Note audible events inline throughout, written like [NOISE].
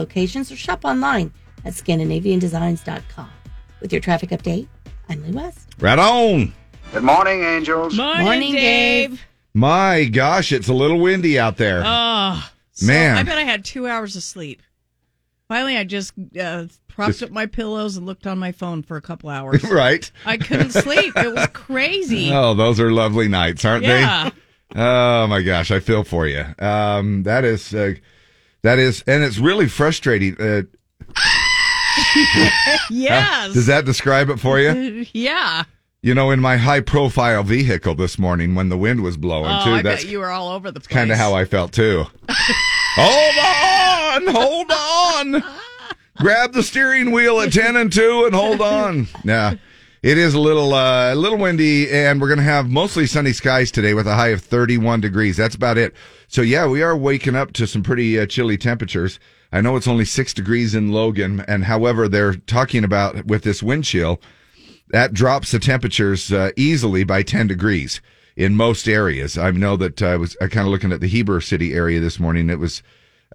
locations or shop online at ScandinavianDesigns.com. With your traffic update, I'm Lee West. Right on. Good morning, angels. Morning, Morning, Dave. My gosh, it's a little windy out there. Oh, so Man. I bet I had two hours of sleep. Finally, I just uh, propped Just- up my pillows and looked on my phone for [LAUGHS] a couple hours. right. I couldn't sleep. It was crazy. [LAUGHS] Oh, those are lovely nights, aren't yeah. they? Oh my gosh, I feel for you. Um, that is, uh, that is, and it's really frustrating. Uh, [LAUGHS] yes. Mm-hmm. Does that describe it for you? [LAUGHS] yeah. You know, in my high-profile vehicle this morning, when the wind was blowing Oh, too, I that's bet you were all over the place. kind of how I felt [LAUGHS] too. hold on, [LAUGHS] hold on. Grab the steering wheel at ten and two, and hold on. Yeah, it is a little, uh, a little windy, and we're going to have mostly sunny skies today with a high of thirty-one degrees. That's about it. So yeah, we are waking up to some pretty uh, chilly temperatures. I know it's only six degrees in Logan, and however, they're talking about with this wind chill that drops the temperatures uh, easily by 10 degrees in most areas. I know that uh, I was I kind of looking at the Heber City area this morning. It was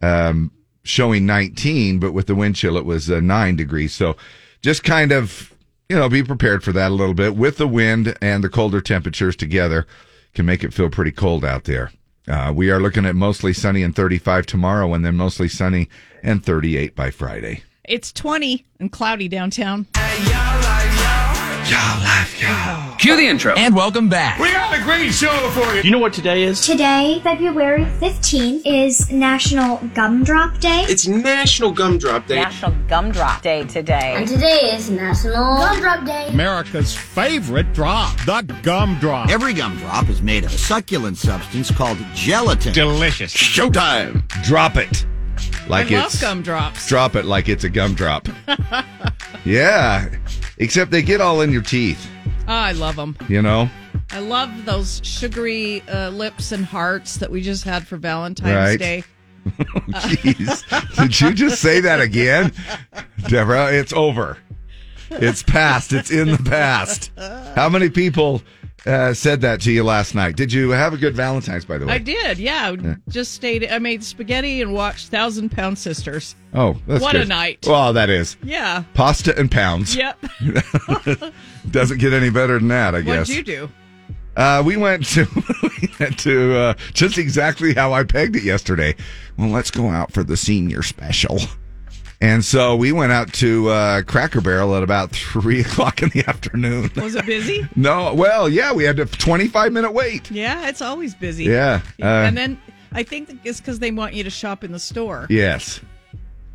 um, showing 19, but with the wind chill, it was uh, nine degrees. So just kind of you know be prepared for that a little bit with the wind and the colder temperatures together can make it feel pretty cold out there. Uh, we are looking at mostly sunny and 35 tomorrow, and then mostly sunny and 38 by Friday. It's 20 and cloudy downtown. [LAUGHS] Cue the intro. And welcome back. You know what today is? Today, February 15th, is National Gumdrop Day. It's National Gumdrop Day. National Gumdrop Day today. And today is National Gumdrop Day. America's favorite drop, the gum drop. Every gumdrop is made of a succulent substance called gelatin. Delicious. Showtime. Drop it. Like I it's love gumdrops. drop it like it's a gumdrop. Ah, yeah. Except they get all in your teeth, oh, I love them. you [LAUGHS] know? I love those sugary uh, lips and hearts that we just had for Valentine's Right. Day. Jeez. Did you just say that again? Deborah, it's over. It's past. It's in the past. How many people uh, said that to you last night? Did you have a good Valentine's, by the way? I did, yeah. Just stayed. I made spaghetti and watched Thousand Pound Sisters. oh, that's What a good. night. Well, that is. Yeah. Pasta and pounds. Yep. [LAUGHS] [LAUGHS] Doesn't get any better than that, I What'd guess. you do? Uh, we went to [LAUGHS] we went to uh, just exactly how I pegged it yesterday. Well, let's go out for the senior special. And so we went out to uh, Cracker Barrel at about [LAUGHS] three o'clock in the afternoon. Was [LAUGHS] it busy? No, well, yeah, we had a twenty-five minute wait. yeah, it's always busy. Yeah, uh, and then I think it's because they want you to shop in the store. yes,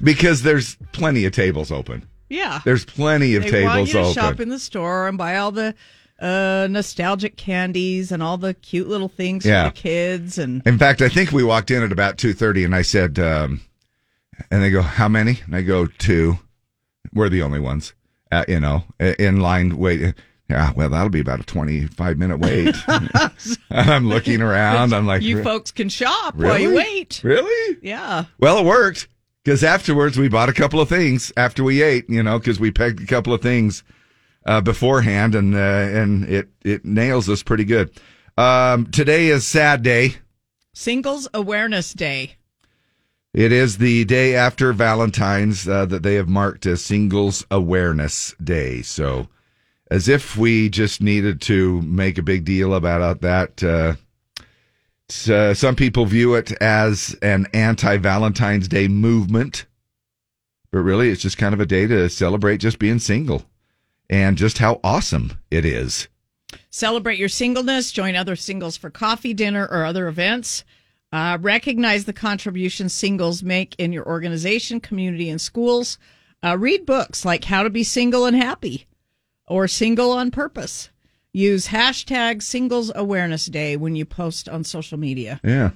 because there's plenty of tables open. Yeah. There's plenty of They tables want you to open. shop in the store and buy all the uh, nostalgic candies and all the cute little things Yeah. for the kids. And In fact, I think we walked in at about two thirty, and I said, um, and they go, "How many?" And I go, two. We're the only ones, uh, you know, i- in line waiting. Yeah, well, that'll be about a twenty-five minute [LAUGHS] wait. I'm looking around. I'm like, you "Re- folks can shop really? while you wait. Really? Yeah. Well, it worked because afterwards we bought a couple of things after we ate, you know, because we pegged a couple of things uh, beforehand, and uh, and it it nails us pretty good. Um, today is sad day. Singles Awareness Day. It is the day after Valentine's uh, that they have marked as Singles Awareness Day. So, as if we just needed to make a big deal about that. Uh, it's, uh, some people view it as an anti Valentine's Day movement, but really it's just kind of a day to celebrate just being single and just how awesome it is. Celebrate your singleness. Join other singles for coffee, dinner, or other events. Uh, recognize the contributions singles make in your organization, community, and schools. Uh, read books like How to Be Single and Happy or Single on Purpose. Use hashtag Singles Awareness Day when you post on social media. Yeah.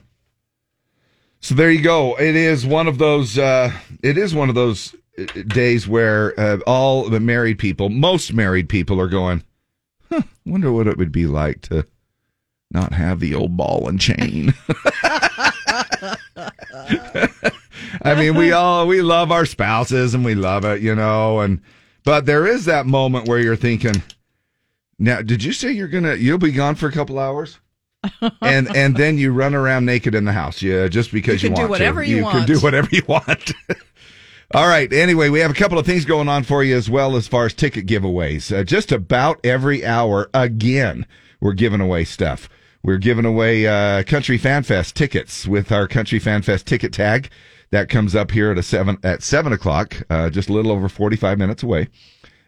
So there you go. It is one of those. Uh, it is one of those uh, days where uh, all the married people, most married people, are going. Huh, wonder what it would be like to not have the old ball and chain. [LAUGHS] I mean, we all we love our spouses and we love it, you know, and but there is that moment where you're thinking, now, did you say you're gonna you'll be gone for a couple hours? and and then you run around naked in the house, yeah, just because You you, can do want whatever to. you can want. do whatever you want. All right. Anyway, we have a couple of things going on for you as well as far as ticket giveaways. Uh, just about every hour, again, we're giving away stuff. We're giving away uh, Country Fan Fest tickets with our Country Fan Fest ticket tag that comes up here at a seven at seven o'clock, uh, just a little over forty five minutes away.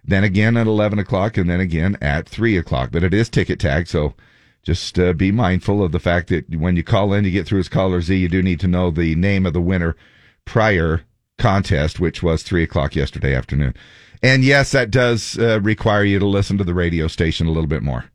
Then again at eleven o'clock, and then again at three o'clock. But it is ticket tag, so just uh, be mindful of the fact that when you call in, you get through as caller Z. You do need to know the name of the winner prior contest, which was three o'clock yesterday afternoon. And yes, that does uh, require you to listen to the radio station a little bit more.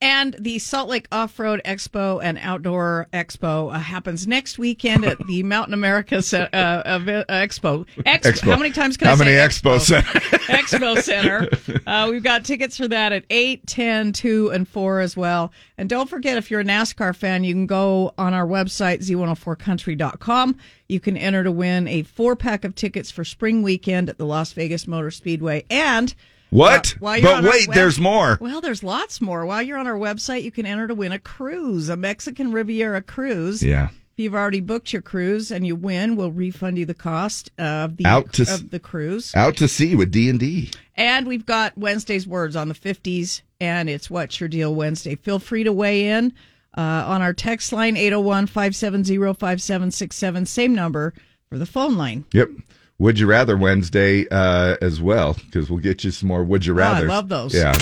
And the Salt Lake Off Road Expo and Outdoor Expo uh, happens next weekend at the Mountain America Ce- uh, uh, Expo. Ex- Expo. How many times can How I say many [LAUGHS] Expo? expos? Expo Center. Uh, we've got tickets for that at 8, 10, 2, and 4 as well. And don't forget, if you're a NASCAR fan, you can go on our website, z104country.com. You can enter to win a four pack of tickets for spring weekend at the Las Vegas Motor Speedway. And [LAUGHS] What? uh, while you're but on our wait, web- there's more. Well, there's lots more. While you're on our website, you can enter to win a cruise, a Mexican Riviera cruise. Yeah. If you've already booked your cruise and you win, we'll refund you the cost of the Out to s- of the cruise. Out to sea with D and D. And we've got Wednesday's words on the 50s, and it's What's Your Deal Wednesday. Feel free to weigh in uh, on our text line, 801 570 5767, same number for the phone line. Yep. Would you rather Wednesday uh, as well? Because we'll get you some more. Would you Oh, I rather? love those. Yeah.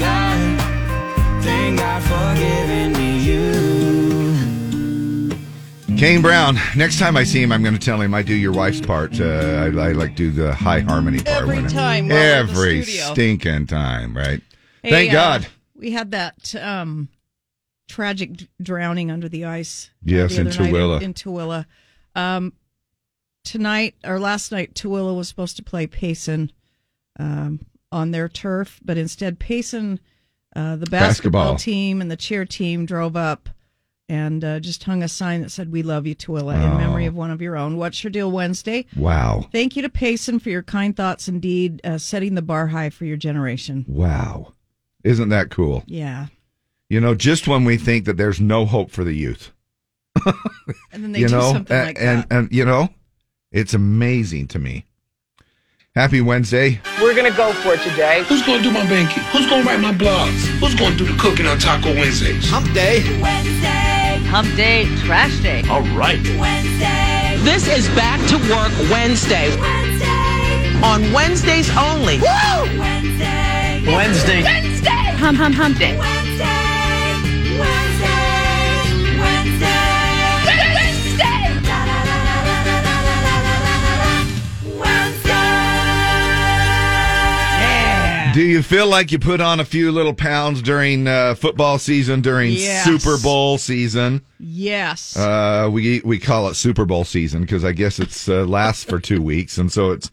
Kane Brown. Next time I see him, I'm going to tell him I do your wife's part. Uh, I, I like do the high harmony part Every when I- time while we're in the Every studio. stinking time, right? Hey, Thank uh, God. We had that um, tragic d- drowning under the ice. uh, Yes, the in other night Tooele. In, in Tooele. Um, tonight or last night, Tooele was supposed to play Payson um, on their turf, but instead, Payson, uh, the basketball, Basketball. team and the cheer team, drove up and uh, just hung a sign that said, "We love you, Tooele," Oh. in memory of one of your own. What's your deal, Wednesday? Wow. Thank you to Payson for your kind thoughts, indeed, uh, setting the bar high for your generation. Wow. Isn't that cool? Yeah. You know, just when we think that there's no hope for the youth. [LAUGHS] And then they you do know, something and, like and that. and you know, it's amazing to me. Happy Wednesday. We're going to go for it today. Who's gonna do my banking? Who's gonna write my blogs? Who's gonna do the cooking on Taco Wednesdays? Hump day. Hump day, trash day. All right. This is Back to Work Wednesday. On Wednesdays only. Wednesday. Hum, hum, hump day. Do you feel like you put on a few little pounds during uh, football season, during Yes. Super Bowl season? yes. Uh, we we call it Super Bowl season because I guess it's uh, lasts for two weeks, and so it's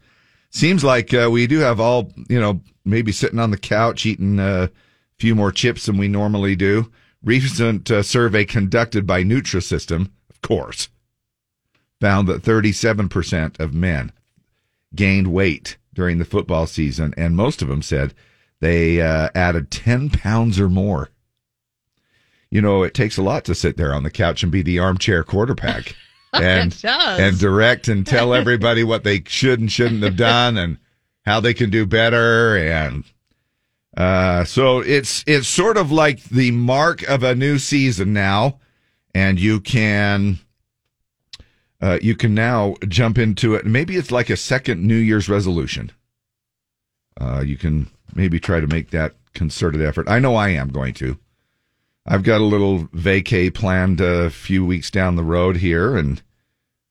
seems like uh, we do have all you know maybe sitting on the couch eating uh, a few more chips than we normally do. Recent uh, survey conducted by Nutrisystem, of course, found that 37% of men gained weight during the football season, and most of them said they uh, added 10 pounds or more. You know, it takes a lot to sit there on the couch and be the armchair quarterback and does. and direct and tell everybody what they should and shouldn't have done and how they can do better and uh, so it's it's sort of like the mark of a new season now, and you can uh, you can now jump into it. Maybe it's like a second New Year's resolution. Uh, you can maybe try to make that concerted effort. I know I am going to. I've got a little vacay planned a few weeks down the road here, and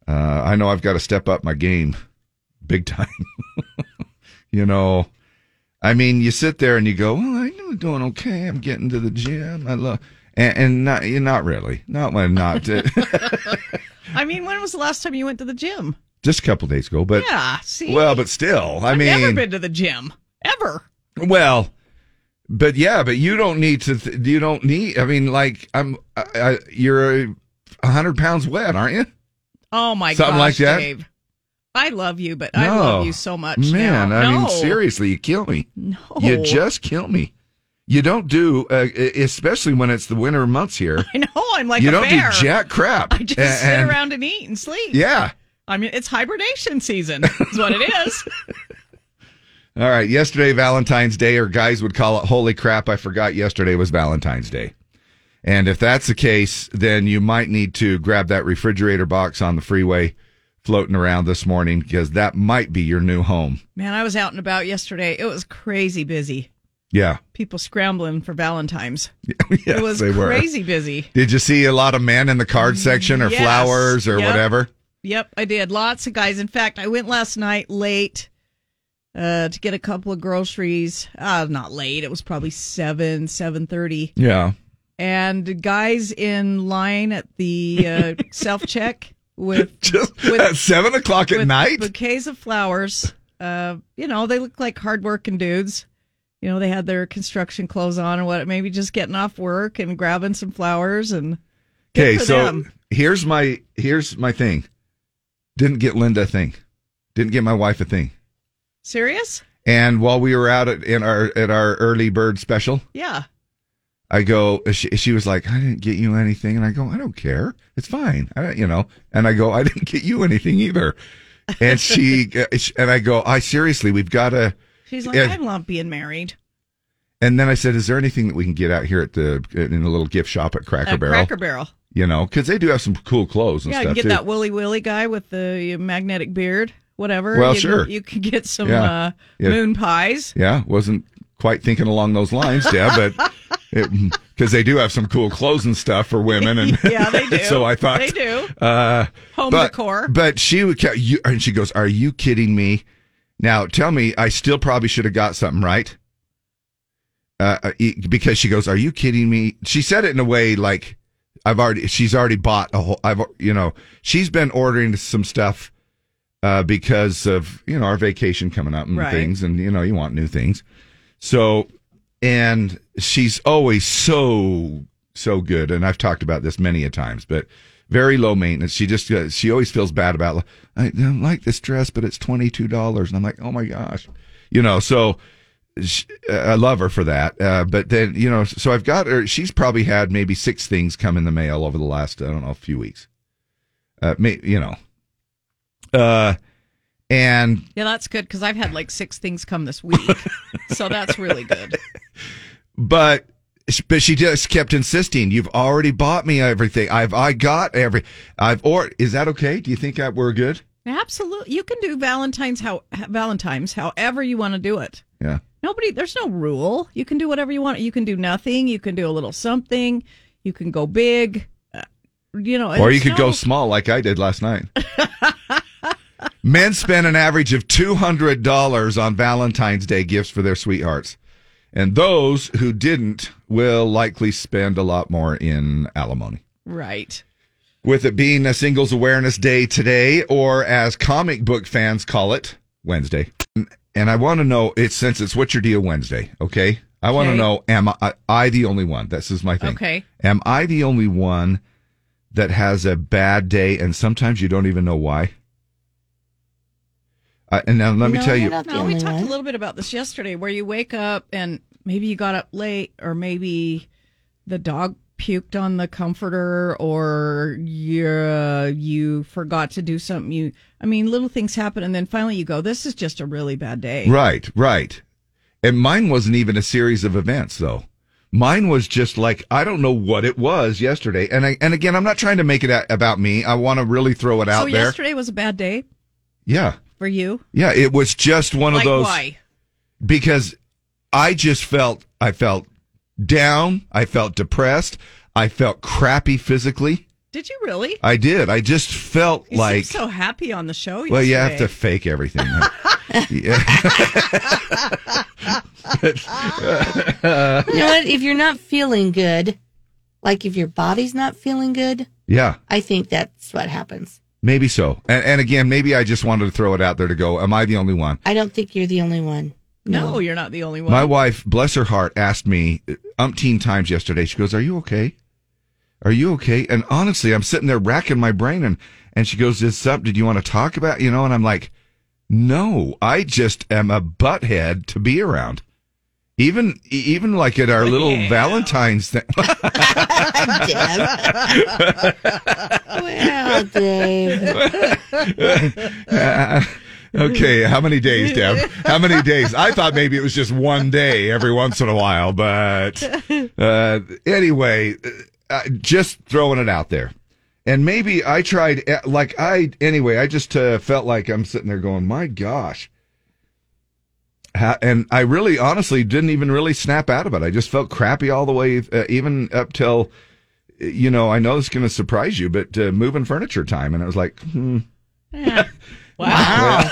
uh, I know I've got to step up my game big [LAUGHS] time. you know, I mean, you sit there and you go, "Well, I'm doing okay. I'm getting to the gym. I love," and, and not you're not really, not when not [LAUGHS] I mean, when was the last time you went to the gym? just a couple days ago, but Yeah, see, well, but still, I I've never mean, been to the gym ever. well, but yeah, but you don't need to. Th- you don't need. I mean, like I'm, I, I, you're a hundred pounds wet, aren't you? Oh my god, Something gosh, like that? Dave. I love you, but I love you so much, man. Now. I no. mean, seriously, you kill me. no, You just kill me. You don't do, uh, especially when it's the winter months here. [LAUGHS] I know. [LAUGHS] I'm like you a don't bear. do jack crap. I just A- sit and- around and eat and sleep. Yeah. I mean, it's [LAUGHS] hibernation season. Is what it is. All right. Yesterday, Valentine's Day, or guys would call it, holy crap, I forgot yesterday was Valentine's Day. And if that's the case, then you might need to grab that refrigerator box on the freeway floating around this morning because that might be your new home. Man, I was out and about yesterday. It was crazy busy. Yeah. [LAUGHS] People scrambling for Valentine's. Yes, it was they were. crazy busy. Did you see a lot of men in the card section or Yes. flowers or Yep. whatever? Yep, I did. Lots of guys. In fact, I went last night late uh, to get a couple of groceries. Uh, not late. It was probably seven, seven thirty. Yeah. And guys in line at [LAUGHS] the uh, self check with Just [LAUGHS] at seven o'clock at with night? bouquets of flowers. Uh, you know, they look like hardworking dudes. You know, they had their construction clothes on and what, maybe just getting off work and grabbing some flowers and. good Okay, for so them. here's my here's my thing. Didn't get Linda a thing. Didn't get my wife a thing. serious? And while we were out at in our at our early bird special, Yeah. I go. She, she was like, "I didn't get you anything," and I go, "I don't care. It's fine. I don't, you know." And I go, "I didn't get you anything either." And [LAUGHS] she uh, and I go, "I seriously, we've got to." She's like, Yeah. I'm not being married. And then I said, "Is there anything that we can get out here at the in a little gift shop at Cracker At Barrel? Cracker Barrel. You know, because they do have some cool clothes and Yeah, you stuff can get too." that Willy Willy guy with the magnetic beard, whatever. Well, you, sure. You can get some Yeah. uh, Yeah. moon pies. Yeah, wasn't quite thinking along those lines, Deb, [LAUGHS] but because they do have some cool clothes and stuff for women, and [LAUGHS] [LAUGHS] Yeah, they do. so I thought They do. Uh, Home but, decor. But she would, ca- you, and she goes, "Are you kidding me?" Now tell me, I still probably should have got something right, uh, uh, e- because she goes, "Are you kidding me?" She said it in a way like I've already, she's already bought a whole. I've, you know, she's been ordering some stuff uh, because of you know our vacation coming up and Right. things, and you know you want new things. So, and she's always so so good, and I've talked about this many a times, but very low maintenance. She just uh, she always feels bad about like, I don't like this dress, but it's twenty two dollars, and I'm like, oh my gosh, you know. So sh uh, I love her for that, uh, but then you know, so I've got her. She's probably had maybe six things come in the mail over the last I don't know a few weeks, uh, may, you know. Uh, and Yeah, that's good because I've had like six things come this week. [LAUGHS] so that's really good. but but she just kept insisting. You've already bought me everything. I've I got every. I've or is that okay? Do you think that we're good? Absolutely. You can do Valentine's how Valentine's however you want to do it. Yeah. Nobody, there's no rule. You can do whatever you want. You can do nothing. You can do a little something. You can go big. Uh, you know, Or it's you could go no- small like I did last night. Men spend an average of $200 on Valentine's Day gifts for their sweethearts. And those who didn't will likely spend a lot more in alimony. right. With it being a Singles Awareness Day today, or as comic book fans call it, Wednesday. And I want to know, it's since it's what's your deal Wednesday, okay? I want to Okay. know, am I, I the only one? This is my thing. Okay. Am I the only one that has a bad day and sometimes you don't even know why? Uh, and now let me No, tell you're you, not the No, we only talked a one. little bit about this yesterday where you wake up and maybe you got up late or maybe the dog puked on the comforter or you you forgot to do something you I mean little things happen and then finally you go this is just a really bad day. right, right. And mine wasn't even a series of events though. Mine was just like, I don't know what it was yesterday. And I, and again, I'm not trying to make it a- about me. I want to really throw it So out there. yesterday was a bad day Yeah. for you? Yeah. It was just one like of those. why? because I just felt I felt down, I felt depressed, I felt crappy physically. Did you really? I did. I just felt You like seemed so happy on the show yesterday. well, you have to fake everything. [LAUGHS] huh? [LAUGHS] [LAUGHS] yeah. You know what? If you're not feeling good, like if your body's not feeling good, yeah, I think that's what happens. maybe so. And, and again, maybe I just wanted to throw it out there to go. Am I the only one? I don't think you're the only one. No, you're not the only one. My wife, bless her heart, asked me umpteen times yesterday. She goes, "Are you okay? Are you okay?" And honestly, I'm sitting there racking my brain, and and she goes, "Is up? Did you want to talk about you know?" And I'm like, "No, I just am a butthead to be e, [LAUGHS] around." Even even like at our little Valentine's thing. [LAUGHS] Oh, well, Dave. [LAUGHS] Uh, okay, how many days, Deb? How many days? I thought maybe it was just one day every once in a while, but uh, anyway, uh, just throwing it out there. And maybe I tried, uh, like I anyway. I just uh, felt like I'm sitting there going, "My gosh." Ha- And I really, honestly, didn't even really snap out of it. I just felt crappy all the way, uh, even up till, you know, I know this is going to surprise you, but uh, moving furniture time, and I was like, hmm, Wow. wow.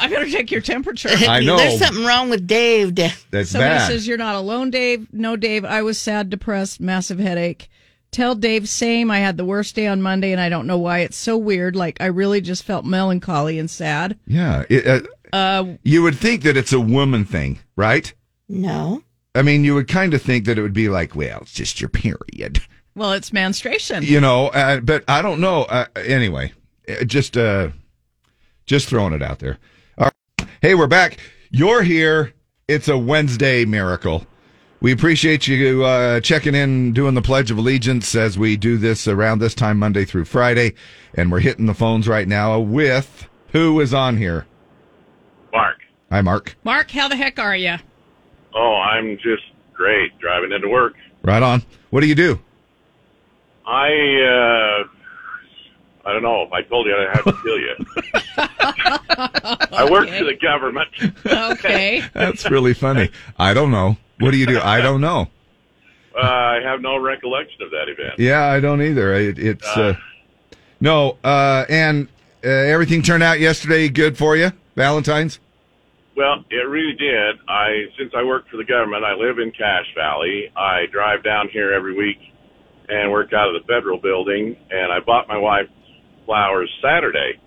I better take your temperature. I know. There's something wrong with Dave. that's Somebody bad. says you're not alone, Dave. No, Dave. I was sad, depressed, massive headache. Tell Dave same. I had the worst day on Monday, and I don't know why. It's so weird. Like I really just felt melancholy and sad. Yeah. It, uh, Uh, you would think that it's a woman thing, right? No. I mean, you would kind of think that it would be like, well, it's just your period, well, it's menstruation. you know. Uh, but I don't know. Uh, anyway, uh, just uh, just throwing it out there. All right. Hey, we're back. You're here. It's a Wednesday miracle. We appreciate you uh, checking in, doing the Pledge of Allegiance as we do this around this time, Monday through Friday. And we're hitting the phones right now with who is on here? Mark. Hi, Mark. Mark, how the heck are [LAUGHS] you? Oh, I'm just great driving into work. Right on. What do you do? I uh I don't know. I told you I had to kill you. I work for the government. [LAUGHS] Okay. That's [LAUGHS] really funny. I don't know. What do you do? I don't know. Uh, I have no recollection of that event. Yeah, I don't either. It, it's uh, no, uh, and uh, everything turned out yesterday good for you. Valentine's. Well, it really did. I since I work for the government, I live in Cache Valley. I drive down here every week and work out of the federal building. And I bought my wife flowers Saturday.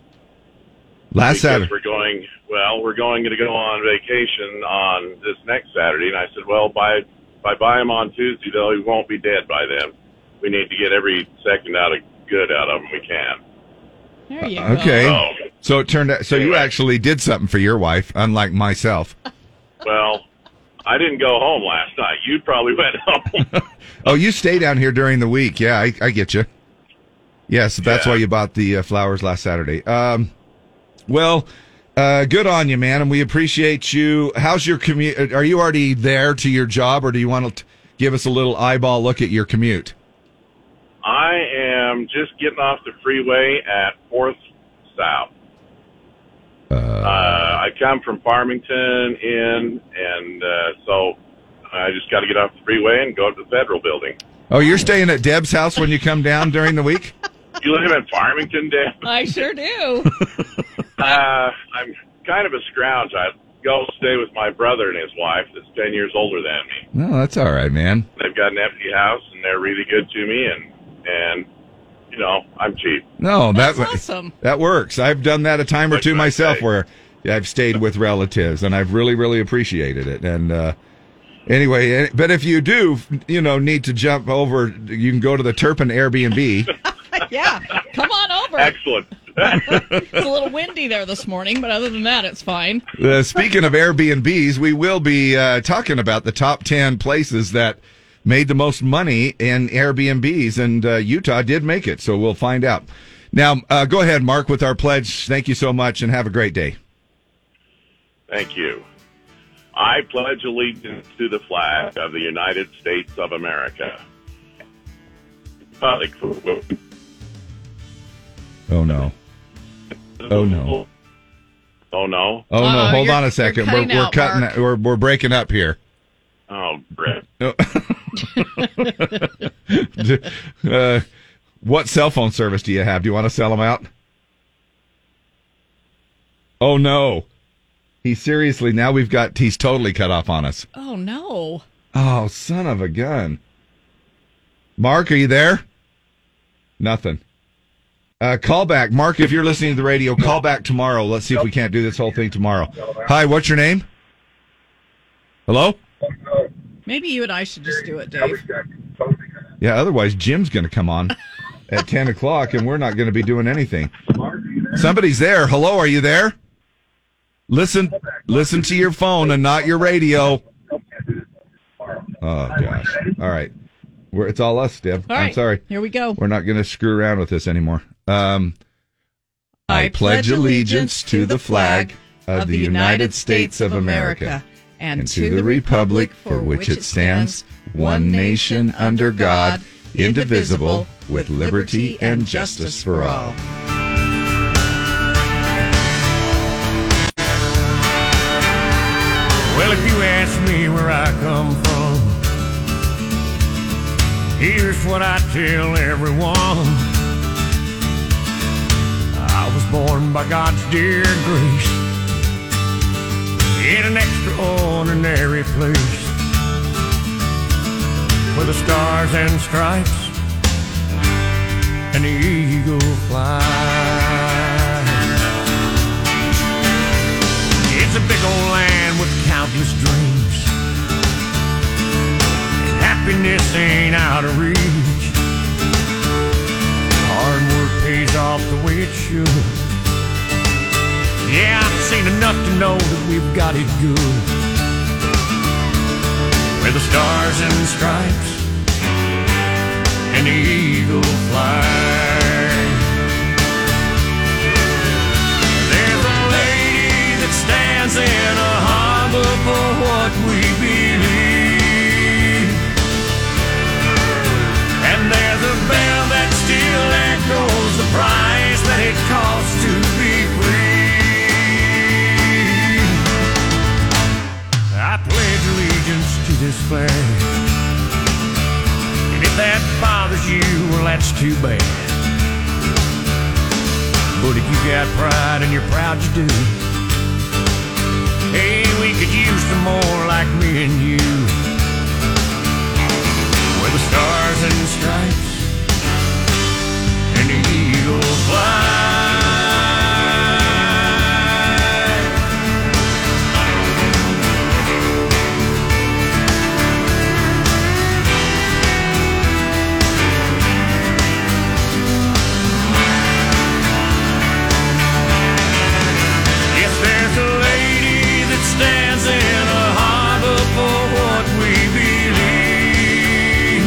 Last because Saturday. We're going, well, we're going to go on vacation on this next Saturday. And I said, well, by, if I buy him on Tuesday, though, he won't be dead by then. We need to get every second out of good out of him we can. [LAUGHS] There you go. Okay. Oh. So it turned out. So you actually did something for your wife, unlike myself. Well, I didn't go home last night. You probably went home. Oh, you stay down here during the week. Yeah, I, I get you. Yes, that's why you bought the uh, flowers last Saturday. Um, well, uh, good on you, man, and we appreciate you. How's your commute? Are you already there to your job, or do you want to give us a little eyeball look at your commute? I am just getting off the freeway at 4th South. Uh, I come from Farmington in, and uh, so I just got to get off the freeway and go up to the federal building. Oh, you're staying at Deb's house when you come down during the week. You live in Farmington, Dan? [LAUGHS] I sure do. [LAUGHS] Uh, I'm kind of a scrounge. I go stay with my brother and his wife that's 10 years older than me. [LAUGHS] No, that's all right, man. They've got an empty house and they're really good to me and, and, you know, I'm cheap. No, that That's wa- awesome. That works. I've done that a time or two myself, where I've stayed with relatives, and I've really, really appreciated it. And uh, anyway, eh, but if you do, you know, need to jump over, you can go to the Turpin [LAUGHS] Airbnb. yeah. Come on over. Excellent. [LAUGHS] it's a little windy there this morning, but other than that, it's fine. Uh, speaking of Airbnbs, we will be uh, talking about the top 10 places that made the most money in Airbnbs, and uh, Utah did make it, so we'll find out. Now, uh, go ahead, Mark, with our pledge. Thank you so much, and have a great day. Thank you. I pledge allegiance to the flag of the United States of America. Republic for which Oh, no. Oh, no. Oh no! Oh, no. Hold on a second. We're, we're cutting, we're, we're breaking up here. Oh, Brett. No. [LAUGHS] uh, what cell phone service do you have? Do you want to sell them out? Oh no, he seriously. Now we've got. He's totally cut off on us. Oh, no. Oh, son of a gun! Mark, are you there? Nothing. Uh, call back, Mark. If you're listening to the radio, call back tomorrow. Let's see if we can't do this whole thing tomorrow. Hi, what's your name? Hello. Maybe you and I should just do it, Dave. Yeah, otherwise Jim's going to come on [LAUGHS] at 10 o'clock and we're not going to be doing anything. Somebody's there. Hello, are you there? Listen, listen to your phone and not your radio. Oh gosh! All right, We're, it's all us, Deb. All I'm right, sorry. here we go. We're not going to screw around with this anymore. Um, I I pledge pledge allegiance to the flag of the United States of America America and to the republic for which it stands, one nation under God, indivisible, with liberty and justice for all. Well, if you ask me where I come from, here's what I tell everyone. I was born by God's dear grace in an extraordinary place where the stars and stripes and the eagle flies. It's a big old land with countless dreams. And happiness ain't out of reach. Hard work pays off the way it should. Yeah, I've seen enough to know that we've got it good. Where the stars and stripes and the eagle flies. There's a lady that stands in a harbor for what we believe. And there's a bell that still echoes the price that it costs to be free. I pledge allegiance to this flag. And if that bothers you, well, that's too bad. But if you got pride and you're proud you do, hey, we could use some more like me and you. Where the stars and stripes and the eagle fly. Yes, there's a lady that stands in a harbor for what we believe.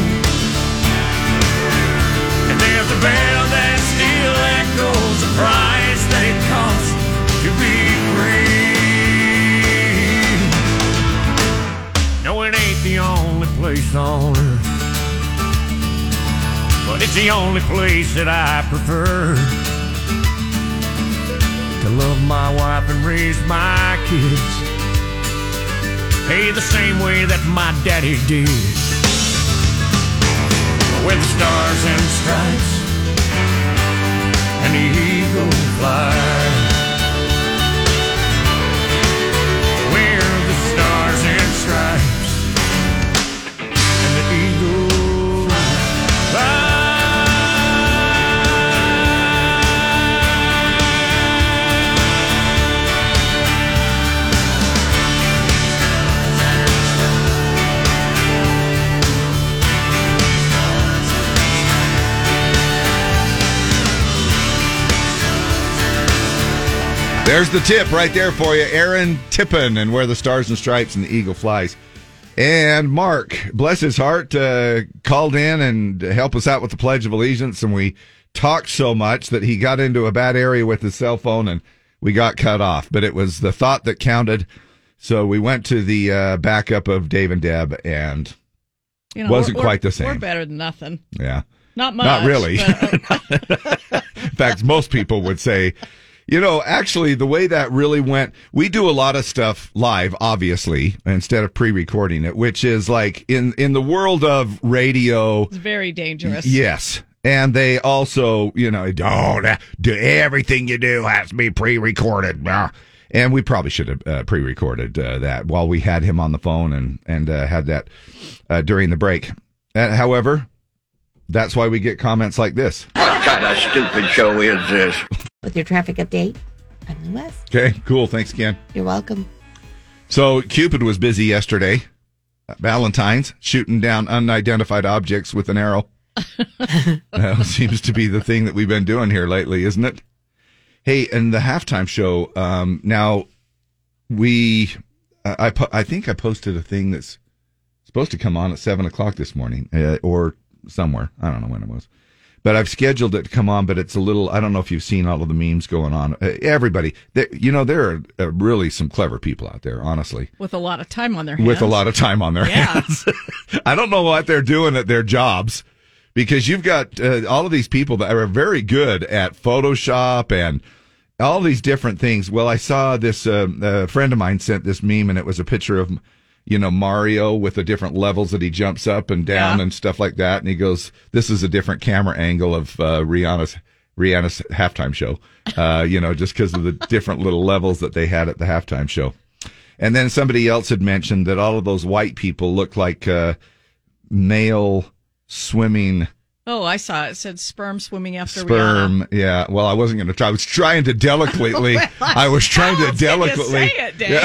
And there's a bell that still echoes the price that it costs to be free. No, it ain't the only place on earth, but it's the only place that I prefer to love my wife and raise my kids. Hey, the same way that my daddy did. With the stars and stripes and the eagle flies. Where the stars and stripes and the eagle flies. There's the tip right there for you, Aaron Tippin, and where the stars and stripes and the eagle flies. And Mark, bless his heart, uh, called in and helped us out with the Pledge of Allegiance, and we talked so much that he got into a bad area with his cell phone, and we got cut off. But it was the thought that counted, so we went to the uh, backup of Dave and Deb, and You know, wasn't we're- quite the We're same. better than nothing. Yeah. Not Not much, really. but, oh. [LAUGHS] In fact, most people would say, you know, actually, the way that really went, we do a lot of stuff live, obviously, instead of pre-recording it, which is like in in the world of radio. It's very dangerous. Yes. And they also, you know, don't uh, do everything you do has to be pre-recorded. Blah. And we probably should have uh, pre-recorded uh, that while we had him on the phone and and uh, had that uh, during the break. Uh, however, that's why we get comments like this. What kind of stupid show is this? With your traffic update, I'm Lee West. Okay, cool. Thanks, Ken. You're welcome. So Cupid was busy yesterday, at Valentine's, shooting down unidentified objects with an [LAUGHS] arrow. that seems to be the thing that we've been doing here lately, isn't it? Hey, and the halftime show. Um, uh, now we, I, I po- I think I posted a thing that's it's supposed to come on at seven o'clock this morning uh, or somewhere. I don't know when it was, but I've scheduled it to come on. But it's a little. I don't know if you've seen all of the memes going on. Uh, everybody, there- you know, there are uh, really some clever people out there. Honestly, with a lot of time on their hands. with a lot of time on their hands. [LAUGHS] I don't know what they're doing at their jobs because you've got uh, all of these people that are very good at Photoshop and all these different things. Well, I saw this um, a friend of mine sent this meme and it was a picture of you know Mario with the different levels that he jumps up and down and stuff like that and he goes this is a different camera angle of uh, Rihanna's Rihanna's halftime show. Uh, you know, just because of the [LAUGHS] different little levels that they had at the halftime show. And then somebody else had mentioned that all of those white people look like uh, male swimming Oh, I saw it. It said sperm swimming after Rihanna. sperm. Yeah. Well, I wasn't going to try. I was trying to delicately. [LAUGHS] Well, I was trying to was gonna delicately. say it, Dave.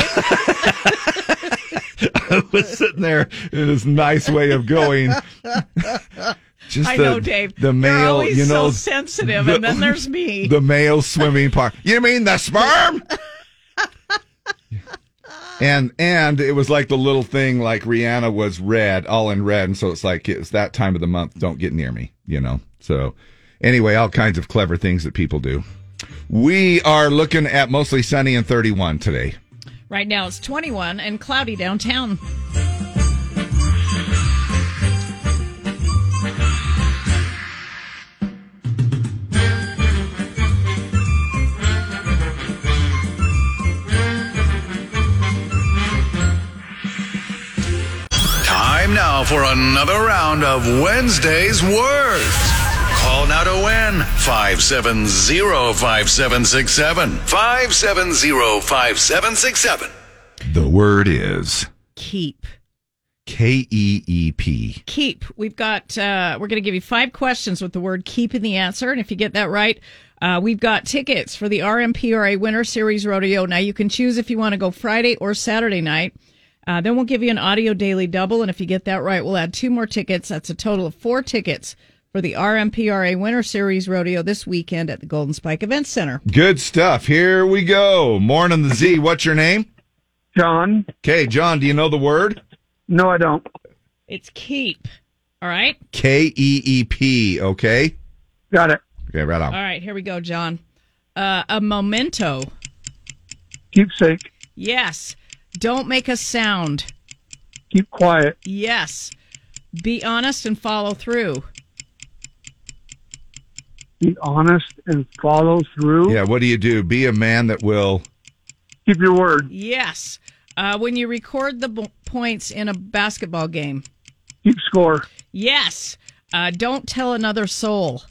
[LAUGHS] I was sitting there in this nice way of [LAUGHS] going. Just I the, know, Dave. The You're male, always you know, so sensitive, the- and then [LAUGHS] there's [LAUGHS] me. the male swimming part. You mean the sperm? and and it was like the little thing like Rihanna was red, all in red, and so it's like it's that time of the month. Don't get near me, you know. So anyway, all kinds of clever things that people do. We are looking at mostly sunny and 31 today. right now it's 21 and cloudy downtown. Time now for another round of Wednesday's Words. Call now to win 570-5767. 570-5767. The word is Keep. K E E P. Keep. We've got, uh, we're going to give you five questions with the word keep in the answer. And if you get that right, uh, we've got tickets for the RMPRA Winter Series Rodeo. Now you can choose if you want to go Friday or Saturday night. Uh, then we'll give you an audio daily double. And if you get that right, we'll add two more tickets. That's a total of four tickets for the RMPRA Winter Series Rodeo this weekend at the Golden Spike Event Center. Good stuff. Here we go. Morning the Z. What's your name? John. Okay, John, do you know the word? No, I don't. It's keep. All right. K E E P, okay? Got it. Okay, right on. All right. Here we go, John. Uh, a memento. Keepsake. Yes. Don't make a sound. Keep quiet. Yes. Be honest and follow through. Be honest and follow through. Yeah, what do you do? Be a man that will Keep your word. Yes. Uh, when you record the b- points in a basketball game. Keep score. Yes. Uh, don't tell another soul.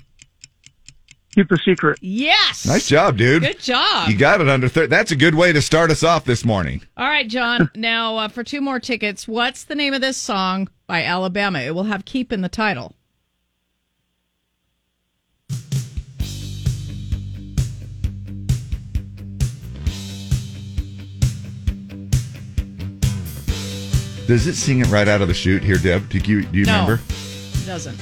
Keep a secret. Yes. Nice job, dude. Good job. You got it under 30. That's a good way to start us off this morning. [LAUGHS] All right, John. now, uh, for two more tickets, what's the name of this song by Alabama? It will have Keep in the title. Does it sing it right out of the chute here, Deb? Do you do you No. remember? It doesn't.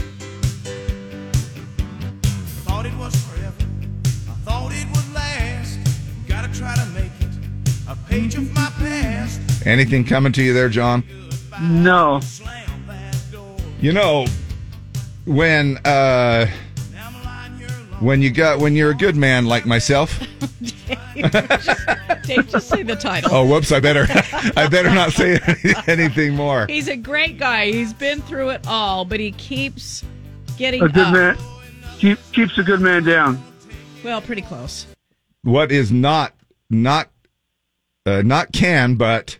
Thought it was forever. I thought it would last. Gotta try to make it a page of my past. Anything coming to you there, John? No. You know, when uh when you got when you're a good man like myself. Dave, just say the title. Oh, whoops! I better [LAUGHS] I better not say [LAUGHS] anything more. [LAUGHS] He's a great guy. He's been through it all, but he keeps getting A good up. man keep, keeps a good man down. Well, pretty close. What is not not uh, not can but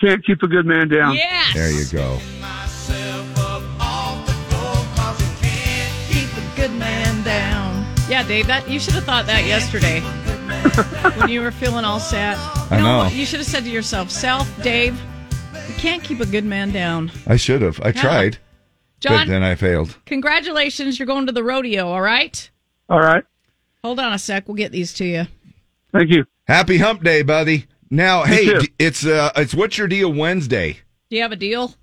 Can't keep a good man down. Yes. There you go. Keep a good man down. Yeah, Dave, that you should have thought that yesterday [LAUGHS] when you were feeling all sad. I You know. what? You should have said to yourself, "Self, Dave, you can't keep a good man down." I should have. I Yeah. tried. John- But then I failed. Congratulations, you're going to the rodeo. All right. All right. Hold on a sec. We'll get these to you. Thank you. Happy Hump Day, buddy. Now, hey, too. d- it's uh, it's what's your deal Wednesday? Do you have a deal?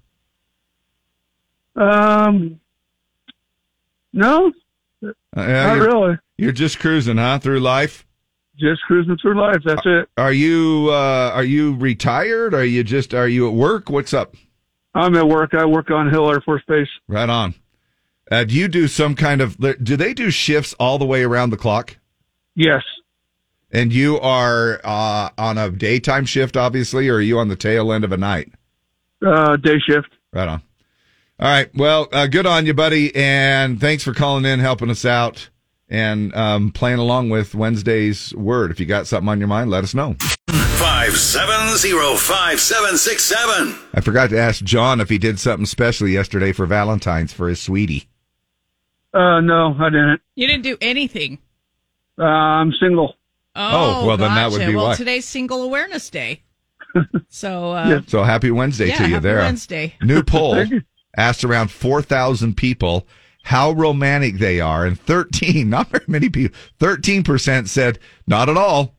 Um no. Uh, Not you're- really. Uh, You're just cruising, huh, through life? Just cruising through life. That's it. Are you uh, are you retired? Are you just are you at work? What's up? I'm at work. I work on Hill Air Force Base. Right on. Uh, do you do some kind of? Do they do shifts all the way around the clock? Yes. And you are uh, on a daytime shift, obviously, or are you on the tail end of a night? Uh, day shift. Right on. All right. Well, uh, good on you, buddy, and thanks for calling in, helping us out, and um, playing along with Wednesday's word. If you got something on your mind, let us know. 5705767. I forgot to ask John if he did something special yesterday for Valentine's for his sweetie. Uh, no, I didn't. You didn't do anything. Uh, I'm single. Oh, Oh, well, then that would gotcha. be well. why. Today's Single Awareness [LAUGHS] Day. So uh, So happy Wednesday Yeah, to you happy there. Wednesday. [LAUGHS] New poll asked around 4,000 people how romantic they are, and 13, [LAUGHS] not very many people, 13% said not at all.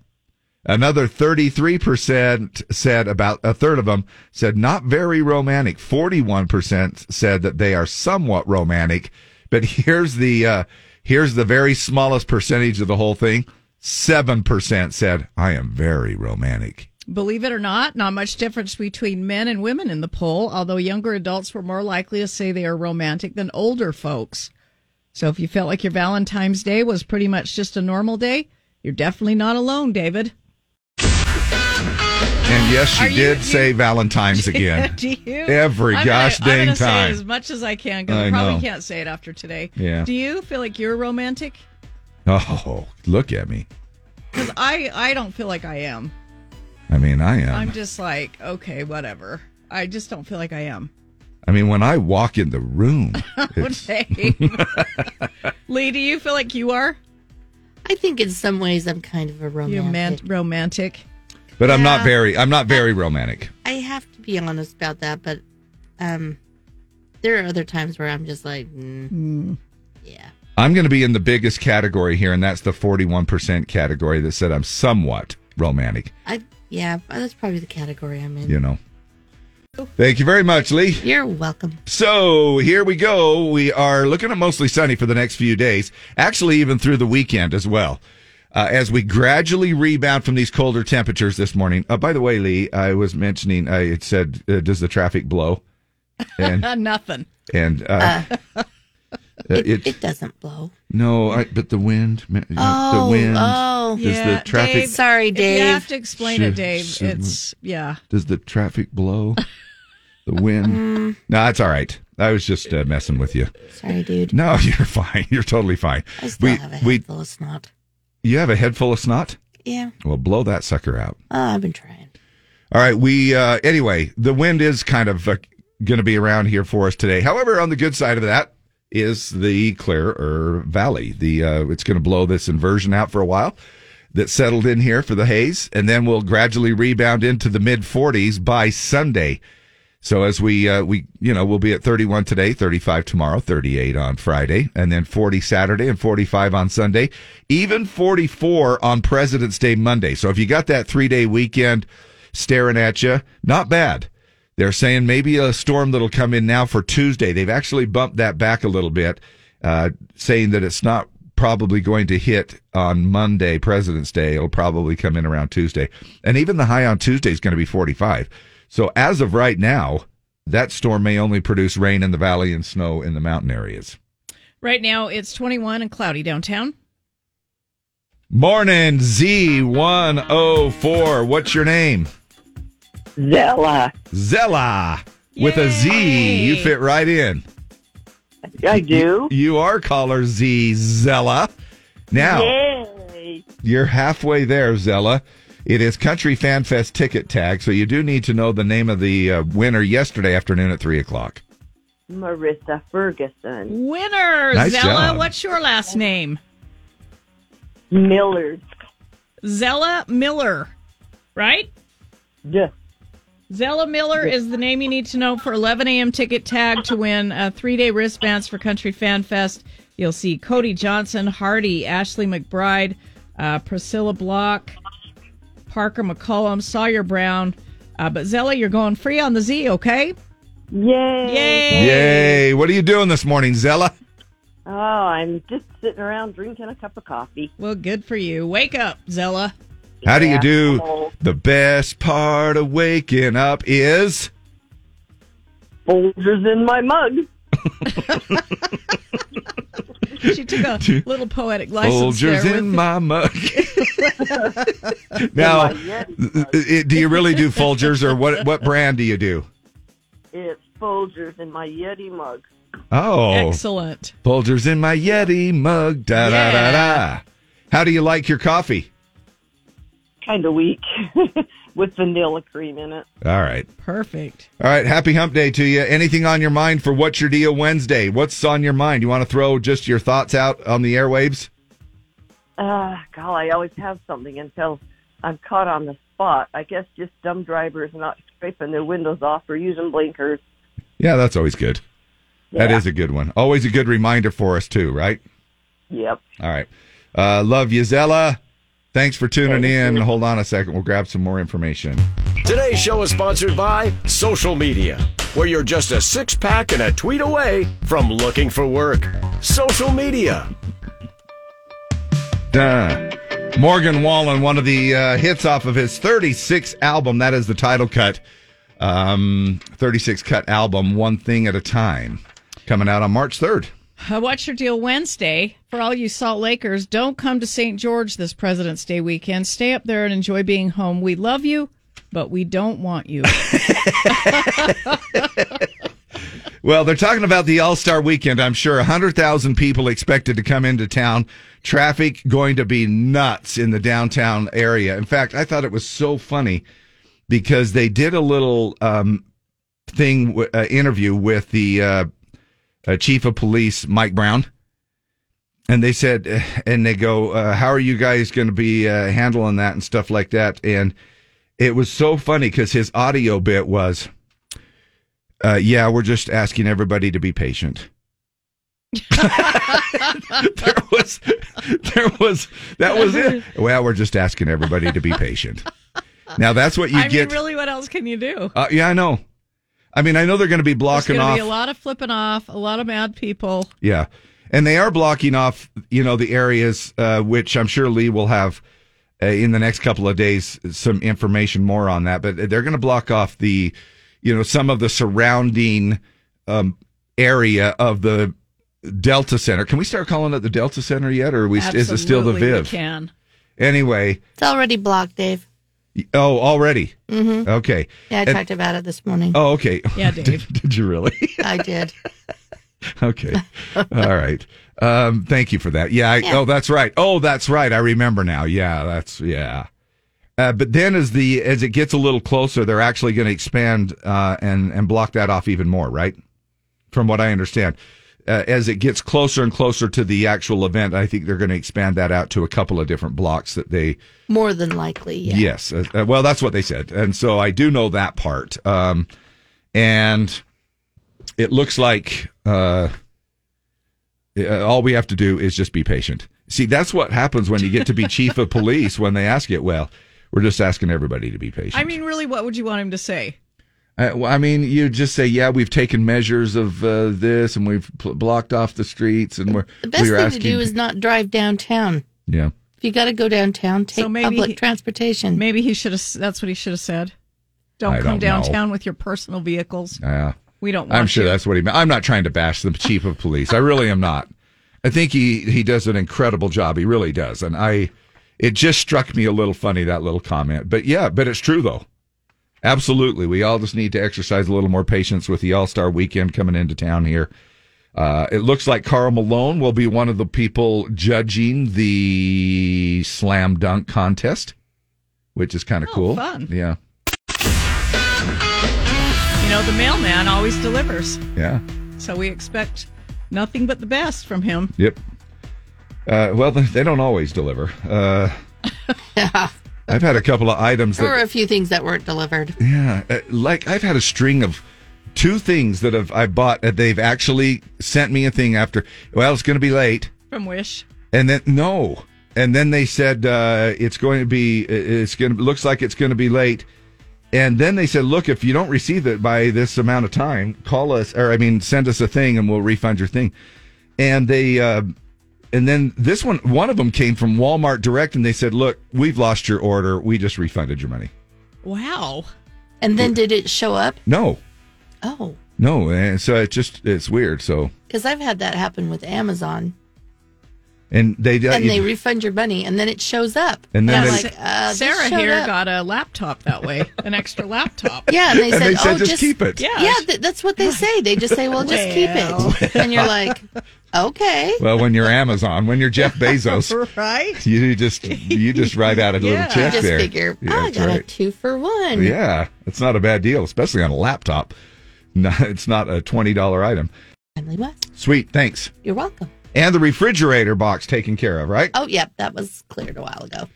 Another 33% said about a third of them said not very romantic. 41% said that they are somewhat romantic. But here's the, uh, here's the very smallest percentage of the whole thing. 7% said, I am very romantic. Believe it or not, not much difference between men and women in the poll, although younger adults were more likely to say they are romantic than older folks. So if you felt like your Valentine's Day was pretty much just a normal day, you're definitely not alone, David. [LAUGHS] And yes, she did say [LAUGHS] Valentine's again. Do you? Every I'm gosh gonna, I'm dang gonna Say time. it as much as I can because I, I probably know. can't say it after today. Yeah. Do you feel like you're romantic? Oh, look at me. Because I, I don't feel like I am. I mean, I am. I'm just like, okay, whatever. I just don't feel like I am. [LAUGHS] I mean, when I walk in the room, it's- [LAUGHS] okay. Lee, do you feel like you are? I think in some ways I'm kind of a romantic. You're man- romantic. but I'm not Yeah. very, I'm not very romantic. I have to be honest about that, but um, there are other times where I'm just like, mm, I'm going to be in the biggest category here, and that's the 41% category that said I'm somewhat romantic, I yeah, that's probably the category I'm in. you know. Thank you very much, Lee. You're welcome. [LAUGHS] So here we go. We are looking at mostly sunny for the next few days, actually, even through the weekend as well. Uh, as we gradually rebound from these colder temperatures this morning. Uh, by the way, Lee, I was mentioning, I had said, uh, does the traffic blow? And, Nothing. and uh, it, it, doesn't blow. No, I, but the wind, ma- you know, Oh, the wind. oh. does Yeah, the traffic? Dave, Sorry, if Dave. You have to explain it, Should- Dave. should- it's yeah. Does the traffic blow? The wind? no, that's all right. I was just uh, messing with you. Mm. Sorry, dude. No, [LAUGHS] you're fine. You're totally fine. I still we, have a we, head full of snot. You have a head full of snot? Yeah. Well, blow that sucker out. Oh, I've been trying. All right. We, uh, anyway, the wind is kind of uh, going to be around here for us today. However, on the good side of that is the clearer valley. The, uh, it's going to blow this inversion out for a while that settled in here for the haze, and then we'll gradually rebound into the mid 40s by Sunday. So as we uh, we you know we'll be at 31 today, 35 tomorrow, 38 on Friday, and then 40 Saturday and 45 on Sunday, even 44 on President's Day Monday. So if you got that three day weekend staring at you, not bad. They're saying maybe a storm that'll come in now for Tuesday. They've actually bumped that back a little bit, uh, saying that it's not probably going to hit on Monday, President's Day. It'll probably come in around Tuesday. And even the high on Tuesday is going to be 45. So as of right now, that storm may only produce rain in the valley and snow in the mountain areas. Right now it's 21 and cloudy downtown. Morning Z104. What's your name? Zella. Zella with a Z. You fit right in. I do. You, you are caller Z Zella. Now Yay. you're halfway there, Zella. It is Country Fan Fest ticket tag, so you do need to know the name of the uh, winner yesterday afternoon at three o'clock. Marissa [LAUGHS] Ferguson. Winner Nice Zella. job. What's your last name? Millard. Zella Miller, right? Yeah. Zella Miller is the name you need to know for 11 a.m. ticket tag to win uh, three-day wristbands for Country Fan Fest. You'll see Cody Johnson, Hardy, Ashley McBride, uh, Priscilla Block, Parker McCollum, Sawyer Brown. Uh, but Zella, you're going free on the Z, okay? Yay! Yay! Yay! What are you doing this morning, Zella? Oh, I'm just sitting around drinking a cup of coffee. Well, good for you. Wake up, Zella. How do you Yeah. do? The best part of waking up is Folgers in [LAUGHS] my mug. [LAUGHS] She took a little poetic license there Folgers with in my mug. [LAUGHS] now, it, do you really do Folgers, or what? What brand do you do? It's Folgers in my Yeti mug. Oh, Excellent. Folgers in my Yeti mug. Da da da da. How do you like your coffee? Kind of weak [LAUGHS] with vanilla cream in it. All right. Perfect. All right, happy hump day to you. Anything on your mind for What's Your Deal Wednesday? What's on your mind? You want to throw just your thoughts out on the airwaves? Uh, golly, I always have something until I'm caught on the spot. I guess just dumb drivers not scraping their windows off or using blinkers. Yeah, that's always good. That Yeah. is a good one. Always a good reminder for us, too, right? Yep. All right. Uh, love you, Zella. Thanks for tuning in. Hold on a second. We'll grab some more information. Today's show is sponsored by social media, where you're just a six pack and a tweet away from looking for work. Social media. Duh. Morgan Wallen, one of the uh, hits off of his 36 album. That is the title cut. Um, 36 cut album, One Thing at a Time, coming out on March 3rd. Uh, What's your deal Wednesday? For all you Salt Lakers, don't come to St. George this President's Day weekend. Stay up there and enjoy being home. We love you, but we don't [LAUGHS] want you. Well, they're talking about the All Star Weekend. I'm sure 100,000 people expected to come into town. Traffic going to be nuts in the downtown area. In fact, I thought it was so funny because they did a little um, thing w- uh, interview with the uh, uh, chief of police, Mike Brown. And they said, uh, and they go, uh, how are you guys going to be uh, handling that and stuff like that? And it was so funny because his audio bit was, uh, yeah, we're just asking everybody to be patient. [LAUGHS] there was, there was, that was it. Well, we're just asking everybody to be patient. Now that's what you I get. mean, really, what else can you do? uh, yeah, I know. I mean, I know they're going to be There's blocking going to off. be a lot of flipping off, a lot of mad people. Yeah. And they are blocking off, you know, the areas, uh, which I'm sure Lee will have uh, in the next couple of days some information more on that. But they're going to block off the, you know, some of the surrounding um, area of the Delta Center. Can we start calling it the Delta Center yet? Or are we, is it still the Absolutely, we Viv? can. Anyway. It's already blocked, Dave. Oh, already. Mm-hmm. Okay. Yeah, I Oh. And- talked about it this morning. Oh, okay. [LAUGHS] Yeah, did, did you really? I did. [LAUGHS] Okay. All right. Um, thank you for that. Yeah, I, Yeah. Oh, that's right. Oh, that's right. I remember now. Yeah. That's yeah. Uh, but then as the as it gets a little closer, they're actually going to expand uh, and and block that off even more, right? From what I understand, uh, as it gets closer and closer to the actual event, I think they're going to expand that out to a couple of different blocks that they More than likely, yeah. Yes. Uh, uh, well, that's what they said. And so I do know that part. Um, and it looks like uh, uh, all we have to do is just be patient. See, that's what happens when you get to be chief of police when they ask it. Well, we're just asking everybody to be patient. I mean, really, what would you want him to say? Uh, well, I mean, you just say, yeah, we've taken measures of uh, this and we've pl- blocked off the streets and we're. The best we're thing asking, to do is not drive downtown. Yeah. If you got to go downtown, take maybe public he- transportation. Maybe he should have. That's what he should have said. Don't I come don't know. downtown with your personal vehicles. Yeah. We don't want I'm sure you. that's what he meant. I'm not trying to bash the chief of police. I really am not. I think he, he does an incredible job. He really does. And I, it just struck me a little funny, that little comment. But yeah, but it's true though. Absolutely. We all just need to exercise a little more patience with the All Star weekend coming into town here. Uh, it looks like Carl Malone will be one of the people judging the slam dunk contest, which is kind of cool. Oh, fun. Yeah. You know, the mailman always delivers. Yeah. So we expect nothing but the best from him. Yep. Uh, well, [LAUGHS] they they don't always deliver. Uh, I've had a couple of items There were that, a few things that weren't delivered. yeah, uh, like I've had a string of two things that have I bought that they've actually sent me a thing after. Well, it's going to be late, From Wish. and then no, and then they said uh, it's going to be. It's going to looks like it's going to be late, and then they said, look, if you don't receive it by this amount of time, call us or I mean, send us a thing, and we'll refund your thing. and they uh, and then this one one of them came from Walmart Direct, and they said, "Look, we've lost your order. We just refunded your money." Wow. And then did it show up? No, Oh, no, and so it's just it's weird. So because I've had that happen with Amazon, and they uh, and they refund your money, and then it shows up. And then I'm they- like, uh, this Sarah showed here up. got a laptop that way, an extra laptop. [LAUGHS] Yeah, and they said, "Oh, just keep it." Yeah, th- that's what they say. They just say, "Well, just keep it," [LAUGHS] and you're like, "Okay." well, when you're Amazon, when you're [LAUGHS] Jeff Bezos, [LAUGHS] right? you just you just write out a little You check just there. figure, Yeah, oh, I that's got a right. two for one. Yeah, it's not a bad deal, especially on a laptop. [LAUGHS] No, it's not a twenty dollar item. Finally was. Sweet, thanks. You're welcome. And the refrigerator box taken care of, right? Oh, yep, that was cleared a while ago.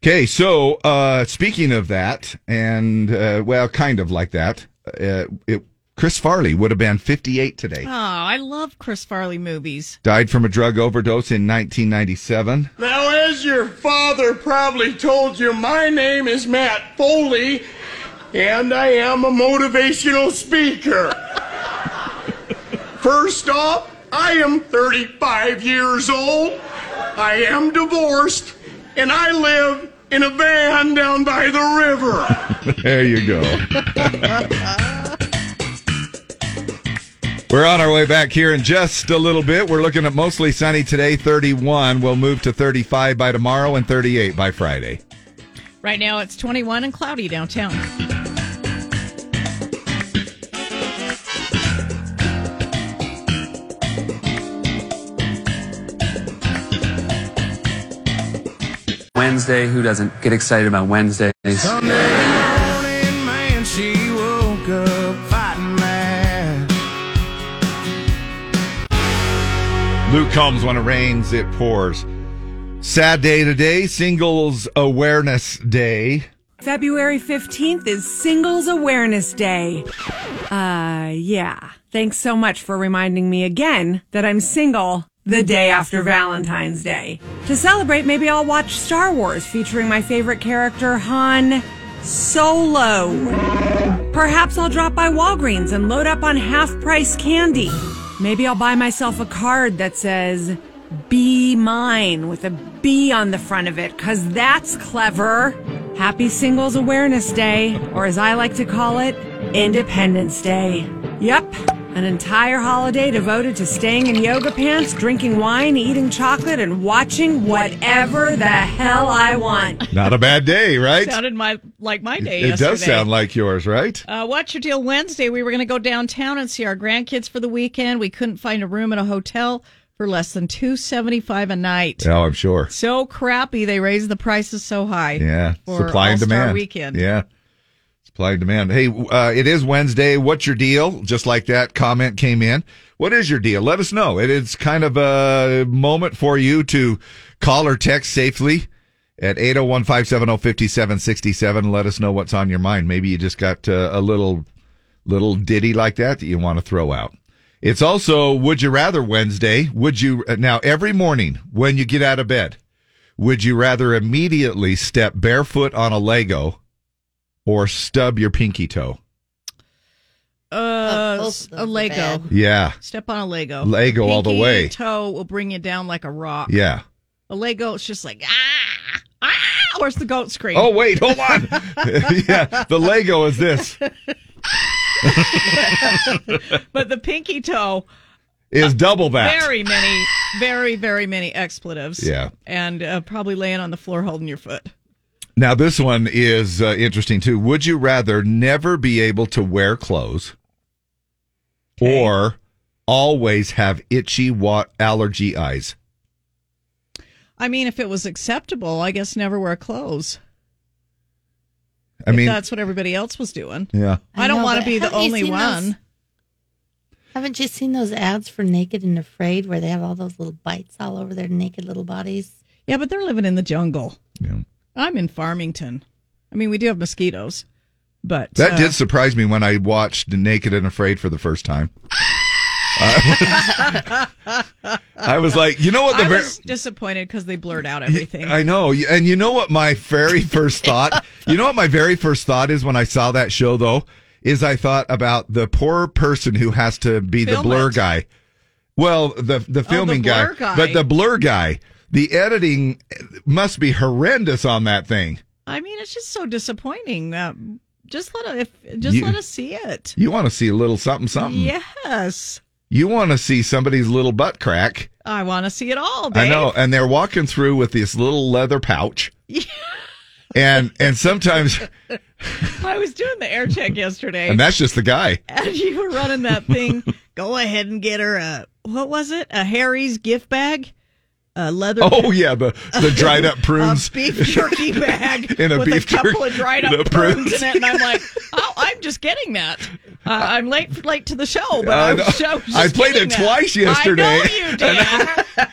Okay, so uh, speaking of that, and uh, well, kind of like that, uh, it, Chris Farley would have been 58 today. Oh, I love Chris Farley movies. Died from a drug overdose in 1997. Now, as your father probably told you, my name is Matt Foley, and I am a motivational speaker. First off, I am 35 years old, I am divorced, and I live in a van down by the river. [LAUGHS] there you go. We're on our way back here in just a little bit. We're looking at mostly sunny today, 31. We'll move to 35 by tomorrow and 38 by Friday. Right now it's 21 and cloudy downtown. Wednesday, who doesn't get excited about Wednesdays? morning, man, she woke up fighting mad. Luke Combs, when it rains, it pours. Sad day today, Singles Awareness Day. February 15th is Singles Awareness Day. Uh, yeah. Thanks so much for reminding me again that I'm single the day after Valentine's Day. To celebrate, maybe I'll watch Star Wars featuring my favorite character, Han Solo. Perhaps I'll drop by Walgreens and load up on half price candy. Maybe I'll buy myself a card that says, Be Mine with a B on the front of it, because that's clever. Happy Singles Awareness Day, or as I like to call it, Independence Day. Yep, an entire holiday devoted to staying in yoga pants, drinking wine, eating chocolate, and watching whatever the hell I want. Not a bad day, right? Sounded my like my day. it does yesterday. sound like yours, right? Uh, Watch Your Deal Wednesday. We were going to go downtown and see our grandkids for the weekend. We couldn't find a room in a hotel for less than two seventy five a night. Oh, I'm sure. So crappy they raised the prices so high. Yeah, for supply and All-Star demand. weekend. Yeah, supply and demand. Hey, uh, it is Wednesday. What's your deal? Just like that comment came in. What is your deal? Let us know. It is kind of a moment for you to call or text safely at 801-570-5767. Let us know what's on your mind. Maybe you just got uh, a little little ditty like that that you want to throw out. It's also Would You Rather Wednesday. Would you uh, now every morning when you get out of bed? Would you rather immediately step barefoot on a Lego or stub your pinky toe? Oh, Uh, s- a Lego. Yeah. Step on a Lego. Lego all the Pinky way. Toe will bring you down like a rock. Yeah. A Lego. It's just like ah ah. Where's the goat scream? Oh, wait, hold [LAUGHS] on. [LAUGHS] yeah. The Lego is this but the pinky toe. is double that. Very many, very, very many expletives. Yeah. And uh, probably laying on the floor holding your foot. Now this one is uh, interesting too. Would you rather never be able to wear clothes or always have itchy wa- allergy eyes? I mean, if it was acceptable, I guess never wear clothes. I If mean, that's what everybody else was doing. yeah. I, don't know, want to but be the haven't you only seen those- one. haven't you seen those ads for Naked and Afraid where they have all those little bites all over their naked little bodies? Yeah, but they're living in the jungle. Yeah. I'm in Farmington. I mean, we do have mosquitoes, but That uh, did surprise me when I watched Naked and Afraid for the first [LAUGHS] time. I was like, you know what? The I ver- was disappointed because they blurred out everything. I know, and you know what? My very first [LAUGHS] thought, you know what? My very first thought is when I saw that show, though, is I thought about the poor person who has to be the Film blur it. Oh, guy Well, the the filming blur guy. but the blur guy, the editing must be horrendous on that thing. I mean, it's just so disappointing. Um, just let us, if, just You- let us see it. You um, want to see a little something something. Yes, You want to see somebody's little butt crack. I want to see it all. Babe. I know, and they're walking through with this little leather pouch. and and [LAUGHS] sometimes [LAUGHS] I was doing the air check yesterday, and that's just the guy. and you were running that thing. Go ahead and get her a what was it? A Harry's gift bag, a leather. Oh yeah, the the dried up prunes. [LAUGHS] a beef jerky [LAUGHS] bag In a with beef a couple jerky- of dried the up prunes prunes. in it, and I'm like, oh, I'm just getting that. Uh, I'm late late to the show, but I I, know. was, I was just I played getting it that. twice I know yesterday. [LAUGHS] you did. [LAUGHS]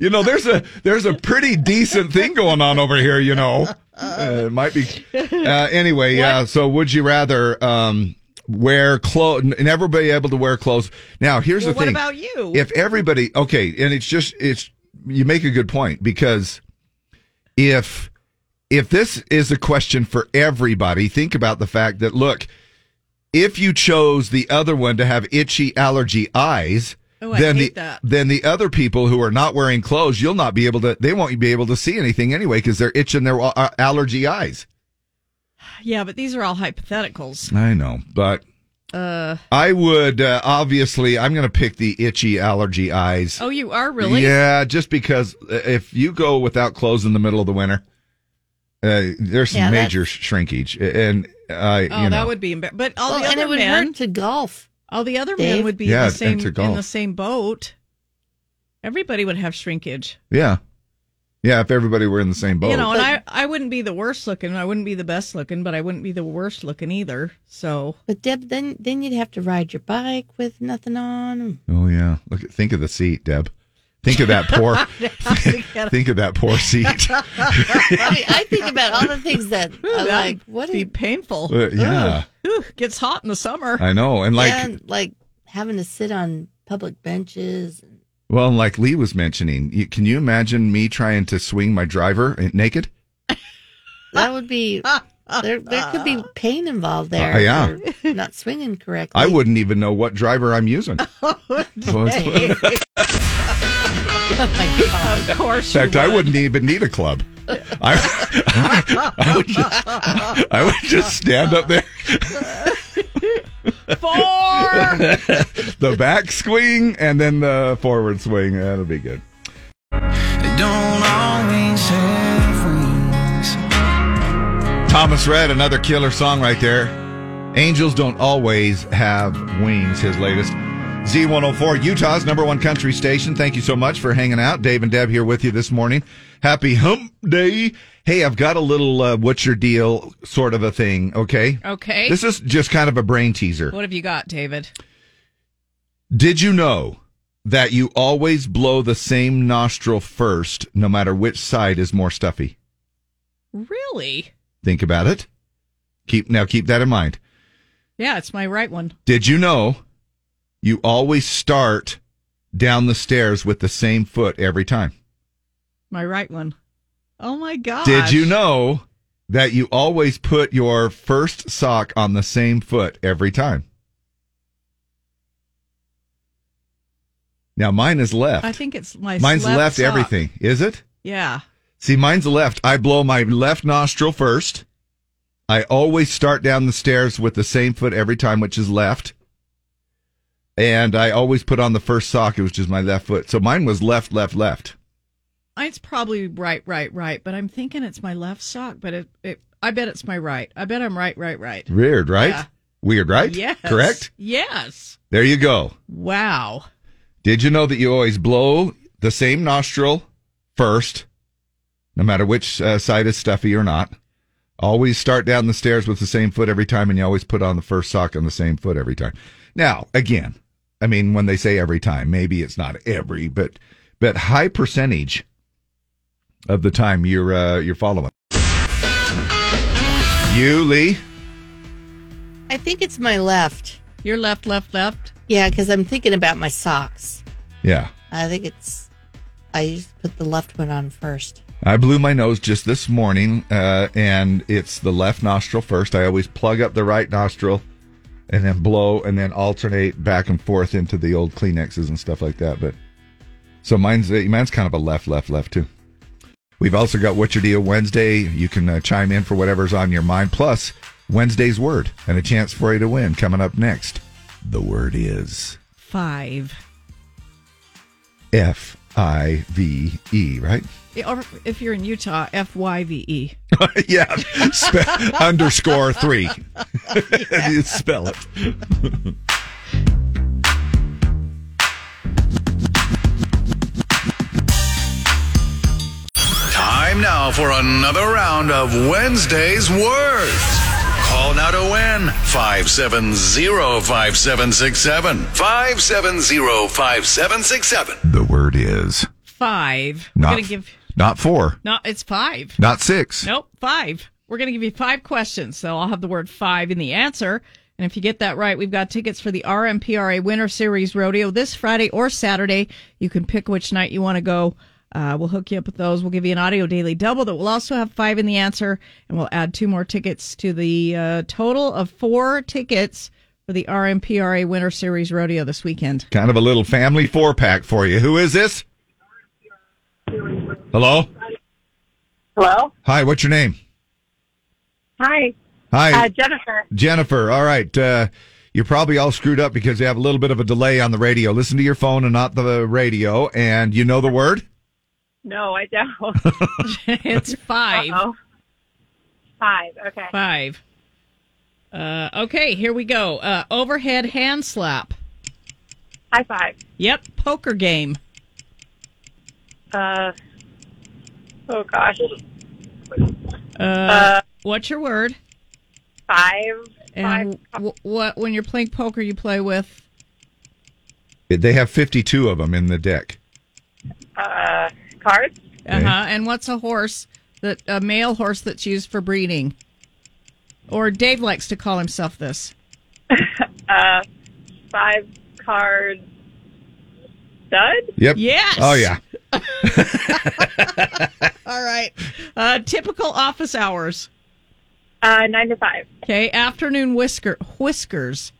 You know, there's a there's a pretty decent thing going on over here. You [LAUGHS] know, uh, it might be. [LAUGHS] Uh, anyway, yeah. So, would you rather um, wear clothes? Never be able to wear clothes. Now, here's Well, the what thing. about you? If everybody, okay, and it's just it's you make a good point because if if this is a question for everybody, think about the fact that look, if you chose the other one to have itchy allergy eyes, Oh, I then hate the that. then the other people who are not wearing clothes, you'll not be able to. They won't be able to see anything anyway because they're itching their uh, allergy eyes. Yeah, but these are all hypotheticals. I know, but Uh, I would uh, obviously. I'm going to pick the itchy allergy eyes. oh, you are really? Yeah, just because uh, if you go without clothes in the middle of the winter, uh, there's some Yeah, that's- major sh- shrinkage, and I, Oh, you know, that would be embarrassing. But all Well, the and other it would men hurt to golf. All the other Dave. men would be Yeah, in the same and to in golf. the same boat. Everybody would have shrinkage. yeah, yeah. If everybody were in the same boat, You know, and I, I wouldn't be the worst looking, I wouldn't be the best looking, but I wouldn't be the worst looking either. So But Deb, then then you'd have to [LAUGHS] ride your bike with nothing on. Oh yeah. Look at think of the seat, Deb. Think of that [LAUGHS] poor [LAUGHS] think of that poor seat. [LAUGHS] I, I think about all the things that are [LAUGHS] That'd like what be is painful. Uh, yeah. Ooh, gets hot in the summer. I know. And like Yeah, like having to sit on public benches. well, and like Lee was mentioning, you, can you imagine me trying to swing my driver uh, naked? That would [LAUGHS] be there. There could be pain involved there. Uh, yeah. if you're Not swinging [LAUGHS] correctly. I wouldn't even know what driver I'm using. Oh, [LAUGHS] Dave. Oh, Of In course. you fact, I wouldn't even need a club. I, I would just, I would just stand up there. Four. [LAUGHS] the back swing and then the forward swing. That'll be good. Don't always have wings. Thomas Red, another killer song right there. Angels Don't Always Have Wings, his latest. Z104, Utah's number one country station. Thank you so much for hanging out. Dave and Deb here with you this morning. Happy hump day. Hey, I've got a little uh, what's your deal sort of a thing, okay? Okay. This is just kind of a brain teaser. What have you got, David? Did you know that you always blow the same nostril first, no matter which side is more stuffy? Really? Think about it. Keep now keep that in mind. Yeah, it's my right one. Did you know you always start down the stairs with the same foot every time? My right one. Oh my god. Did you know that you always put your first sock on the same foot every time? Now mine is left. I think it's my Mine's left, left sock. everything, is it? Yeah. See, mine's left. I blow my left nostril first. I always start down the stairs with the same foot every time, which is left. And I always put on the first sock, which is my left foot. So mine was left, left, left. It's probably right, right, right, but I'm thinking it's my left sock, but it, it I bet it's my right. I bet I'm right, right, right. Weird, right? Yeah. Weird, right? Yes. Correct? Yes. There you go. Wow. Did you know that you always blow the same nostril first, no matter which uh, side is stuffy or not? Always start down the stairs with the same foot every time, and you always put on the first sock on the same foot every time. Now, again, I mean, when they say every time, maybe it's not every, but but high percentage of the time you're uh, you're following. You, Lee. I think it's my left. Your left, left, left. Yeah, because I'm thinking about my socks. Yeah. I think it's. I used to put the left one on first. I blew my nose just this morning, uh, and it's the left nostril first. I always plug up the right nostril and then blow and then alternate back and forth into the old Kleenexes and stuff like that. But so mine's mine's kind of a left, left, left too. We've also got What's Your Deal Wednesday. You can uh, chime in for whatever's on your mind. Plus, Wednesday's word and a chance for you to win coming up next. The word is Five. F I V E, right? [LAUGHS] Or if you're in Utah, F Y V E. yeah. Spe- [LAUGHS] underscore three. [LAUGHS] You Spell it. Time now for another round of Wednesday's Words. Call now to win 570-5767. 570-5767. the word is Five. We're Not- gonna give. not four, No, it's five. not six. Nope, five. We're going to give you five questions. So I'll have the word five in the answer. And if you get that right, we've got tickets for the RMPRA Winter Series Rodeo this Friday or Saturday. You can pick which night you want to go. Uh, we'll hook you up with those. We'll give you an audio daily double that will also have five in the answer. And we'll add two more tickets to the uh, total of four tickets for the RMPRA Winter Series Rodeo this weekend. [LAUGHS] Kind of a little family four pack for you. Who is this? Hello? Hello. Hi, what's your name? Hi. Hi. Uh, Jennifer. Jennifer, all right. Uh, you're probably all screwed up because you have a little bit of a delay on the radio. Listen to your phone and not the radio. And you know the word? No, I [LAUGHS] don't. it's 5 Five. Okay. Five. Uh, okay, here we go. Uh, overhead hand slap. High five. Yep. Poker game. Uh, oh gosh. Uh, what's your word? Five. And w- what when you're playing poker, you play with They have 52 of them in the deck. uh, cards. Uh huh. Okay. And what's a horse that a male horse that's used for breeding? Or Dave likes to call himself this. Uh, five card stud. Yep. Yes. Oh, yeah. All right. Uh, typical office hours. Uh, nine to five. Okay. Afternoon whisker whiskers.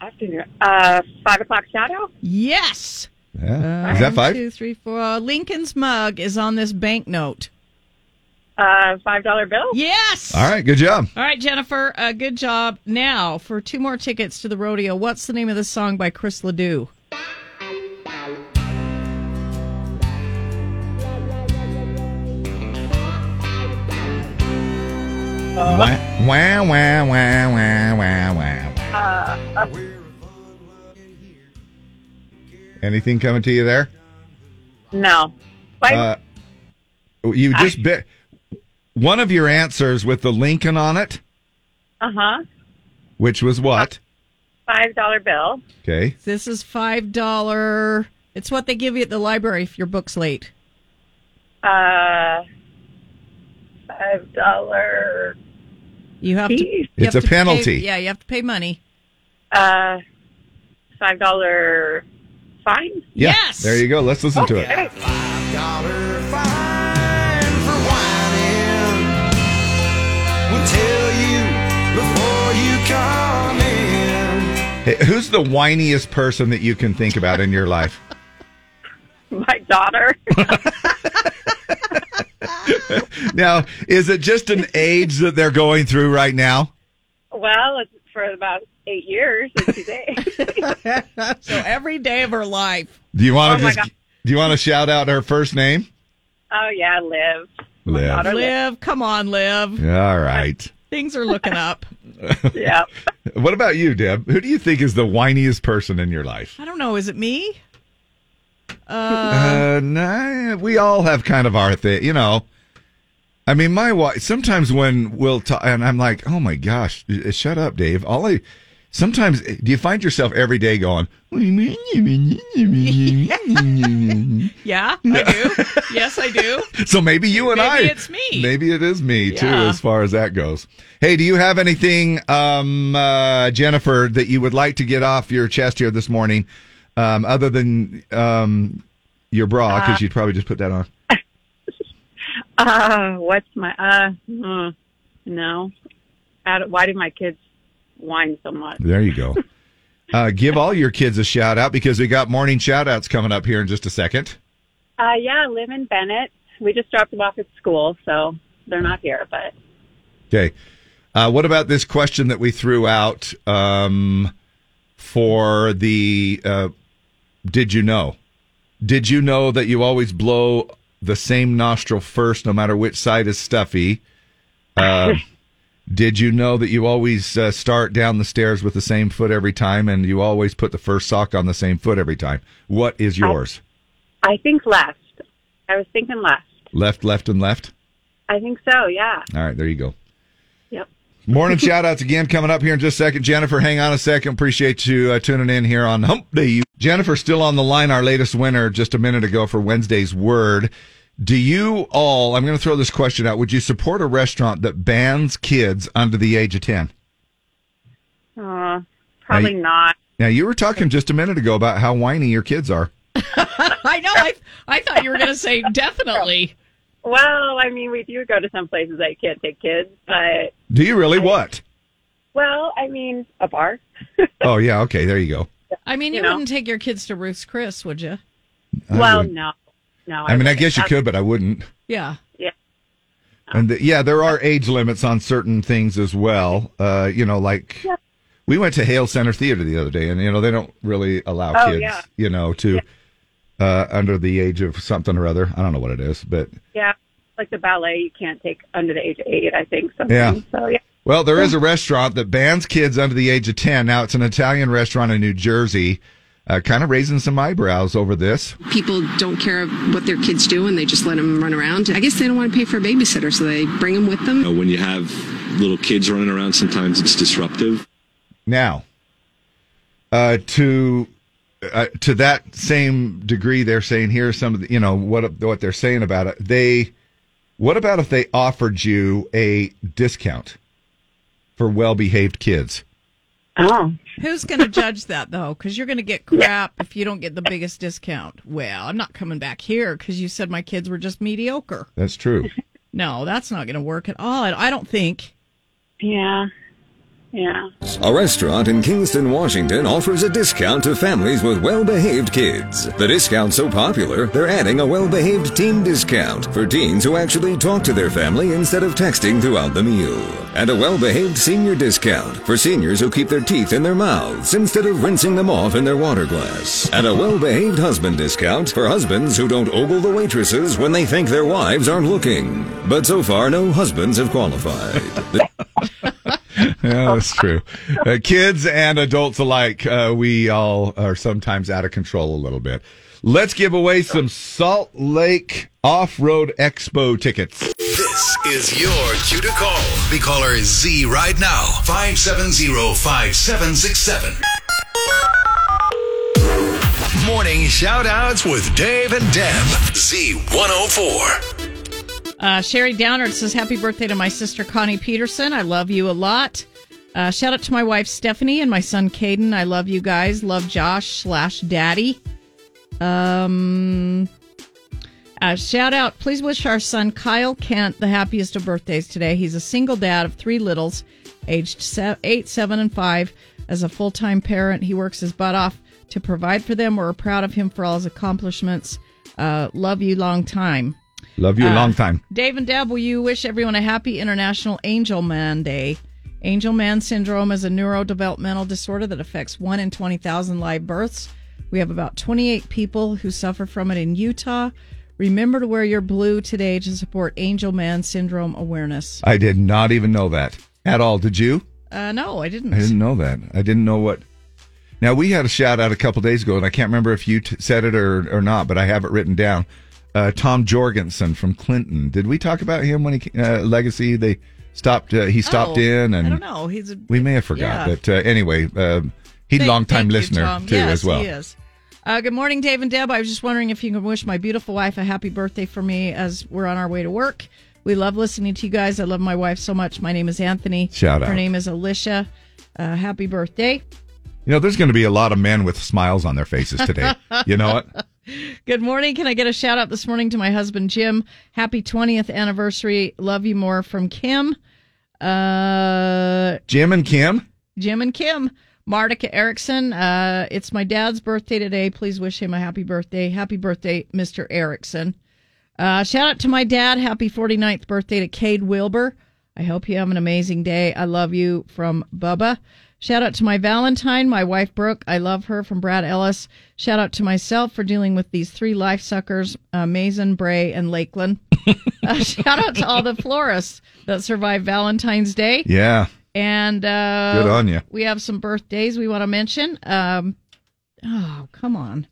Afternoon. Uh, five o'clock shadow. Yes. Yeah. Is that One, five? two, three, four. Uh, Lincoln's mug is on this banknote. Uh, five dollar bill. Yes. All right. Good job. All right, Jennifer. Uh, good job. Now for two more tickets to the rodeo. What's the name of the song by Chris Ledoux? Wah, wah, wah, wah, wah, wah, wah. [LAUGHS] Uh, Anything coming to you there? no. Why? Uh, you just bit one of your answers with the Lincoln on it, Uh huh. which was what? Five dollar bill. Okay. This is five dollar. It's what they give you at the library if your book's late. Uh, five dollar. You have to. you It's have a to pay- penalty. yeah, you have to pay money. Uh, five dollar fine. Yeah, There you go. Let's listen to it. Five dollar fine for whining. We'll tell you before you come in. Hey, who's the whiniest person that you can think about in your [LAUGHS] life? [LAUGHS] My daughter. now, is it just an age that they're going through right now? Well, it's for about eight years and today. [LAUGHS] so every day of her life. Do you want Oh, to my just God. do you want to shout out her first name? Oh yeah, Liv. Liv. daughter- Liv, come on, Liv. All right. Things are looking [LAUGHS] up. Yeah. [LAUGHS] what about you, Deb? Who do you think is the whiniest person in your life? I don't know. Is it me? Uh, Uh, nah, we all have kind of our thing, you know. I mean, my wife. Sometimes when we'll talk, and I'm like, "Oh my gosh, uh, shut up, Dave." All I sometimes uh, do you find yourself every day going, [LAUGHS] yeah, I do. yes, I do. "So maybe you and Maybe I." it's me. Maybe it is me too, Yeah. as far as that goes. Hey, do you have anything, um, uh, Jennifer, that you would like to get off your chest here this morning, um, other than um, your bra? Because Uh, you'd probably just put that on. Uh, what's my uh? hmm, no. I don't- why do my kids wine so much. There you go. Uh, give all your kids a shout out because we got morning shout outs coming up here in just a second. Uh, yeah, I live in Bennett. We just dropped them off at school, so they're not here. But Okay. Uh, what about this question that we threw out um, for the uh, Did you know? Did you know that you always blow the same nostril first, no matter which side is stuffy? Uh, did you know that you always uh, start down the stairs with the same foot every time and you always put the first sock on the same foot every time? What is yours? I think left. I was thinking left. left, left, and left? I think so. Yeah. All right, there you go. Yep. [LAUGHS] Morning shout outs again coming up here in just a second. Jennifer, hang on a second. Appreciate you uh, tuning in here on Hump Day. Jennifer, still on the line, our latest winner just a minute ago for Wednesday's Word. Do you all, I'm going to throw this question out, would you support a restaurant that bans kids under the age of 10? Uh, probably Are you- not. Now, you were talking just a minute ago about how whiny your kids are. [LAUGHS] I know. I I thought you were going to say definitely. Well, I mean, we do go to some places that you can't take kids, but Do you really? What? well, I mean, a bar. Oh, yeah. Okay. There you go. I mean, you, You know. wouldn't take your kids to Ruth's Chris, would you? I well, would- no, no. I mean, I wouldn't. guess you That's- could, but I wouldn't. Yeah. Yeah. And the, yeah, there are age limits on certain things as well. Uh, you know, like we went to Hale Center Theater the other day, and you know they don't really allow Oh, kids, yeah. you know, to uh, under the age of something or other. I don't know what it is, but Yeah, like the ballet, you can't take under the age of eight. I think. So. yeah. [LAUGHS] So yeah. Well, there is a restaurant that bans kids under the age of ten. Now it's an Italian restaurant in New Jersey, uh, kind of raising some eyebrows over this. People don't care what their kids do and they just let them run around. I guess they don't want to pay for a babysitter, so they bring them with them. You know, when you have little kids running around, sometimes it's disruptive. Now, uh, to uh, to that same degree, they're saying here's some of the, you know what what they're saying about it. They what about if they offered you a discount for well behaved kids? Oh. Who's going to judge that though? Because you're going to [LAUGHS] get crap if you don't get the biggest discount. Well, I'm not coming back here because you said my kids were just mediocre. That's true. No, that's not going to work at all. I I don't think. Yeah. Yeah. A restaurant in Kingston, Washington offers a discount to families with well behaved kids. The discount's so popular, they're adding a well behaved teen discount for teens who actually talk to their family instead of texting throughout the meal. And a well behaved senior discount for seniors who keep their teeth in their mouths instead of rinsing them off in their water glass. And a well behaved husband discount for husbands who don't ogle the waitresses when they think their wives aren't looking. But so far, no husbands have qualified. yeah, that's true. Uh, kids and adults alike, uh, we all are sometimes out of control a little bit. Let's give away some Salt Lake Off Road Expo tickets. This is your cue to call. The caller is Z right now. 570-5767. Morning shout outs with Dave and Deb. Z104. Uh, Sherry Downard says, Happy birthday to my sister Connie Peterson. I love you a lot. Uh, shout out to my wife Stephanie and my son Caden. I love you guys. Love Josh slash daddy. Um, uh, shout out. Please wish our son Kyle Kent the happiest of birthdays today. He's a single dad of three littles, aged se- eight, seven, and five. As a full time parent, he works his butt off to provide for them. We're proud of him for all his accomplishments. Uh, love you long time. Love you a Uh, long time. Dave and Deb, will you wish everyone a happy International Angel Man Day? Angel Man syndrome is a neurodevelopmental disorder that affects 1 in 20,000 live births. We have about 28 people who suffer from it in Utah. Remember to wear your blue today to support Angel Man syndrome awareness. I did not even know that at all. Did you? Uh, no, I didn't. I didn't know that. I didn't know what. Now we had a shout out a couple days ago, and I can't remember if you t- said it or or not, but I have it written down. Uh, Tom Jorgensen from Clinton. Did we talk about him when he ca- uh, legacy? They stopped. Uh, he stopped Oh, in, and I don't know. He's a, we may have forgot. Yeah. But uh, anyway, um he's a Thank- long time thank you, listener Tom. too, yes, as well. He is. Uh, good morning, Dave and Deb. I was just wondering if you could wish my beautiful wife a happy birthday for me as we're on our way to work. We love listening to you guys. I love my wife so much. My name is Anthony. Shout Her out. name is Alicia. Uh, happy birthday. You know, there's going to be a lot of men with smiles on their faces [LAUGHS] today. you know what? Good morning. Can I get a shout out this morning to my husband, Jim? Happy 20th anniversary. Love you more from Kim. Uh, Jim and Kim. Jim and Kim. Martica Erickson, uh, it's my dad's birthday today. Please wish him a happy birthday. Happy birthday, Mr. Erickson. Uh, shout out to my dad. Happy 49th birthday to Cade Wilbur. I hope you have an amazing day. I love you from Bubba. Shout out to my Valentine, my wife Brooke. I love her from Brad Ellis. Shout out to myself for dealing with these three life suckers, uh, Mason, Bray, and Lakeland. Uh, shout out to all the florists that survived Valentine's Day. Yeah. And uh, Good on ya. We have some birthdays we want to mention. Um, oh, come on.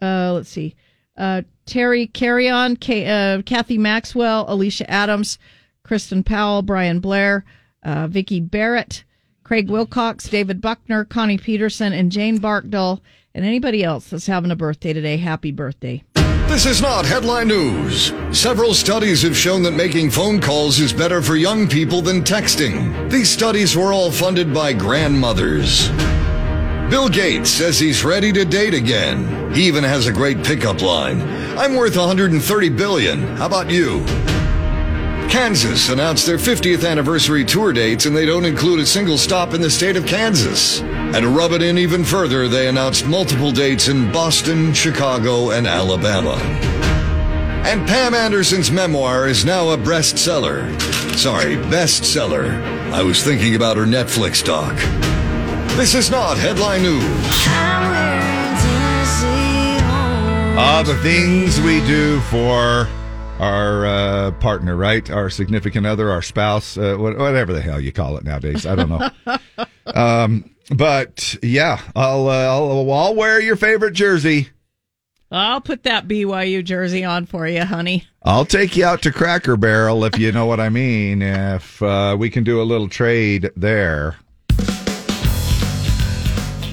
Uh, let's see. Uh, Terry Carrion, K- uh, Kathy Maxwell, Alicia Adams, Kristen Powell, Brian Blair, uh, Vicki Barrett, Craig Wilcox, David Buckner, Connie Peterson, and Jane Barkdale, and anybody else that's having a birthday today. Happy birthday. This is not headline news. Several studies have shown that making phone calls is better for young people than texting. These studies were all funded by grandmothers. Bill Gates says he's ready to date again. He even has a great pickup line. I'm worth 130 billion. How about you? Kansas announced their 50th anniversary tour dates and they don't include a single stop in the state of Kansas. And to rub it in even further, they announced multiple dates in Boston, Chicago, and Alabama. And Pam Anderson's memoir is now a bestseller. Sorry, bestseller. I was thinking about her Netflix doc. This is not headline news. Ah, the things we do for our uh, partner, right? Our significant other, our spouse, uh, wha- whatever the hell you call it nowadays. I don't know. um, but yeah, I'll, uh, I'll I'll wear your favorite jersey. I'll put that BYU jersey on for you, honey. I'll take you out to Cracker Barrel if you know what I mean. If uh, we can do a little trade there.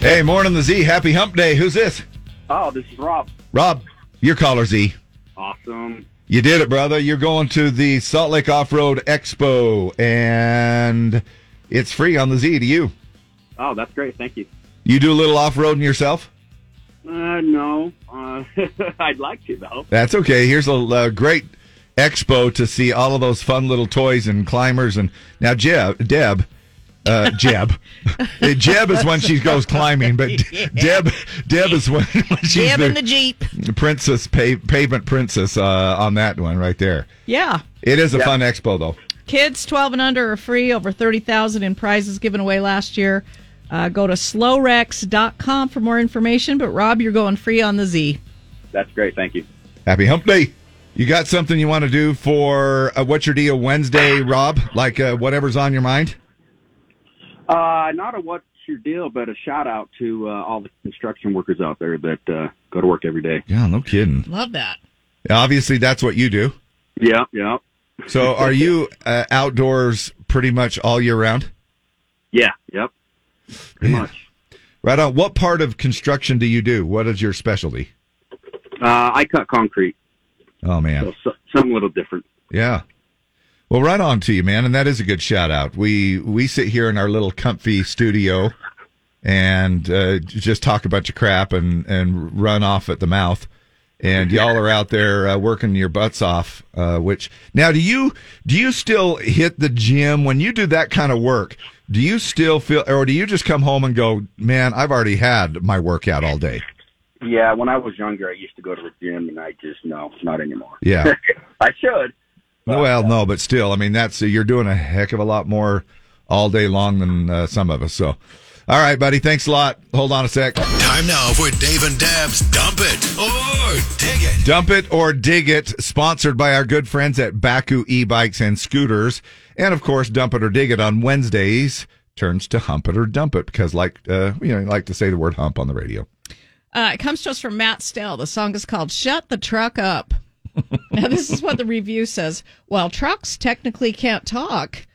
Hey, morning the Z. Happy Hump Day. Who's this? Oh, this is Rob. Rob, your caller Z. Awesome. You did it, brother. You're going to the Salt Lake Off Road Expo, and it's free on the Z to you. Oh, that's great. Thank you. You do a little off roading yourself? Uh, no, uh, [LAUGHS] I'd like to though. That's okay. Here's a, uh great expo to see all of those fun little toys and climbers. And now, Jeb, Deb, [LAUGHS] uh, Jeb, Uh, Jeb is when she goes climbing, but [LAUGHS] Deb, Deb is when, [LAUGHS] when she's Jim the, in the Jeep. princess pa- pavement princess uh, on that one right there. Yeah. It is a fun expo though. Kids 12 and under are free, over 30,000 in prizes given away last year. Uh, go to slowrex.com for more information, but Rob, you're going free on the Z. That's great. Thank you. Happy Hump Day. You got something you want to do for uh, What's Your Deal Wednesday, Rob? Like uh, whatever's on your mind? Uh, not a what's your deal, but a shout out to uh, all the construction workers out there that uh, go to work every day. Yeah, no kidding. Love that. Obviously, that's what you do. Yeah, yeah, So, are you uh, outdoors pretty much all year round? yeah, yep. Pretty much. Right on. What part of construction do you do? What is your specialty? Uh, I cut concrete. Oh man, so, something a little different. Yeah. Well, right on to you, man, and that is a good shout out. We we sit here in our little comfy studio and uh, j- just talk a bunch of crap and and run off at the mouth. And y'all are out there uh, working your butts off. Uh, which now do you do you still hit the gym when you do that kind of work? Do you still feel, or do you just come home and go, man? I've already had my workout all day. Yeah, when I was younger, I used to go to the gym, and I just no, not anymore. Yeah. [LAUGHS] I should. Well, uh, no, but still, I mean, that's you're doing a heck of a lot more all day long than uh, some of us. So, all right, buddy, thanks a lot. Hold on a sec. Time now for Dave and Dab's Dump It or Dig It. Dump it or dig it, sponsored by our good friends at Baku e-bikes and scooters, and of course, dump it or dig it on Wednesdays turns to hump it or dump it because, like, uh, you know, I like to say the word hump on the radio. Uh, it comes to us from Matt Stell. The song is called Shut the Truck Up. now, this is what the review says. While trucks technically can't talk,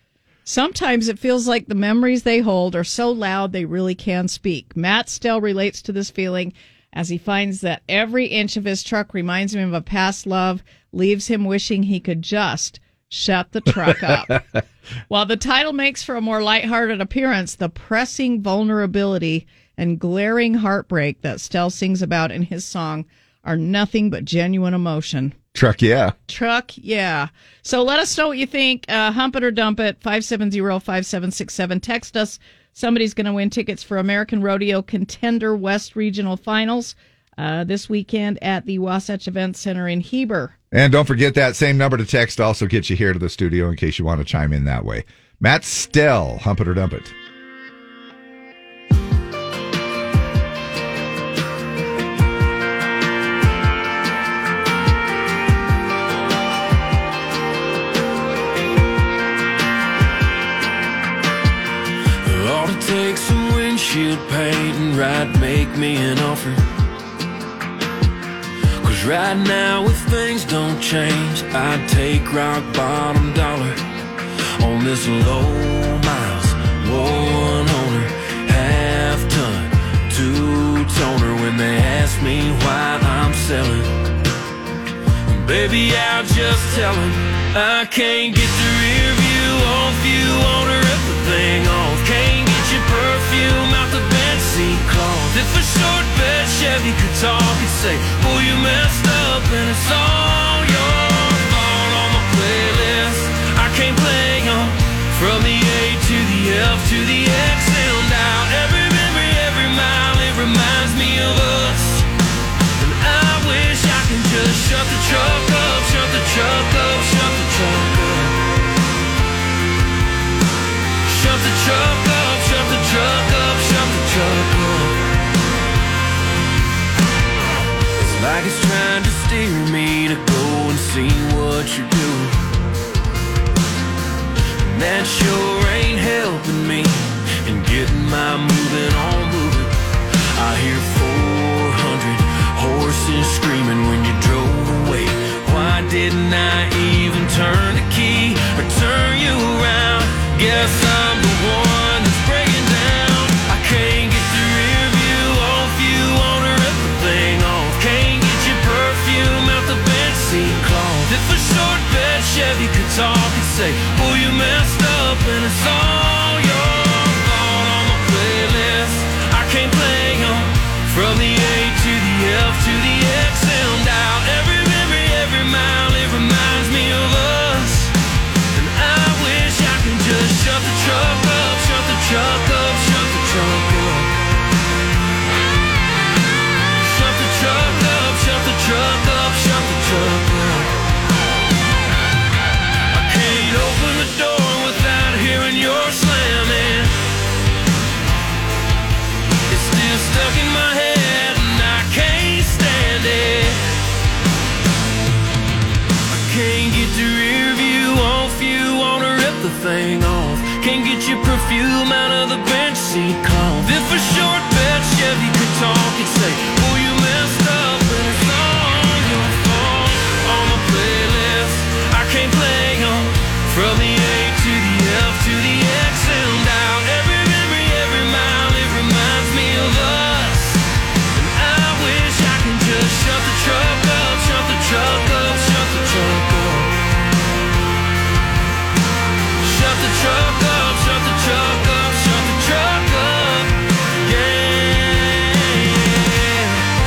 sometimes it feels like the memories they hold are so loud they really can speak. Matt Stell relates to this feeling as he finds that every inch of his truck reminds him of a past love, leaves him wishing he could just shut the truck up. While the title makes for a more lighthearted appearance, the pressing vulnerability and glaring heartbreak that Stell sings about in his song are nothing but genuine emotion. [LAUGHS] Truck, yeah. Truck, yeah. So let us know what you think. Uh, hump it or dump it, 570 5767. Text us Somebody's going to win tickets for American Rodeo Contender West Regional Finals uh, this weekend at the Wasatch Event Center in Heber. [LAUGHS] And don't forget that same number to text also gets you here to the studio in case you want to chime in that way. Matt Stell, hump it or dump it. Ought to take some windshield paint and right make me an offer. Cause right now, if things don't change, I'd take rock bottom dollar on this low miles, one owner, half ton, two toner. When they ask me why I'm selling, baby, I'll just tell 'em I can't get the rear view off you, owner, everything off. Can't get your perfume out the Betsy cloth. If a short bed Chevy could talk, it'd say, Boy, you messed up and it's all your fault on my playlist. I can't play 'em from the A to the F to the X and out. Every memory, every mile, it reminds me of us. And I wish I could just shut the truck up, shut the truck up, shut the truck up. Shut the truck up, shut the truck up, shut the truck up. It's like it's trying to steer me to go and see what you're doing. And that sure ain't helping me and getting my moving on moving. I hear 400 horses screaming when you drove away. Why didn't I even turn the key or turn you around? Guess I'm the one that's breaking down. I can't get the rear view off you, owner, everything off. Can't get your perfume out the Betsy cloth. If a short bed Chevy could talk, it'd say, Boy, you messed up and it's all your fault on my playlist. I can't play 'em from the A to the F to the X and out. Every memory, every mile, it reminds me of us. And I wish I could just shut the truck up, shut the truck up, shut the truck up. Shut the truck up, shut the truck up, shut the truck up. I can't open the door without hearing your slamming. It's still stuck in my head and I can't stand it. I can't get the rear view off you, wanna rip the thing off. Can't get your perfume out of the bench seat cloth. If a short bed Chevy could talk, it'd say, Oh, you messed up and it's all your fault. On my playlist, I can't play 'em. From the A to the F to the X and out. Every memory, every mile, it reminds me of us. And I wish I can just shut the truck up, shut the truck up, shut the truck up. Shut the truck up, shut the truck up, shut the truck up. Yeah.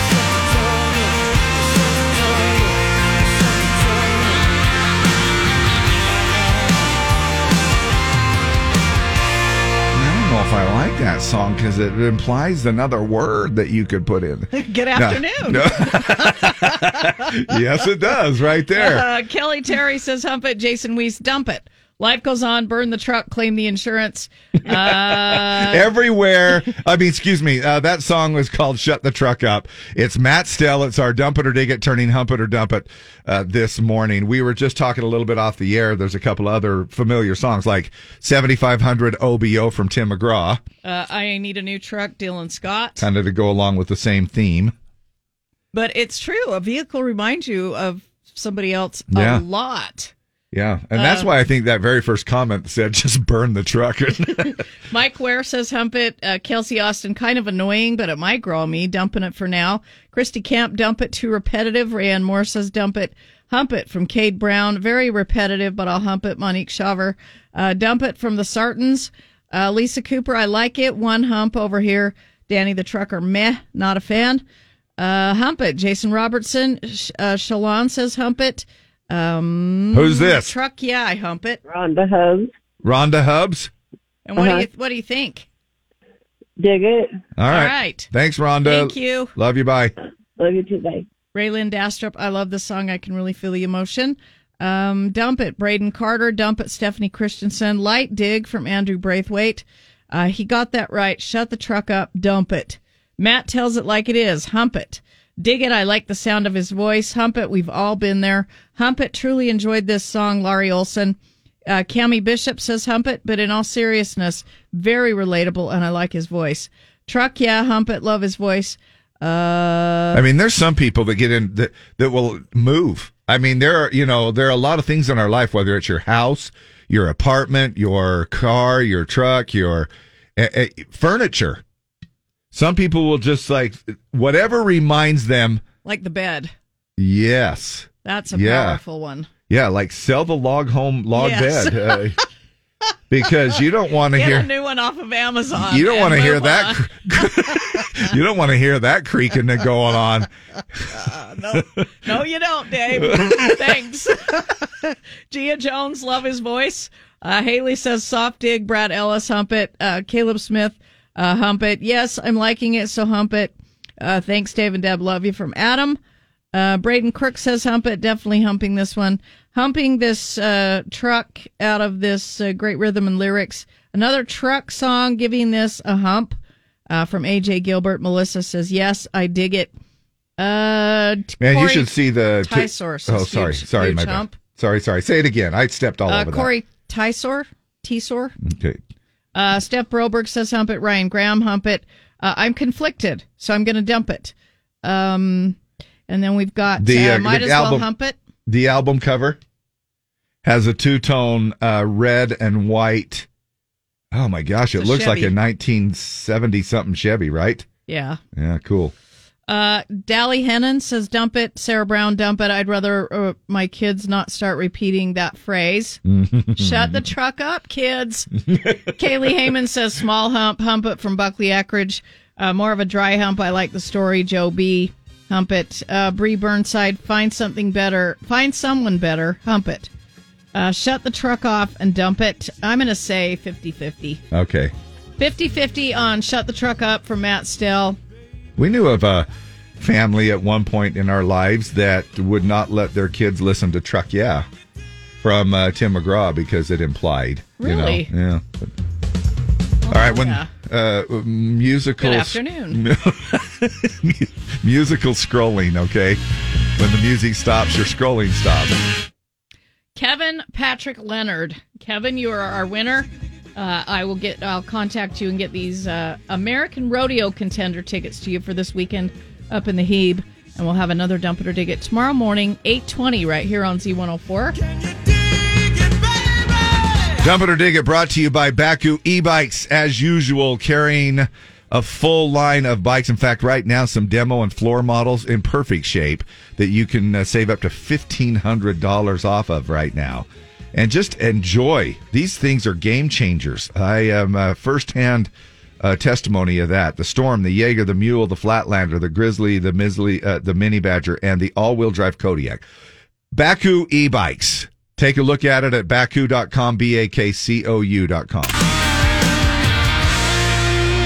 Shut the truck up, shut the truck up, shut the truck up. I don't know if I like that song because it implies another word that you could put in. Good No. afternoon. No. [LAUGHS] yes, it does, right there. [LAUGHS] Uh, Kelly Terry says, hump it. Jason Weiss, dump it. Life goes on. Burn the truck. Claim the insurance. [LAUGHS] Uh, Everywhere. I mean, excuse me. Uh, that song was called Shut the Truck Up. It's Matt Stell. It's our Dump It or Dig It, turning Hump It or Dump It uh, this morning. We were just talking a little bit off the air. There's a couple other familiar songs like 7500 OBO from Tim McGraw, uh, I need a new truck. Dylan Scott. kind of to go along with the same theme. But it's true. A vehicle reminds you of somebody else Yeah. a lot. Yeah. And that's Uh, why I think that very first comment said, just burn the truck. [LAUGHS] Mike Ware says, hump it. Uh, Kelsey Austin, kind of annoying, but it might grow on me. Dumping it for now. Christy Camp, dump it. Too repetitive. Rayanne Moore says, dump it. Hump it from Cade Brown. Very repetitive, but I'll hump it. Monique Shaver. Uh, dump it from the Sartans. Uh, Lisa Cooper, I like it. One hump over here. Danny the Trucker, meh, not a fan. Uh, hump it. Jason Robertson, Sh- uh, Shalon says, hump it. Um, Who's this? Truck, yeah, I hump it. Rhonda Hubs. Rhonda Hubs. And what do Uh-huh. you what do you think? Dig it. All right. All right. Thanks, Rhonda. Thank you. Love you. Bye. Love you too. Bye. Raylan Dastrup, I love this song. I can really feel the emotion. Um, Dump It, Braden Carter. Dump It, Stephanie Christensen. Light Dig from Andrew Braithwaite. Uh, he got that right. Shut the truck up. Dump It. Matt tells it like it is. Hump It. Dig It, I like the sound of his voice. Hump It, we've all been there. Hump It, truly enjoyed this song, Laurie Olson. Uh, Cami Bishop says Hump It, but in all seriousness, very relatable, and I like his voice. Truck, yeah, Hump It, love his voice. Uh, I mean, there's some people that get in that, that will move. I mean, there are, you know, there are a lot of things in our life, whether it's your house, your apartment, your car, your truck, your eh, eh, furniture. Some people will just like whatever reminds them, like the bed. yes. That's a Yeah. powerful one. Yeah, like sell the log home log Yes. bed uh, [LAUGHS] because you don't want to Get hear a new one off of Amazon. you don't and want to hear move that on. cr- you don't want to hear that creaking that going on. Uh, [LAUGHS] No, you don't, Dave. Thanks. [LAUGHS] Gia Jones, love his voice. Uh, Haley says soft dig. Brad Ellis, hump it. Uh, Caleb Smith, uh, hump it. Yes, I'm liking it, so hump it. Uh, thanks, Dave and Deb. Love you from Adam. Uh, Braden Crook says hump it. Definitely humping this one. Humping this uh, truck out of this uh, great rhythm and lyrics. Another truck song giving this a hump uh, from AJ Gilbert. Melissa says, Yes, I dig it. Uh, [LAUGHS] Man, you Corey- should see the Tie source Oh, is sorry, huge- sorry, huge my bad. hump. Sorry, sorry. Say it again. I stepped all uh, over Corey Tysor, Tisor. that. Okay. Uh, Steph Broberg says hump it. Ryan Graham hump it. Uh, I'm conflicted, so I'm going to dump it. Um, and then we've got The, uh, uh, might the as well album- hump it. The album cover has a two tone uh, red and white. Oh my gosh, it It's a looks like a Chevy. 1970 something Chevy, right? Yeah. Yeah, cool. Uh, Dally Hennon says dump it. Sarah Brown dump it. I'd rather uh, my kids not start repeating that phrase. Mm. [LAUGHS] Shut the truck up, kids. Kaylee Heyman says small hump, hump it from Buckley Eckridge. Uh, more of a dry hump. I like the story. Joe B. Hump it. Uh, Bree Burnside, find something better. Find someone better. Hump it. Uh, shut the truck off and dump it. I'm going to say 50 50. Okay. 50 50 on Shut the Truck Up from Matt Stell. We knew of a family at one point in our lives that would not let their kids listen to Truck Yeah from uh, Tim McGraw because it implied. Really? You Oh, know, yeah. All right, when uh, musical Good afternoon. [LAUGHS] musical scrolling, okay? When the music stops, your scrolling stops. Kevin Patrick Leonard. Kevin, you are our winner. Uh, I will get. I'll contact you and get these uh, American Rodeo contender tickets to you for this weekend up in the Hebe, and we'll have another dump it or dig it tomorrow morning, eight twenty, right here on Z one hundred four. Dump it or dig it brought to you by Baku e-bikes as usual, carrying a full line of bikes. In fact, right now, some demo and floor models in perfect shape that you can uh, save up to $1,500 off of right now. And just enjoy. These things are game changers. I am uh, firsthand uh, testimony of that. The Storm, the Jaeger, the Mule, the Flatlander, the Grizzly, the Misley, uh, the Mini Badger, and the all-wheel drive Kodiak. Baku e-bikes. Take a look at it at baku.com, B-A-K-C-O-U.com.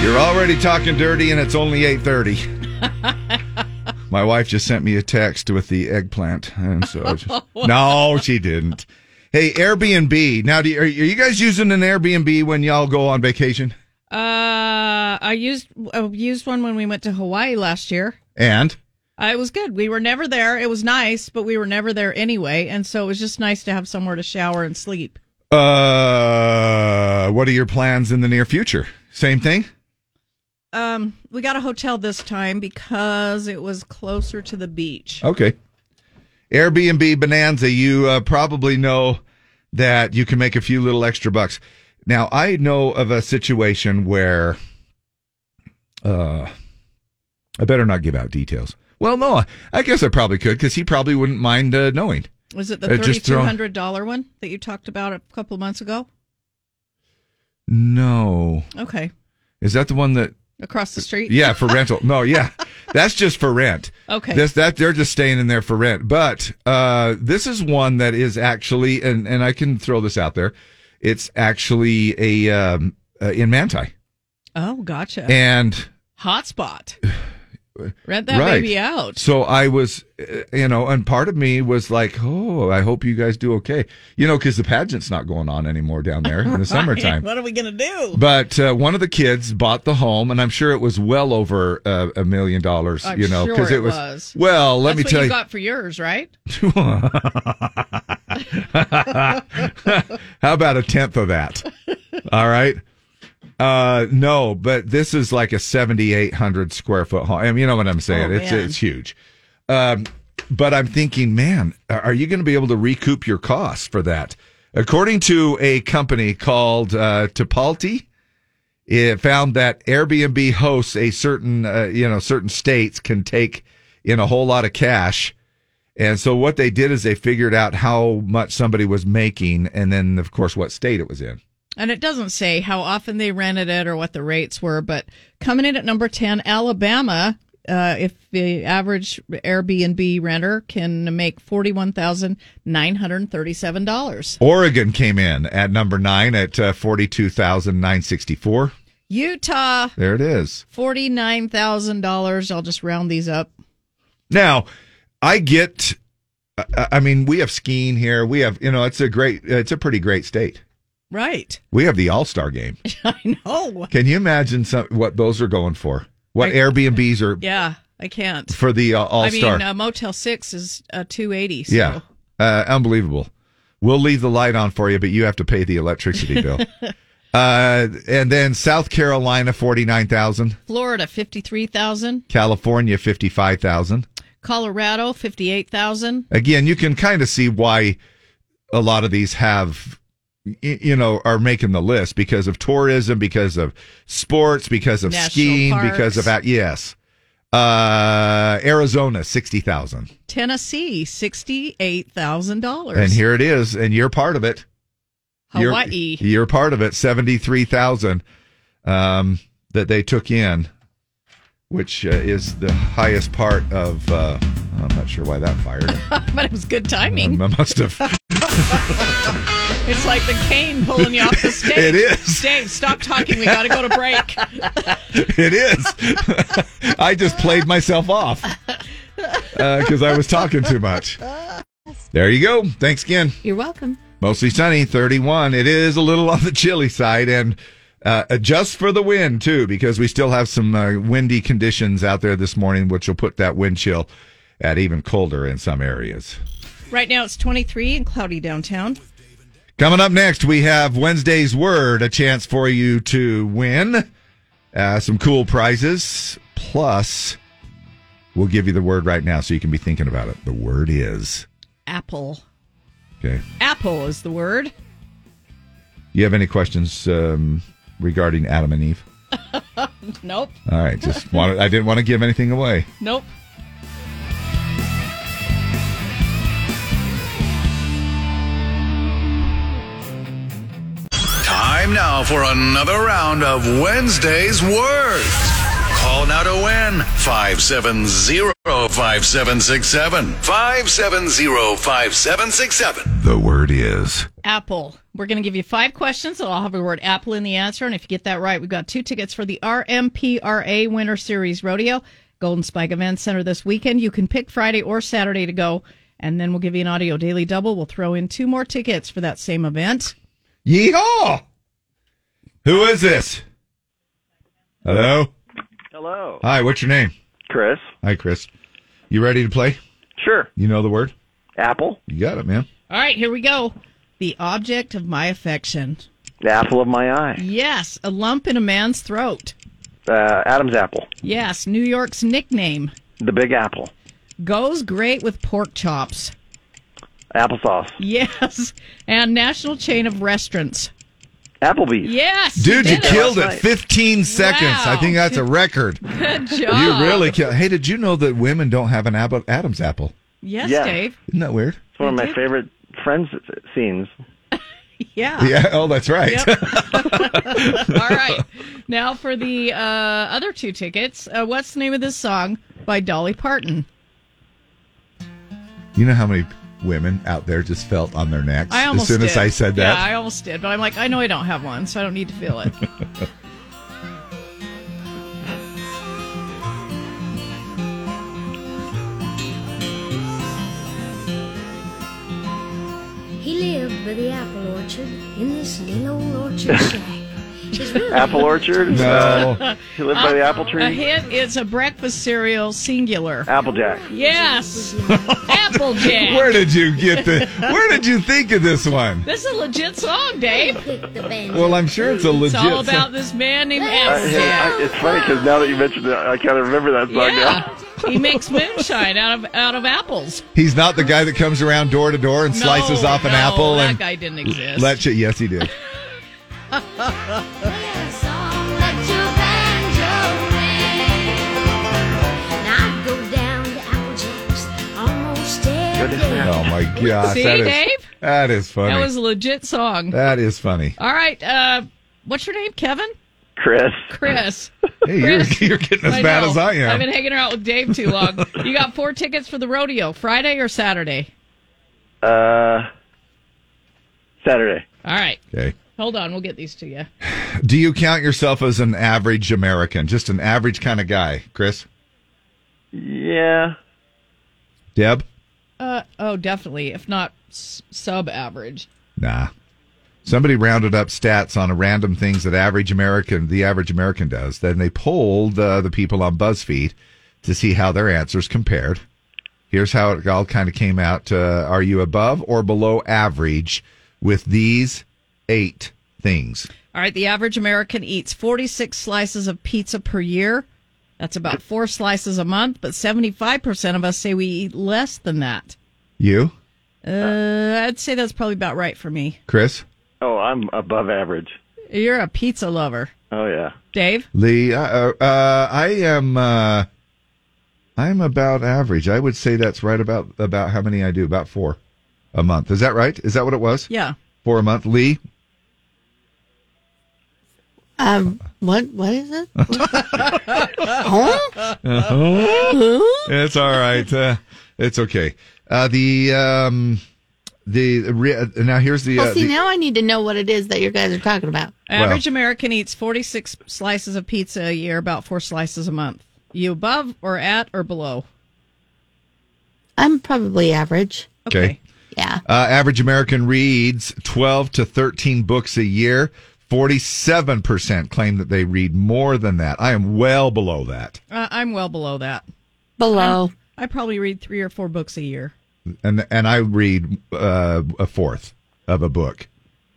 You're already talking dirty and it's only 8.30. My wife just sent me a text with the eggplant. And so I just, no, she didn't. Hey, Airbnb. Now, do you, are you guys using an Airbnb when y'all go on vacation? Uh, I used I used one when we went to Hawaii last year. And Uh, it was good. We were never there. It was nice, but we were never there anyway, and so it was just nice to have somewhere to shower and sleep. uh, what are your plans in the near future? Same thing? Um, we got a hotel this time because it was closer to the beach. Okay. Airbnb Bonanza, you uh, probably know that you can make a few little extra bucks. Now, I know of a situation where uh, I better not give out details. Well, no, I- I guess I probably could because he probably wouldn't mind uh, knowing. Was it the Uh, thirty just two throw- hundred dollar one that you talked about a couple months ago? No. Okay, Is that the one that across the street. Yeah, for rental. No, yeah, that's just for rent. Okay. This that they're just staying in there for rent. But uh, this is one that is actually, and and I can throw this out there. It's actually a um, uh, in Manti. Oh, gotcha. and Hotspot. Rent that right. baby out. So I was, uh, you know, and part of me was like, oh, I hope you guys do okay, you know, because the pageant's not going on anymore down there [LAUGHS] in the summertime. What are we gonna do? But uh, one of the kids bought the home, and I'm sure it was well over uh, a million dollars. I'm You know, sure because it it was, was. Well, let That's me what tell you, you. got for yours, right? [LAUGHS] How about a tenth of [LAUGHS] that? All right. Uh, no, but this is like a 7,800 square foot home. I mean, you know what I'm saying? Oh, it's, man. it's huge. Um, but I'm thinking, man, are are you going to be able to recoup your costs for that? According to a company called uh, Tipalti, it found that Airbnb hosts a certain, uh, you know, certain states can take in a whole lot of cash. And so what they did is they figured out how much somebody was making and then, of course, what state it was in. And it doesn't say how often they rented it or what the rates were, but coming in at number 10, Alabama, uh, if the average Airbnb renter can make $41,937. Oregon came in at number nine at uh, 42,964. Utah, There it is. $49,000. I'll just round these up. Now, I get, I I mean, we have skiing here. We have, you know, it's a great, it's a pretty great state. Right. [LAUGHS] We have the All Star game. I know. Can you imagine some, what those are going for? What I- Airbnbs are Yeah, I can't. for the uh, All I Star? mean, uh, Motel 6 is uh, 280 so. yeah. Uh, unbelievable. We'll leave the light on for you, but you have to pay the electricity [LAUGHS] bill. uh, and then South Carolina, 49,000. Florida, 53,000. California, 55,000. Colorado, 58,000. again, you can kind of see why a lot of these have, y- you know, are making the list because of tourism, because of sports, because of National skiing, because parks. of that. Yes. Uh, Arizona, 60,000. Tennessee, $68,000. And here it is. And you're part of it. You're- Hawaii. You're, part of it. 73,000, um, that they took in, which uh, is the highest part of, uh, I'm not sure why that fired. [LAUGHS] but it was good [LAUGHS] timing. I must have. It's like the cane pulling you [LAUGHS] off the stage. It is. Dave, stop talking. We got to go to break. it is. I just played myself off because I was talking too much. There you go. Thanks again. You're welcome. Mostly sunny, 31. It is a little [LAUGHS] on the chilly side and uh, adjust for the wind too because we still have some uh, windy conditions out there this morning, which will put that wind chill at even colder in some areas. Right now it's 23 and cloudy downtown. Coming up next, we have Wednesday's Word, a chance for you to win uh, some cool prizes. Plus, we'll give you the word right now so you can be thinking about it. The word is. Apple. Okay. Apple is the word. [LAUGHS] You have any questions um, regarding Adam and Eve? Nope. All right. Just wanted, I didn't want to give anything away. Nope. Time now for another round of Wednesday's Words. Call now to win 570 5767. 570 5767. The word is. Apple. We're going to give you five questions. I'll have the word apple in the answer. And if you get that right, we've got two tickets for the RMPRA Winter Series Rodeo, Golden Spike Event Center this weekend. You can pick Friday or Saturday to go. And then we'll give you an audio daily double. We'll throw in two more tickets for that same event. Yeehaw! Who is this? Hello? Hello. Hi, what's your name? Chris. Hi, Chris. You ready to play? Sure. You know the word? Apple. You got it, man. All right, here we go. The object of my affection. The apple of my eye. Yes, a lump in a man's throat. Uh, Adam's apple. Yes, New York's nickname. The big apple. Goes great with pork chops. [LAUGHS] Applesauce. Yes, and national chain of restaurants. Applebee's. Yes, Dude, you did killed it. 15 seconds. I Wow. think that's a record. Good [LAUGHS] job. You really killed Hey, did you know that women don't have an apple, Adam's apple? Yes, Yeah. Dave. Isn't that weird? It's one of my favorite Friends scenes. Yeah. Yeah, oh, that's right. [LAUGHS] All right. Now for the uh, other two tickets. Uh, what's the name of this song by Dolly Parton? You know how many women out there just felt on their necks I almost as soon as did. I said Yeah, that? I almost did, but I'm like, I know I don't have one, so I don't need to feel it. over the apple orchard in this little old orchard shack. [LAUGHS] apple orchard. Uh, you live by the [LAUGHS] apple A tree. hint is a breakfast cereal singular. [LAUGHS] Applejack. [LAUGHS] Yes. Applejack. Where did you get the? Where did you think of this one? This is a legit song, Dave. Well, I'm sure it's a legit. It's all song. about this man named I- Applejack. I- it's funny because now that you mentioned it, I kind of remember that song now. Yeah. He makes moonshine out of out of apples. He's not the guy that comes around door to door and No, slices off an no, apple that and guy didn't exist. Let you, yes, he did. Oh my gosh! See, that is, Dave? That is funny. That was a legit song. that is funny. All right. Uh, what's your name, Kevin? Chris. Chris. Hey, you're, you're getting as bad know. as I am. I've been hanging out with Dave too long. you got four tickets for the rodeo, Friday or Saturday? Uh, Saturday. All right. okay. Hold on. We'll get these to you. Do you count yourself as an average American, just an average kind of guy, Chris? Yeah. Deb? Uh, oh, definitely. If not s- sub average. Nah. Somebody rounded up stats on a random things that average American, the average American does. Then they polled uh, the people on BuzzFeed to see how their answers compared. Here's how it all kind of came out. Uh, are you above or below average with these eight things? All right. The average American eats 46 slices of pizza per year. That's about four slices a month, but 75% of us say we eat less than that. You, Uh, I'd say that's probably about right for me. Chris? Oh, I'm above average. You're a pizza lover, Oh yeah. Dave. Lee, uh, uh, uh, I am. Uh, I'm about average. I would say that's right about about how many I do. About four a month. Is that right? Is that what it was? Yeah. Four a month. Lee, Um, what? What is [LAUGHS] it? huh? Uh-huh. it's all right. Uh, it's okay. Uh, the um, the re- uh, now here's the, uh, well, see, the- now I need to know what it is that you guys are talking about. Average American eats 46 slices of pizza a year, about four slices a month. You above or at or below? I'm probably average. okay. Yeah. Uh, average American reads 12 to 13 books a year. 47% claim that they read more than that. I am well below that. Uh, I'm well below that. Below. i I probably read three or four books a year. And and I read uh, a fourth of a book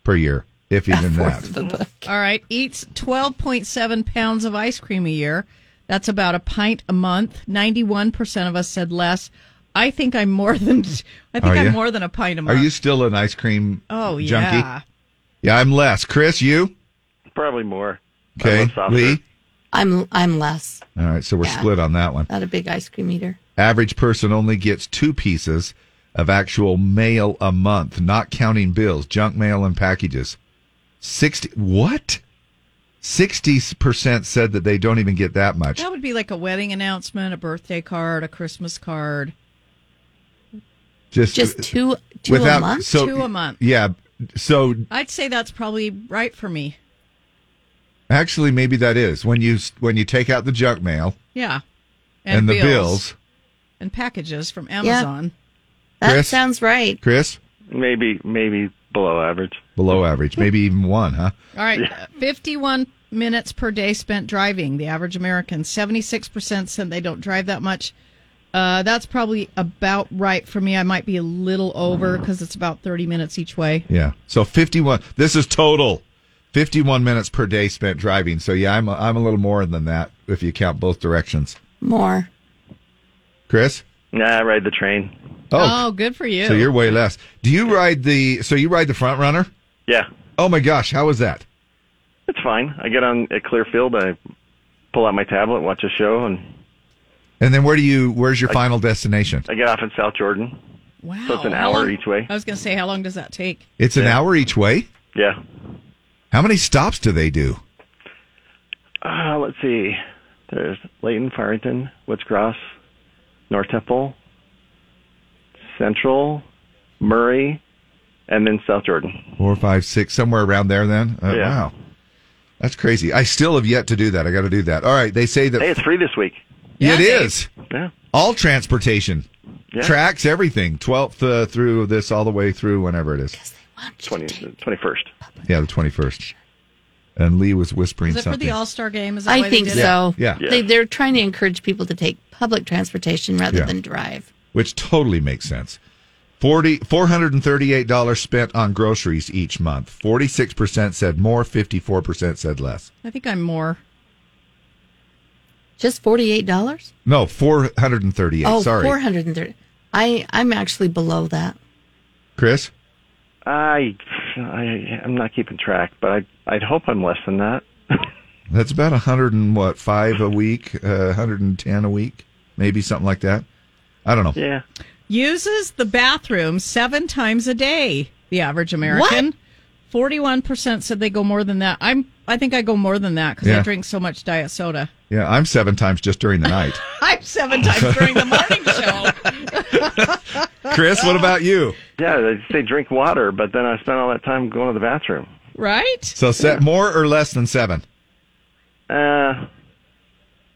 per year, if even that. All right. Eats 12.7 pounds of ice cream a year. That's about a pint a month. 91% of us said less. I think I'm more than I think Are I'm you? more than a pint a Are month. you still an ice cream Oh junkie? yeah. Yeah, I'm less. Chris, you? Probably more. Okay. Lee? I'm I'm less. All right, so we're Yeah. split on that one. Uh, Not a big ice cream eater. Average person only gets two pieces of actual mail a month, not counting bills, junk mail, and packages. 60 what? 60% said that they don't even get that much. That would be like a wedding announcement, a birthday card, a Christmas card. Just Just two- two a month? So, Two a month. Yeah. So I'd say that's probably right for me. actually maybe that is when you when you take out the junk mail Yeah. and, the bills. and packages from Amazon. That Chris? sounds right. Chris, Maybe maybe below average. below average, maybe even one, huh? All right, 51 minutes per day spent driving. The average American, 76% said they don't drive that much. Uh, that's probably about right for me. I might be a little over Mm. because it's about 30 minutes each way. Yeah. So 51 this is total. 51 minutes per day spent driving. So yeah, I'm I'm a little more than that if you count both directions. More. Chris? Nah, I ride the train. Oh. good for you. so you're way less. Do you ride the so you ride the front runner? Yeah. Oh my gosh, how was that? It's fine. I get on at Clearfield. I pull out my tablet, watch a show, and And then where do you where's your final destination? I get off in South Jordan. Wow. So it's an How hour long- each way. I was going to say, how long does that take? It's an hour each way? Yeah. How many stops do they do? Uh, let's see. There's Leighton, Farrington, Woods Cross, North Temple, Central, Murray, and then South Jordan. Four, five, six, somewhere around there then? Uh, Yeah. Wow. That's crazy. I still have yet to do that. I got to do that. All right. They say that Hey, it's free this [LAUGHS] week. it is. Yeah. All transportation. Yeah. Tracks everything. 12th uh, through this all the way through whenever it is. 20, 21st. Yeah, the 21st. And Lee was whispering Is it for something. the All Star game? Is that why I they think did it? so. Yeah. Yeah. They, they're trying to encourage people to take public transportation rather Yeah. than drive. which totally makes sense. 40, $438 spent on groceries each month. 46% said more, 54% said less. I think I'm more. Just $48? No, 438. oh, Sorry. 430 I, I'm actually below that. Chris? I, I, I'm not keeping track, but I, I'd hope I'm less than that. That's about 100 and what, 5 a week, uh, 110 a week, maybe something like that. I don't know. Yeah. Uses the bathroom seven times a day. The average American. Forty-one percent said they go more than that. I'm. I think I go more than that because Yeah. I drink so much diet soda. [LAUGHS] Yeah, I'm 7 times just during the night. I'm seven times during the morning show. Chris, what about you? Yeah, they say drink water, but then I spent all that time going to the bathroom. Right? So set more or less than 7? Uh,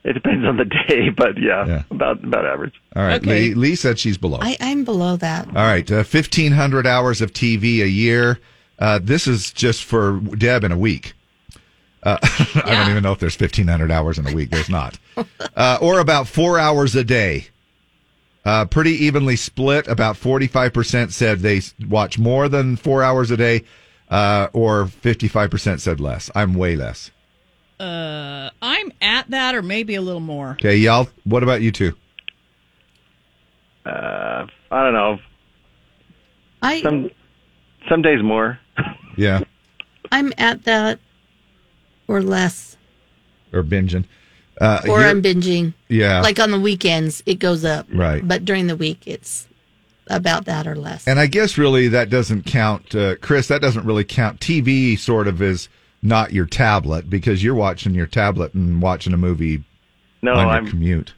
it depends on the day, [LAUGHS] but yeah, about about average. All right. Okay. Lee, Lee said she's below. I, I'm below that. All right, uh, fifteen hundred hours of TV a year. Uh, this is just for Deb in a week. Uh, [LAUGHS] I don't even know if there's fifteen hundred hours in a week. There's not, uh, or about four hours a day. Uh, pretty evenly split. About forty-five percent said they s- watch more than four hours a day, uh, or fifty-five percent said less. I'm way less. Uh, I'm at that, or maybe a little more. Okay, y'all. What about you two? Uh, I don't know. I Some some days more. Yeah, I'm at that or less, or binging. Uh, or here- I'm binging. Yeah. Like on the weekends, it goes up. Right. But during the week, it's about that or less. And I guess really that doesn't count, uh, Chris. That doesn't really count. TV sort of is not your tablet because you're watching your tablet and watching a movie No, on your I'm- commute.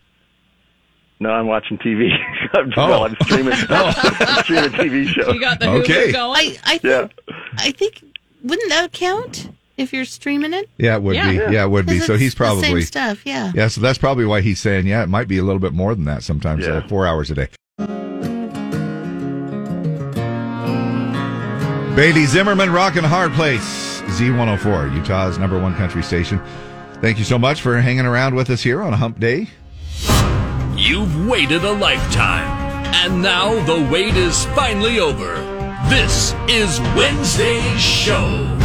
No, I'm watching TV. [LAUGHS] I'm, well, I'm streaming, streaming TV shows. I, I, Yeah. I think, wouldn't that count if you're streaming it? Yeah, it would Yeah. be. Yeah, it would be. 'Cause So it's he's the same probably stuff, yeah. Yeah, so that's probably why he's saying yeah. It might be a little bit more than that sometimes. Uh, four hours a day. Bailey Zimmerman, rockin' hard place. Z104, Utah's number one country station. Thank you so much for hanging around with us here on Hump Day. You've waited a lifetime, and now the wait is finally over. This is Wednesday's show.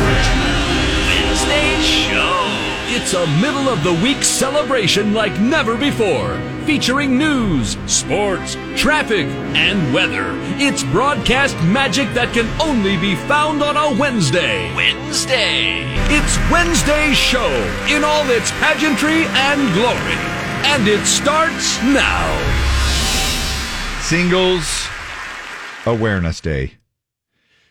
Wednesday's show. It's a middle of the week celebration like never before, featuring news, sports, traffic, and weather. It's broadcast magic that can only be found on a Wednesday. Wednesday. It's Wednesday's show in all its pageantry and glory. And it starts now. Singles Awareness Day.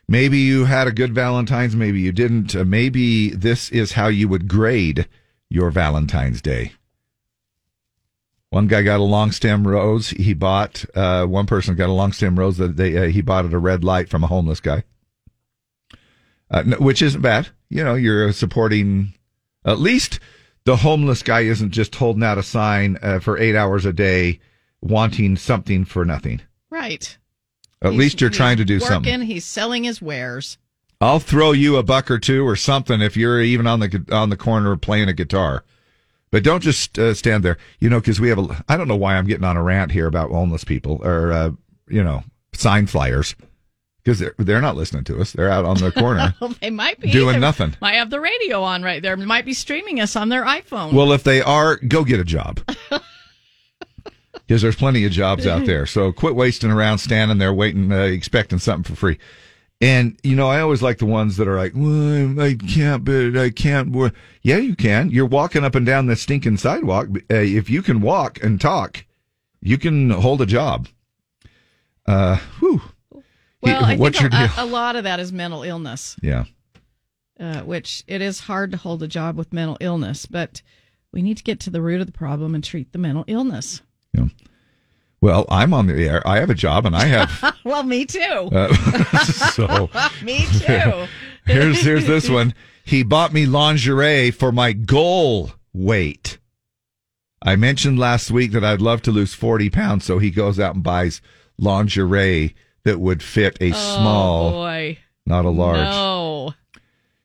Maybe you had a good Valentine's, maybe you didn't. Uh, Maybe this is how you would grade your Valentine's Day. One guy got a long stem rose he bought. Uh, one person got a long stem rose that they uh, he bought at a red light from a homeless guy, uh, no- which isn't bad. You know, you're supporting. At least the homeless guy isn't just holding out a sign uh, for eight hours a day, wanting something for nothing. Right. At He's- least you're he's trying to do working, something. He's selling his wares. I'll throw you a buck or two or something if you're even on the gu- on the corner playing a guitar. But don't just uh, stand there, you know, because we have a. I don't know why I'm getting on a rant here about homeless people or uh, you know sign flyers because they're they're not listening to us. They're out on the [LAUGHS] corner. they might be Doing They nothing. Might have the radio on right there. Might be streaming us on their iPhone. well, uh, if they are, go get a [LAUGHS] job. Because there's plenty of jobs out there. So quit wasting around standing there waiting, uh, expecting something for free. And, you know, I always like the ones that are like, well, I can't, but I can't. wo-" Yeah, you can. You're walking up and down the stinking sidewalk. Uh, if you can walk and talk, you can hold a job. Uh, whew. Well, I What's think your a, deal? a [LAUGHS] lot of that is mental illness, Yeah. uh, which it is hard to hold a job with mental illness, but we need to get to the root of the problem and treat the mental illness. Well, I'm on the air. I have a job and I have [LAUGHS] well, me too. Uh, [LAUGHS] so [LAUGHS] me too. here's here's this one. He bought me lingerie for my goal weight. I mentioned last week that I'd love to lose 40 pounds, so he goes out and buys lingerie that would fit a [LAUGHS] small Oh, boy. not a large. No.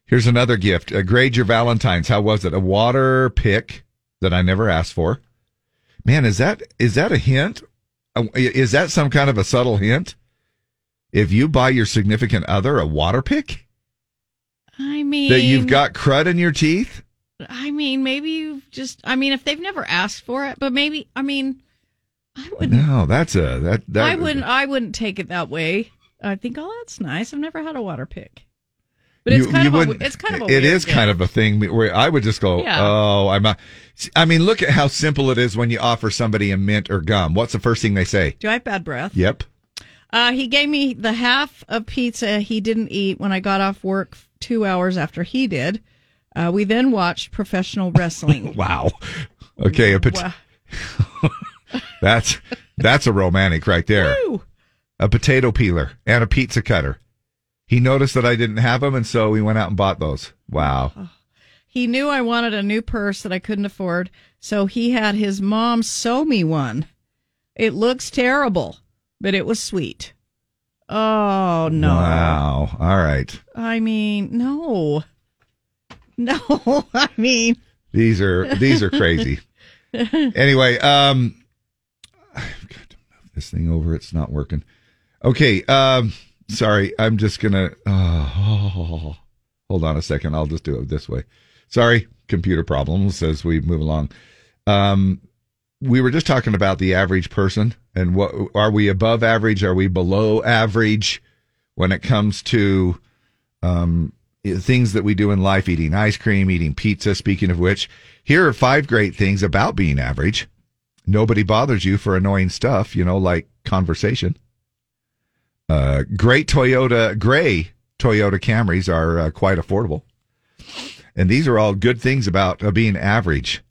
Here's another gift. Uh, grade your Valentine's. How was it? A water pick that I never asked for. Man, is that is that a hint? Uh, Is that some kind of a subtle hint? If you buy your significant other a water pick I mean, that you've got crud in your teeth, I mean, maybe you just. I mean, if they've never asked for it, but maybe. I mean, no, that's a that that I wouldn't. I wouldn't take it that way. I think, oh, that's nice. I've never had a water pick, but it's you- kind you of. A, wouldn't- it's kind of. A it weird is kind of gift. a thing where I would just go, Yeah. oh, I'm. A, I mean, look at how simple it is when you offer somebody a mint or gum. What's the first thing they say? Do I have bad breath? Yep. Uh, he gave me the half of pizza he didn't eat when I got off work two hours after he did. Uh, we then watched professional wrestling. [LAUGHS] Wow. Okay. A pot- Wow. [LAUGHS] That's that's a romantic right there. Woo. A potato peeler and a pizza cutter. He noticed that I didn't have them, and so we went out and bought those. Oh, Wow. He knew I wanted a new purse that I couldn't afford, so he had his mom sew me one. It looks terrible, but it was sweet. Oh no. Wow. All right. I mean, no. No, [LAUGHS] I mean These are these are [LAUGHS] crazy. [LAUGHS] anyway, um, [SIGHS] I've got to move this thing over. It's not working. Okay. Um, sorry. I'm just gonna. Oh, [LAUGHS] hold on a second. I'll just do it this way. Sorry, computer problems as we move along. Um, we were just talking about the average person and what are we above average? Are we below average when it comes to um, things that we do in life, eating ice cream, eating pizza. Speaking of which, here are five great things about being average. Nobody bothers you for annoying stuff, you know, like conversation. Uh, great Toyota, gray Toyota Camrys are uh, quite affordable. And these are all good things about uh, being average.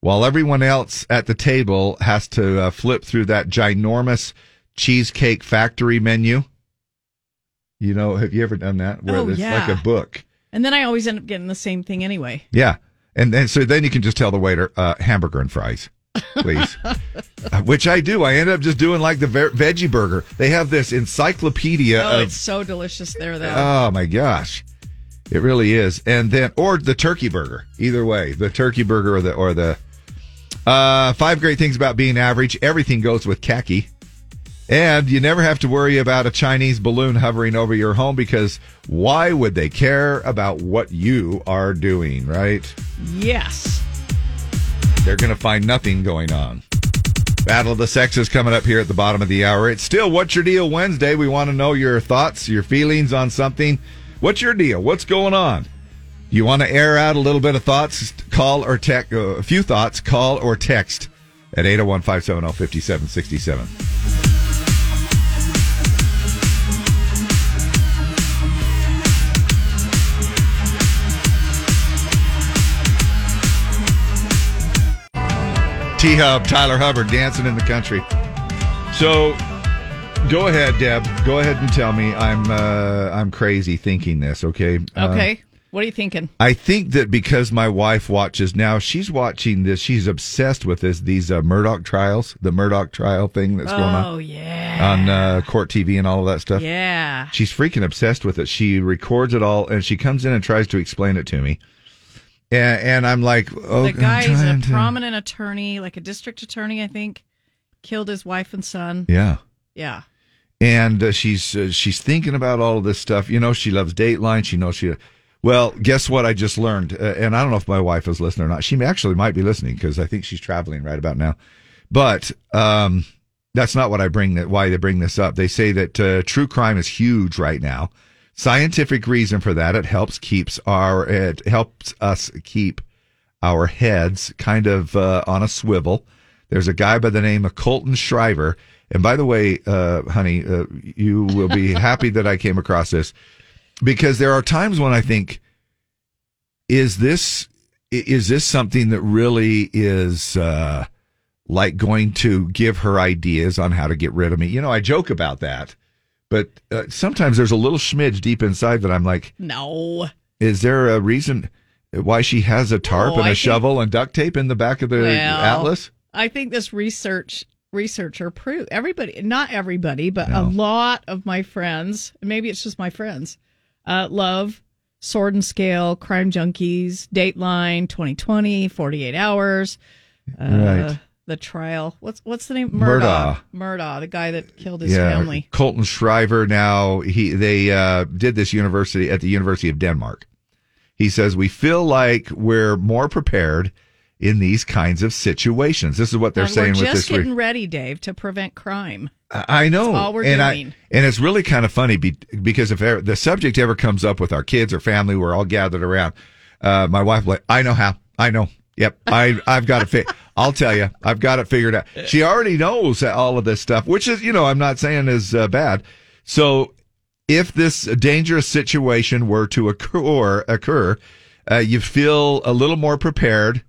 While everyone else at the table has to uh, flip through that ginormous cheesecake factory menu. You know, have you ever done that? Where Oh, it's yeah. like a book. And then I always end up getting the same thing anyway. Yeah. And then so then you can just tell the waiter, uh, hamburger and fries, [LAUGHS] please. Uh, Which I do. I end up just doing like the ve- veggie burger. They have this encyclopedia Oh, of it's so delicious there though. Oh my gosh. It really is. And then or the turkey burger. Either way, the turkey burger or the or the uh five great things about being average. Everything goes with khaki. And you never have to worry about a Chinese balloon hovering over your home because why would they care about what you are doing, right? yes. They're going to find nothing going on. Battle of the Sexes coming up here at the bottom of the hour. It's still What's Your Deal Wednesday. We want to know your thoughts, your feelings on something. What's your deal? What's going on? You want to air out a little bit of thoughts? Call or text, uh, a few thoughts, call or text at 801 570 5767. T Hub, Tyler Hubbard, dancing in the country. So, go ahead, Deb. Go ahead and tell me I'm uh, I'm crazy thinking this. Okay. Uh, Okay. what are you thinking? I think that because my wife watches now, she's watching this. She's obsessed with this these uh, Murdoch trials, the Murdoch trial thing that's going on. Oh, yeah. On uh, court TV and all of that stuff. Yeah. She's freaking obsessed with it. She records it all and she comes in and tries to explain it to me. And, and I'm like, oh, the guy I'm is a trying to- prominent attorney, like a district attorney, I think. Killed his wife and son. Yeah. Yeah. and uh, she's uh, she's thinking about all of this stuff. You know, she loves Dateline. She knows she. Well, guess what? I just learned, uh, and I don't know if my wife is listening or not. She actually might be listening because I think she's traveling right about now. But um, that's not what I bring. That why they bring this up. They say that uh, true crime is huge right now. Scientific reason for that. It helps keeps our it helps us keep our heads kind of uh, on a swivel. There's a guy by the name of Colton Shriver. And by the way, uh, honey, uh, you will be happy that I came across this because there are times when I think, is this i- is this something that really is uh, like going to give her ideas on how to get rid of me? You know, I joke about that, but uh, sometimes there's a little schmidge deep inside that I'm like, No. is there a reason why she has a tarp and a No, Oh, I think- shovel and duct tape in the back of the Well, atlas? I think this research researcher proved everybody, not everybody, but a lot of my friends, and maybe it's just my friends, uh, Love, Sword and Scale, Crime Junkies, Dateline, 2020, 48 Hours, uh, Right. The Trial. What's what's the name? Murdaugh. Murdaugh, the guy that killed his family. Colton Shriver. Now he they uh, did this university at the University of Denmark. He says we feel like we're more prepared in these kinds of situations. This is what they're And saying Um, we're with just this. re- getting ready, Dave, to prevent crime. I I know, That's all we're and doing. I and it's really kind of funny be, because if ever, the subject ever comes up with our kids or family, we're all gathered around. Uh, my wife, like, I know how. I know. Yep, I I've got it. Fi- [LAUGHS] I'll tell you, I've got it figured out. She already knows all of this stuff, which is you know I'm not saying is uh, bad. So if this dangerous situation were to occur occur, uh, you feel a little more prepared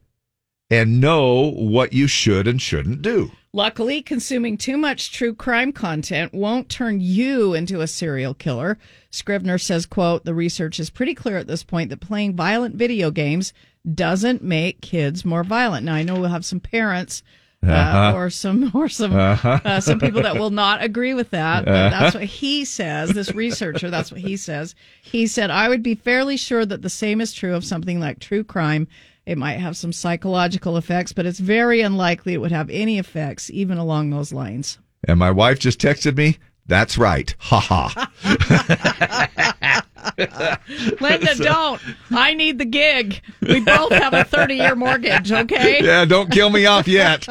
and know what you should and shouldn't do. Luckily, consuming too much true crime content won't turn you into a serial killer. Scribner says, quote, the research is pretty clear at this point that playing violent video games doesn't make kids more violent. Now, I know we'll have some parents uh, Uh-huh. or some or some Uh-huh. uh, some people [LAUGHS] that will not agree with that. but Uh-huh. That's what he says. This researcher, that's what he says. He said, I would be fairly sure that the same is true of something like true crime. It might have some psychological effects, but it's very unlikely it would have any effects, even along those lines. And my wife just texted me, that's right. Ha [LAUGHS] ha. Linda, [LAUGHS] So- don't. I need the gig. We both have a 30 year mortgage, okay? [LAUGHS] Yeah, don't kill me off [LAUGHS] yet.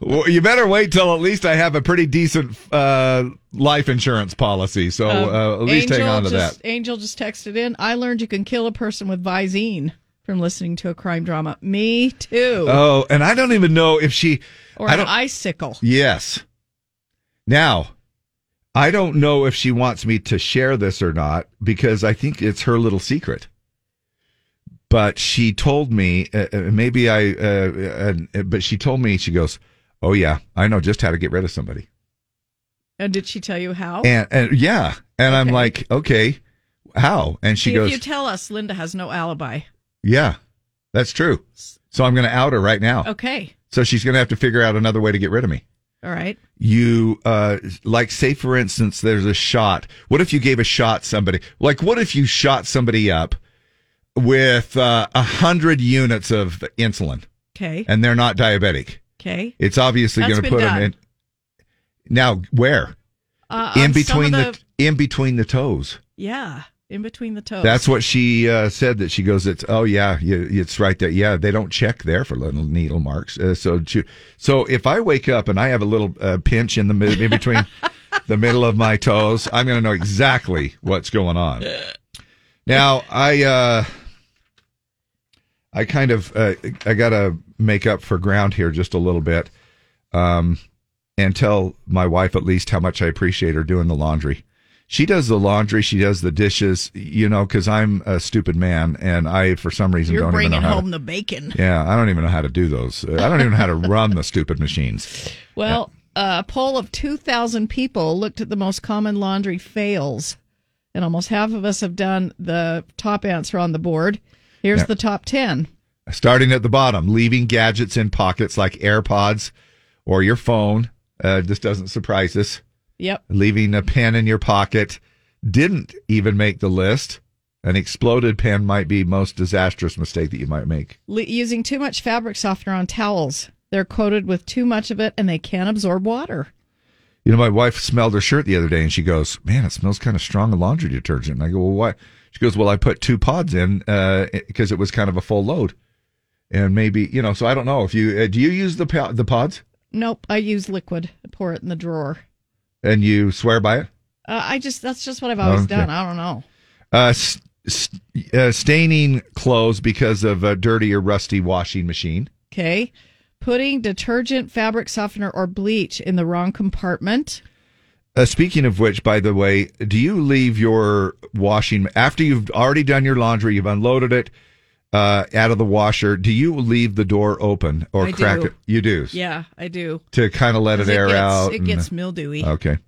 Well, you better wait till at least I have a pretty decent uh, life insurance policy. So uh, at least hang on to just, that. Um, Angel just texted in. I learned you can kill a person with Visine from listening to a crime drama. Me too. Oh, and I don't even know if she. or I an don't, icicle. Yes. Now, I don't know if she wants me to share this or not because I think it's her little secret. But she told me, uh, uh, maybe I, uh, uh, but she told me, she goes, Oh, yeah, I know just how to get rid of somebody. And Uh, did she tell you how? And, and yeah. And I'm like, Okay, how? And she See, goes, if you tell us, Linda has no alibi. Yeah, that's true. So I'm going to out her right now. Okay. So she's going to have to figure out another way to get rid of me. All right. you uh like say for instance there's a shot what if you gave a shot somebody like what if you shot somebody up with uh, a hundred units of insulin Okay. and they're not diabetic Okay. it's obviously That's going to been put done. them in now where Uh, in on some between of the, in between the toes yeah, in between the toes. that's what she uh, said that she goes it's oh yeah you, it's right there yeah they don't check there for little needle marks uh, so she, so if i wake up and i have a little uh, pinch in the mid, in between the middle of my toes i'm going to know exactly what's going on now i uh i kind of uh, i gotta make up for ground here just a little bit um and tell my wife at least how much i appreciate her doing the laundry she does the laundry she does the dishes you know because i'm a stupid man and i for some reason You're don't even know bringing how home to, the bacon. yeah i don't even know how to do those Uh, i don't even know how to run the stupid machines Well, a poll of 2,000 people looked at the most common laundry fails, and almost half of us have done the top answer on the board. Here's Yeah. the top 10. starting at the bottom, leaving gadgets in pockets like AirPods or your phone. Uh, this doesn't surprise us. Yep. Leaving a pen in your pocket didn't even make the list. An exploded pen might be most disastrous mistake that you might make. Le- using too much fabric softener on towels. They're coated with too much of it and they can't absorb water. You know, my wife smelled her shirt the other day and she goes, Man, it smells kind of strong of laundry detergent. And I go, Well, why? She goes, Well, I put two pods in because it was kind of a full load. And maybe, you know, so I don't know if you, uh, do you use the, po- the pods Nope, I use liquid. I pour it in the drawer. and you swear by it? Uh, I just, that's just what I've always Okay. done. I don't know. uh, st- st- uh, staining clothes because of a dirty or rusty washing machine. Okay. Putting detergent, fabric softener, or bleach in the wrong compartment. Uh, speaking of which, by the way, do you leave your washing after you've already done your laundry, you've unloaded it uh, out of the washer? Do you leave the door open or I crack do. it? You do Yeah, I do. to kind of let it 'Cause it air gets- out. it and- gets mildewy. Okay.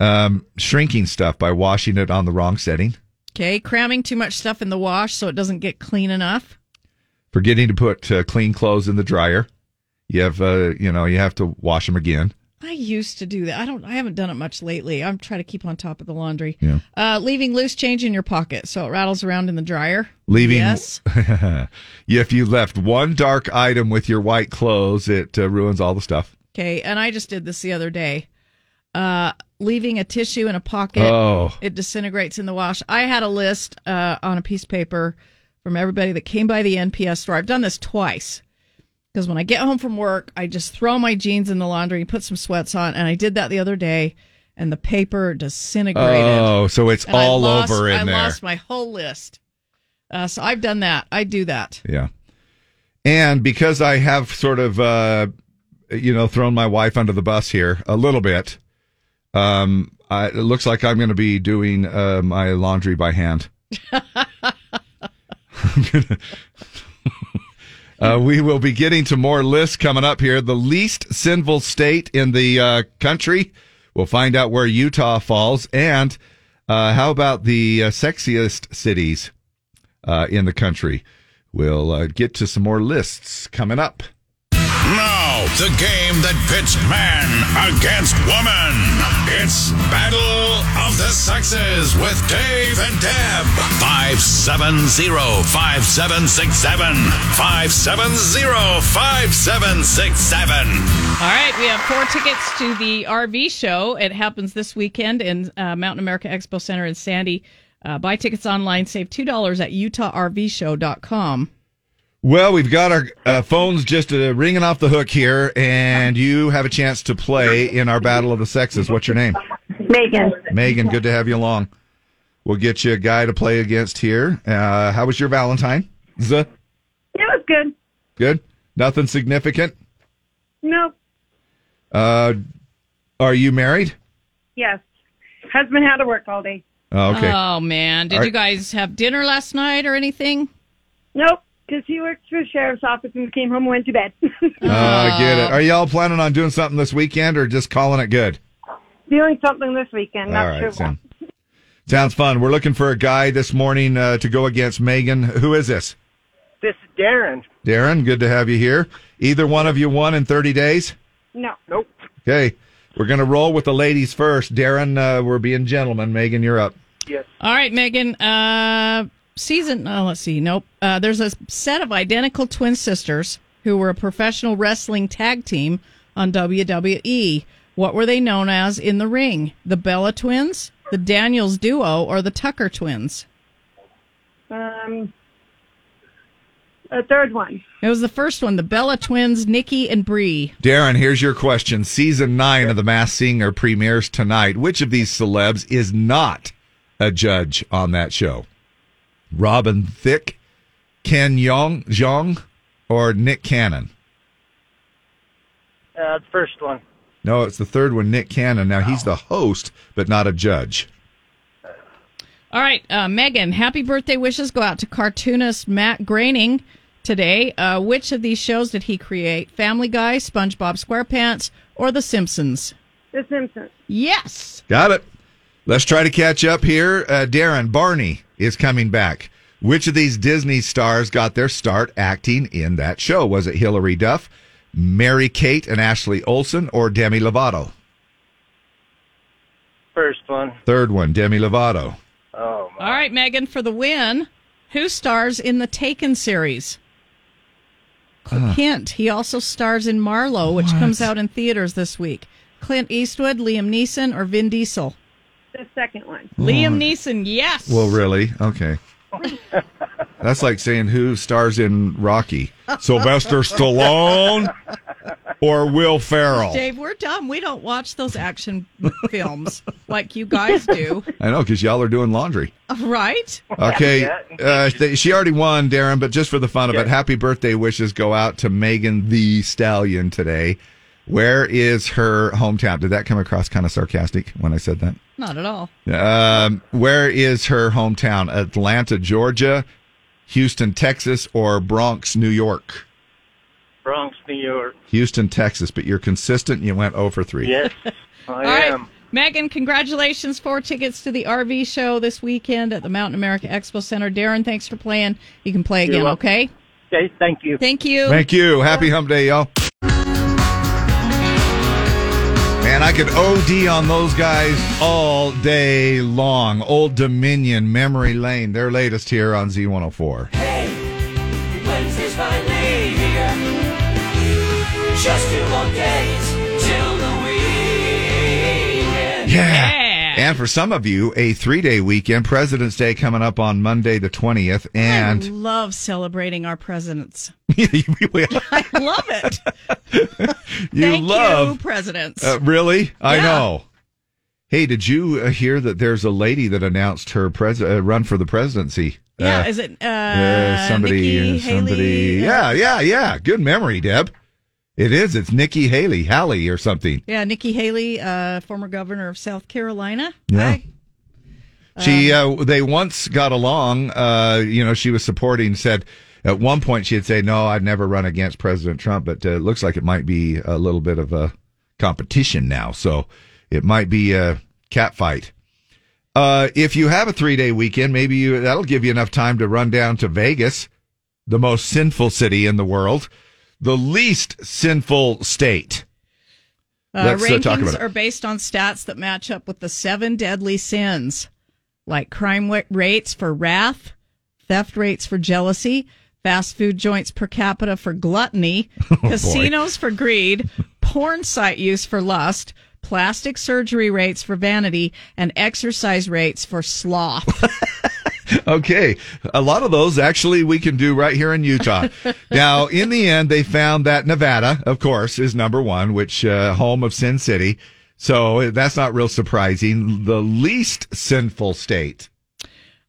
Um, shrinking stuff by washing it on the wrong setting. Okay. Cramming too much stuff in the wash so it doesn't get clean enough. Forgetting to put uh, clean clothes in the dryer. You have, uh, you know, you have to wash them again. I I used to do that. I don't. I haven't done it much lately. I'm trying to keep on top of the laundry. Yeah. Uh, leaving loose change in your pocket so it rattles around in the dryer. Leaving. Yes. [LAUGHS] if you left one dark item with your white clothes, it uh, ruins all the stuff. Okay. And I just did this the other day. Uh, leaving a tissue in a pocket. Oh. It disintegrates in the wash. I had a list uh, on a piece of paper from everybody that came by the NPS store. I've done this twice because when I get home from work, I just throw my jeans in the laundry and put some sweats on. And I did that the other day, and the paper disintegrated. Oh, so it's And I all lost- over in I there. lost my whole list. Uh, so I've done that. I do that. Yeah. And because I have sort of, uh, you know, thrown my wife under the bus here a little bit, um, I, it looks like I'm going to be doing uh, my laundry by hand. I'm gonna- uh, we will be getting to more lists coming up here. The least sinful state in the uh, country. We'll find out where Utah falls. And uh, how about the uh, sexiest cities uh, in the country? We'll uh, get to some more lists coming up. Now, the game that pits man against woman. It's Battle of the Sexes with Dave and Deb. 570-5767. 570-5767. All right, we have four tickets to the RV show. It happens this weekend in uh, Mountain America Expo Center in Sandy. Uh, buy tickets online, save two dollars at utahrvshow.com. Well, we've got our uh, phones just uh, ringing off the hook here, and you have a chance to play in our Battle of the Sexes. What's your name? Megan. Megan, good to have you along. We'll get you a guy to play against here. Uh, how was your Valentine? Z? It was good. Good? Nothing significant? Nope. Uh, are you married? Yes. Husband had to work all day. Oh, okay. Oh man, did All right. you guys have dinner last night or anything? Nope. Because he works for the sheriff's office and came home and went to [LAUGHS] bed. Uh, I get Oh. it. Are y'all planning on doing something this weekend or just calling it good? [LAUGHS] Doing something this weekend. Not All right, sure what. Sam. Sounds fun. We're looking for a guy this morning uh, to go against Megan. Who is this? This is Darren. Darren, good to have you here. Either one of you won in 30 days? No. Nope. Okay. We're going to roll with the ladies first. Darren, uh, we're being gentlemen. Megan, you're up. Yes. All right, Megan. Uh, season. Oh, let's see. Nope. Uh, there's a set of identical twin sisters who were a professional wrestling tag team on WWE. What were they known as in the ring? The Bella Twins, the Daniels Duo, or the Tucker Twins? Um, a third one. It was the first one. The Bella Twins, Nikki and Bree. Darren, here's your question. Season 9 of The Masked Singer premieres tonight. Which of these celebs is not a judge on that show? Robin Thicke, Ken Young, Jong, or Nick Cannon? Uh, the first one. No, it's the third one, Nick Cannon. Now, he's the host, but not a judge. All right, uh, Megan, happy birthday wishes go out to cartoonist Matt Groening today. Uh, which of these shows did he create? Family Guy, SpongeBob SquarePants, or The Simpsons? The Simpsons. Yes. Got it. Let's try to catch up here. Uh, Darren, Barney is coming back. Which of these Disney stars got their start acting in that show? Was it Hilary Duff, Mary Kate and Ashley Olsen, or Demi Lovato? First one. Third one, Demi Lovato. Oh, All right, Megan, for the win, who stars in the Taken series? Ah, Hint, he also stars in Marlowe, which comes out in theaters this week. Clint Eastwood, Liam Neeson, or Vin Diesel? The second one. Liam Neeson, yes. Well, really? Okay. That's like saying who stars in Rocky? [LAUGHS] Sylvester [LAUGHS] Stallone or Will Ferrell? Dave, we're dumb. We don't watch those action films like you guys do, [LAUGHS] I know, because y'all are doing laundry. right? [LAUGHS] Okay, uh, th- she already won, Darren. But just for the fun of it, Yeah. happy birthday wishes go out to Megan the Stallion today. Where is her hometown? Did that come across kind of sarcastic when I said that? Not at all. Um, where is her hometown? Atlanta, Georgia, Houston, Texas, or Bronx, New York? Bronx, New York. Houston, Texas. But you're consistent. You went over three. Yes, All I right, am. Megan, congratulations. Four tickets to the RV show this weekend at the Mountain America Expo Center. Darren, thanks for playing. You can play You're again, welcome. okay? Okay, thank you. Thank you. Thank you. Happy Hump Day, y'all. Man, I could OD on those guys all day long. Old Dominion, Memory Lane, their latest here on Z104. Wednesday's finally here. Just two more days till the weekend. And for some of you, a three day weekend, President's Day coming up on Monday the 20th. And I love celebrating our presidents. I love it. you Thank love. you, presidents. Uh, really? I Yeah. know. Hey, did you uh, hear that there's a lady that announced her pres- uh, run for the presidency? yeah, Uh, is it uh, uh, somebody, Nikki, uh, somebody. Haley, uh, yeah, yeah, yeah. Good memory, Deb. It is. It's Nikki Haley, Haley, or something. Yeah, Nikki Haley, uh, former governor of South Carolina. Yeah. She, uh, they once got along. Uh, you know, she was supporting. Said at one point she would say, "No, I'd never run against President Trump," but uh, it looks like it might be a little bit of a competition now. So it might be a cat fight. Uh, if you have a three day weekend, maybe you that'll give you enough time to run down to Vegas, the most sinful city in the world, the least sinful state. Uh, Let's, uh, rankings talk about it. are based on stats that match up with the seven deadly sins, like crime wa- rates for wrath, theft rates for jealousy, fast food joints per capita for [LAUGHS] gluttony, Oh, boy. casinos for greed, porn site use for lust, plastic surgery rates for vanity, and exercise rates for sloth. okay. A lot of those actually we can do right here in [LAUGHS] Utah. now, in the end, they found that Nevada, of course, is number one, which uh, home of Sin City. So that's not real surprising. The least sinful state.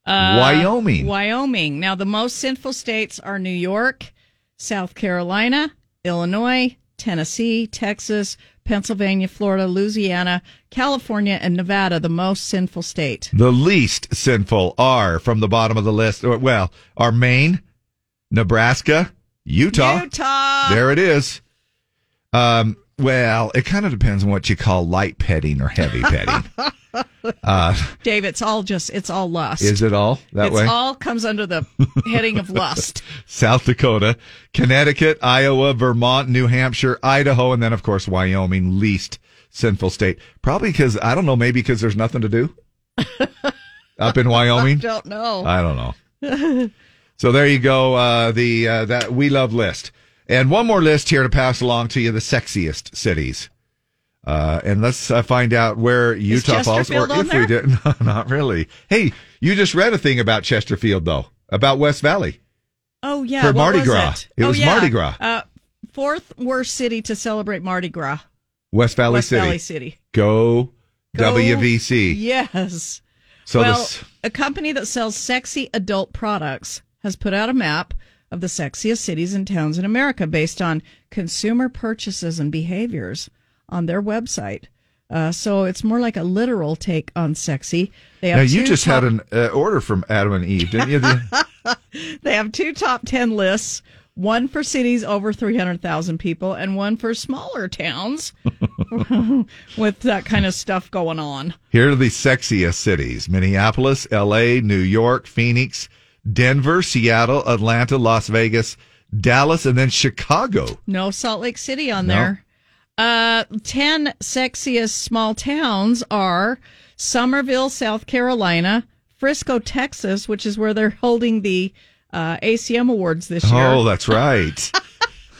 Uh, Wyoming. Wyoming. Now, the most sinful states are New York, South Carolina, Illinois, Tennessee, Texas, Pennsylvania, Florida, Louisiana, California, and Nevada, the most sinful state. The least sinful are from the bottom of the list. or- Well, are Maine, Nebraska, Utah. Utah. There it is. Um, well, it kind of depends on what you call light petting or [LAUGHS] heavy petting. uh, Dave, it's all just, it's all lust. Is it all that it's way? all comes [LAUGHS] under the [LAUGHS] heading of lust. South Dakota, Connecticut, Iowa, Vermont, New Hampshire, Idaho, and then of course Wyoming, least sinful state. Probably because I don't know, maybe because there's nothing to [LAUGHS] do up in I Wyoming. Uh, don't know. I don't know. So there you go. Uh, the uh, that we love list, and one more list here to pass along to you: the sexiest cities. Uh, and let's uh, find out where Utah falls, or Chesterfield on if we there? did. [LAUGHS] No, not really. Hey, you just read a thing about Chesterfield, though, about West Valley. [LAUGHS] oh, yeah. For what Mardi was Gras. It, It Oh, was yeah. Mardi Gras. Uh, fourth worst city to celebrate Mardi Gras. West Valley West City. Valley City. Go, Go- WVC. Yes. So well, this- a company that sells sexy adult products has put out a map of the sexiest cities and towns in America based on consumer purchases and behaviors on their website. Uh, so it's more like a literal take on sexy. They have Now you two just top- had an uh, order from Adam and Eve, didn't you? [LAUGHS] The- they have two top 10 lists one for cities over 300,000 people and one for [LAUGHS] smaller towns [LAUGHS] with that kind of stuff going on. Here are the sexiest cities: Minneapolis, L.A., New York, Phoenix, Denver, Seattle, Atlanta, Las Vegas, Dallas, and then Chicago. No Salt Lake City on No. there. Uh, 10 sexiest small towns are Somerville, South Carolina, Frisco, Texas, which is where they're [LAUGHS] holding the uh, ACM Awards this year. Oh, that's right.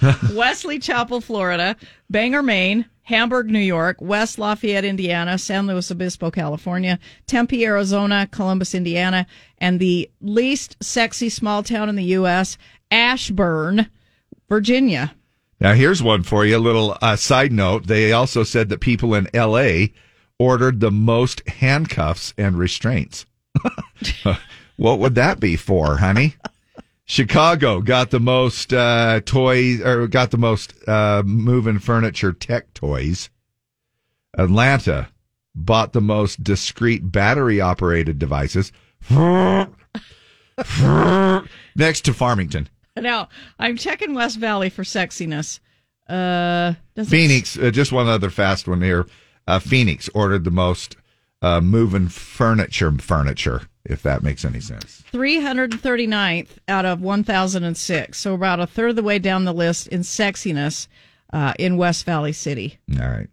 [LAUGHS] Wesley Chapel, Florida, Bangor, Maine, Hamburg, New York, West Lafayette, Indiana, San Luis Obispo, California, Tempe, Arizona, Columbus, Indiana, and the least sexy small town in the U.S., Ashburn, [LAUGHS] Virginia. Now, here's one for you. A little uh, side note. They also said that people in L.A. ordered the most handcuffs and restraints. [LAUGHS] what would that be for, honey? Chicago got the most uh, toys, or got the most uh, moving furniture tech toys. Atlanta bought the most discreet battery operated devices. [LAUGHS] Next to Farmington. [LAUGHS] Now, I'm checking West Valley for sexiness. Uh, doesn't- Phoenix, uh, just one other fast one here. Uh, Phoenix ordered the most uh, moving furniture, furniture, if that makes any sense. 339th out of 1,006. So about a third of the way down the list in sexiness uh, in West Valley City. All right.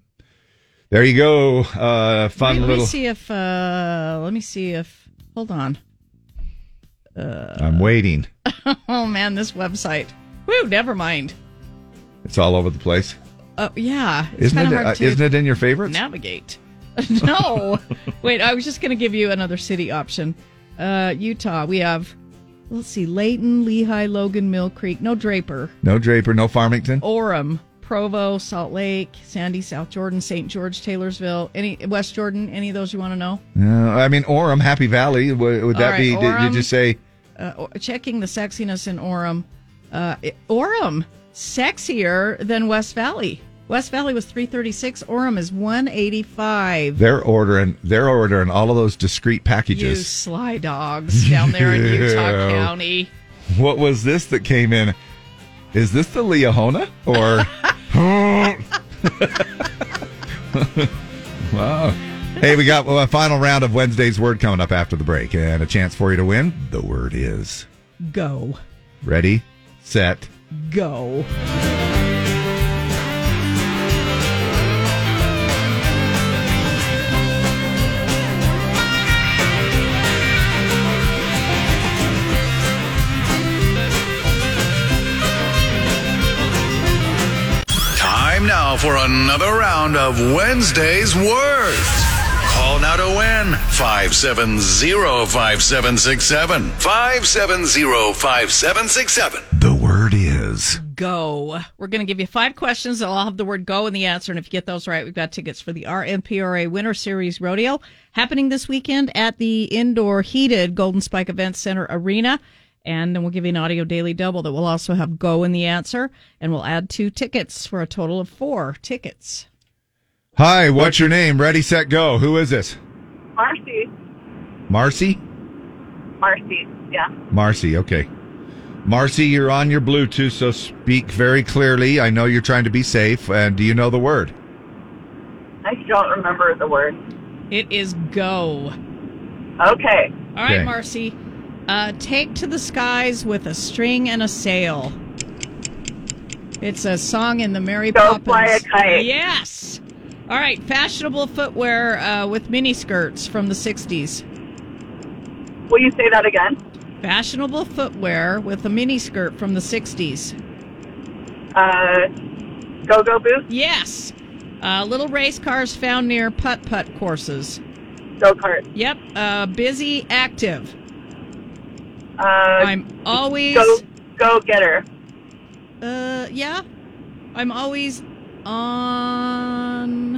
There you go. Uh, fun Wait, let little. me see if. Uh, let me see if. Hold on. [LAUGHS] I'm waiting. oh man, this website. Woo, never mind. It's all over the place. Oh yeah, it's Isn't kind it? of hard uh, to isn't it in your favorites? navigate. [LAUGHS] [LAUGHS] no, wait. I was just going to give you another city option. Uh, Utah. We have. Let's see: Layton, Lehigh, Logan, Mill Creek. No Draper. No Draper, no Farmington. Oh. Orem, Provo, Salt Lake, Sandy, South Jordan, St. George, Taylorsville, any West Jordan, any of those you want to know? Uh, I mean, Orem, Happy Valley. Would, would All that right, be? Did, did Orem. you say? Uh, or- checking the sexiness in Orem. Uh, it- Orem, sexier than West Valley. West Valley was 336, Orem is 185. They're ordering. They're ordering all of those discrete You packages. sly dogs down there in Utah Yeah. County. What was this that came in? Is this the Leahona or? [LAUGHS] wow. Hey, we got a final round of Wednesday's word coming up after the break, and a chance for you to win. The word is Go. ready, set, Go. Time now for another round of Wednesday's Words. Call now to win 570-5767. 570-5767. The word is go. We're going to give you five questions. They'll all have the word go in the answer. And if you get those right, we've got tickets for the RMPRA Winter Series Rodeo happening this weekend at the indoor heated Golden Spike Event Center Arena. And then we'll give you an audio daily double that will also have go in the answer. And we'll add two tickets for a total of four tickets. Hi, what's your name? Ready, set, go. Who is this? Marcy. Marcy? Marcy, yeah. Marcy, okay. Marcy, you're on your Bluetooth, so speak very clearly. I know you're trying to be safe. And do you know the word? I don't remember the word. It is go. Okay. All right, Okay. Marcy. Uh, take to the skies with a string and a sail. It's a song in the Mary Poppins. fly a kite. Yes. All right, fashionable footwear uh, with mini skirts from the '60s. Will you say that again? Fashionable footwear with a mini skirt from the '60s. Uh, go go boots. Yes. Uh, little race cars found near putt putt courses. Go kart. Yep. Uh, busy, active. Uh, I'm always go go getter. Uh, yeah. I'm always on.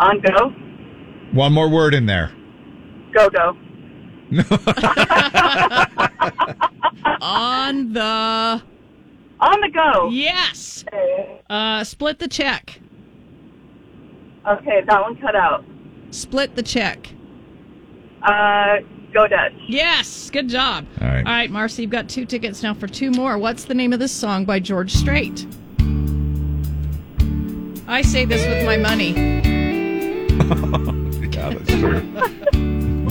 On go One more word in there. go go. [LAUGHS] on the. On the go. Yes. Uh, split the check. Okay, that one cut out. Split the check. Uh, go Dutch. Yes. Good job. All right. All right, Marcy, you've got two tickets now for two more. What's the name of this song by George Strait? I say this with my money. yeah, that's true.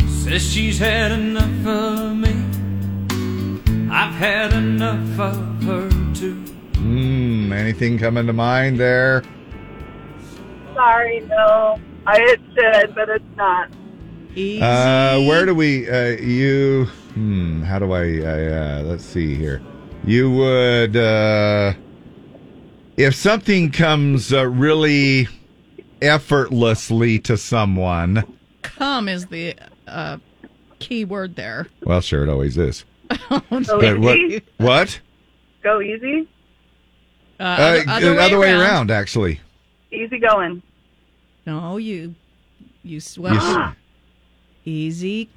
[LAUGHS] Says she's had enough of me. I've had enough of her too. Mm, anything coming to mind there? Sorry, no. I it should, but it's not. Easy. Uh, where do we? Uh, you? Hmm. How do I? I uh, let's see here. You would, uh, if something comes uh, really effortlessly to someone. Come is the uh, key word there. Well, sure, it always is. [LAUGHS] Go But what? easy. What? Go easy. Uh, Uh, another way, around, uh, actually. Easy going. No, you, you You s- Ah. sweat. Easy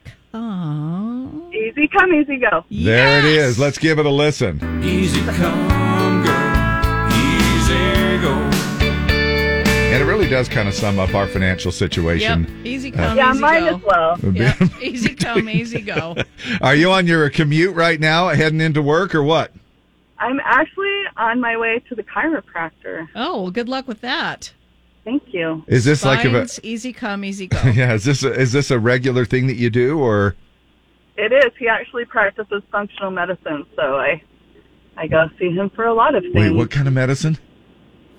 come. Easy come, easy go. There it is. Let's give it a listen. Easy come, girl. Easy go. And it really does kind of sum up our financial situation. Yep. Easy Uh, come, yeah, easy might go. as well. Would be- Yep. easy come, easy go. [LAUGHS] Are you on your commute right now, heading into work, or what? [LAUGHS] I'm actually on my way to the chiropractor. Oh, well, good luck with that. Thank you. Is this like a Spines, easy come, easy go. [LAUGHS] yeah? Is this a, is this a regular thing that you do, or It is. He actually practices functional medicine, so I I go see him for a lot of things. wait, what kind of medicine?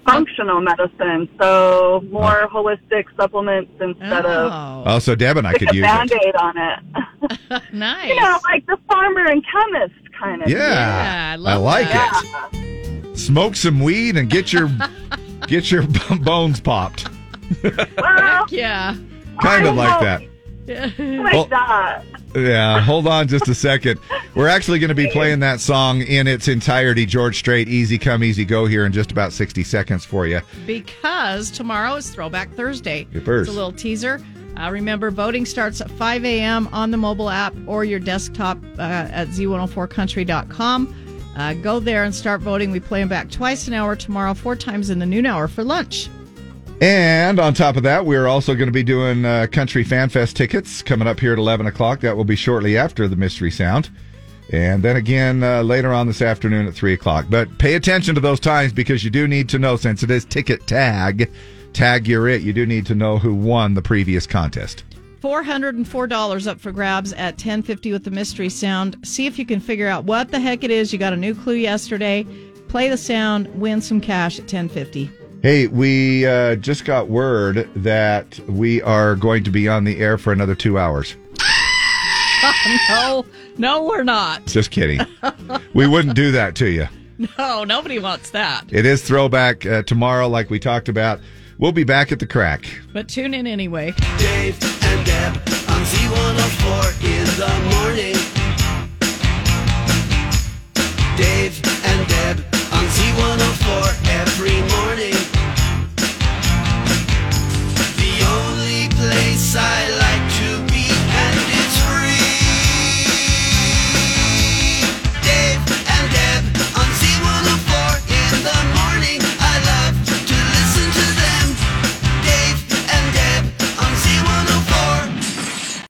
functional medicine, so more holistic supplements instead of Oh, so Deb and I stick [LAUGHS] could a use it. band-aid on [LAUGHS] it. nice. You know, like the farmer and chemist kind of. Yeah, Yeah, I love I like that. Smoke some weed and get your get your bones popped. Heck yeah. kind of like that. [LAUGHS] like Well- that. Yeah, hold on just a second. We're actually going to be playing that song in its entirety, George Strait, Easy Come, Easy Go, here in just about 60 seconds for you. because tomorrow is Throwback Thursday. It burst. It's a little teaser. Uh, remember, voting starts at 5 a.m. on the mobile app or your desktop uh, at z104country.com. Uh, go there and start voting. We play them back twice an hour tomorrow, four times in the noon hour for lunch. And on top of that, we're also going to be doing uh, Country Fan Fest tickets coming up here at 11 o'clock. That will be shortly after the Mystery Sound. And then again uh, later on this afternoon at 3 o'clock. But pay attention to those times because you do need to know, since it is ticket tag, tag you're it, you do need to know who won the previous contest. $404 up for grabs at 1050 with the mystery sound. See if you can figure out what the heck it is. You got a new clue yesterday. Play the sound, win some cash at 1050. Hey, we uh, just got word that we are going to be on the air for another two hours. [LAUGHS] no, no, we're not. Just kidding. we wouldn't do that to you. No, nobody wants that. It is throwback uh, tomorrow, like we talked about. We'll be back at the crack. But tune in anyway. Dave and Deb on Z104 in the oh oh oh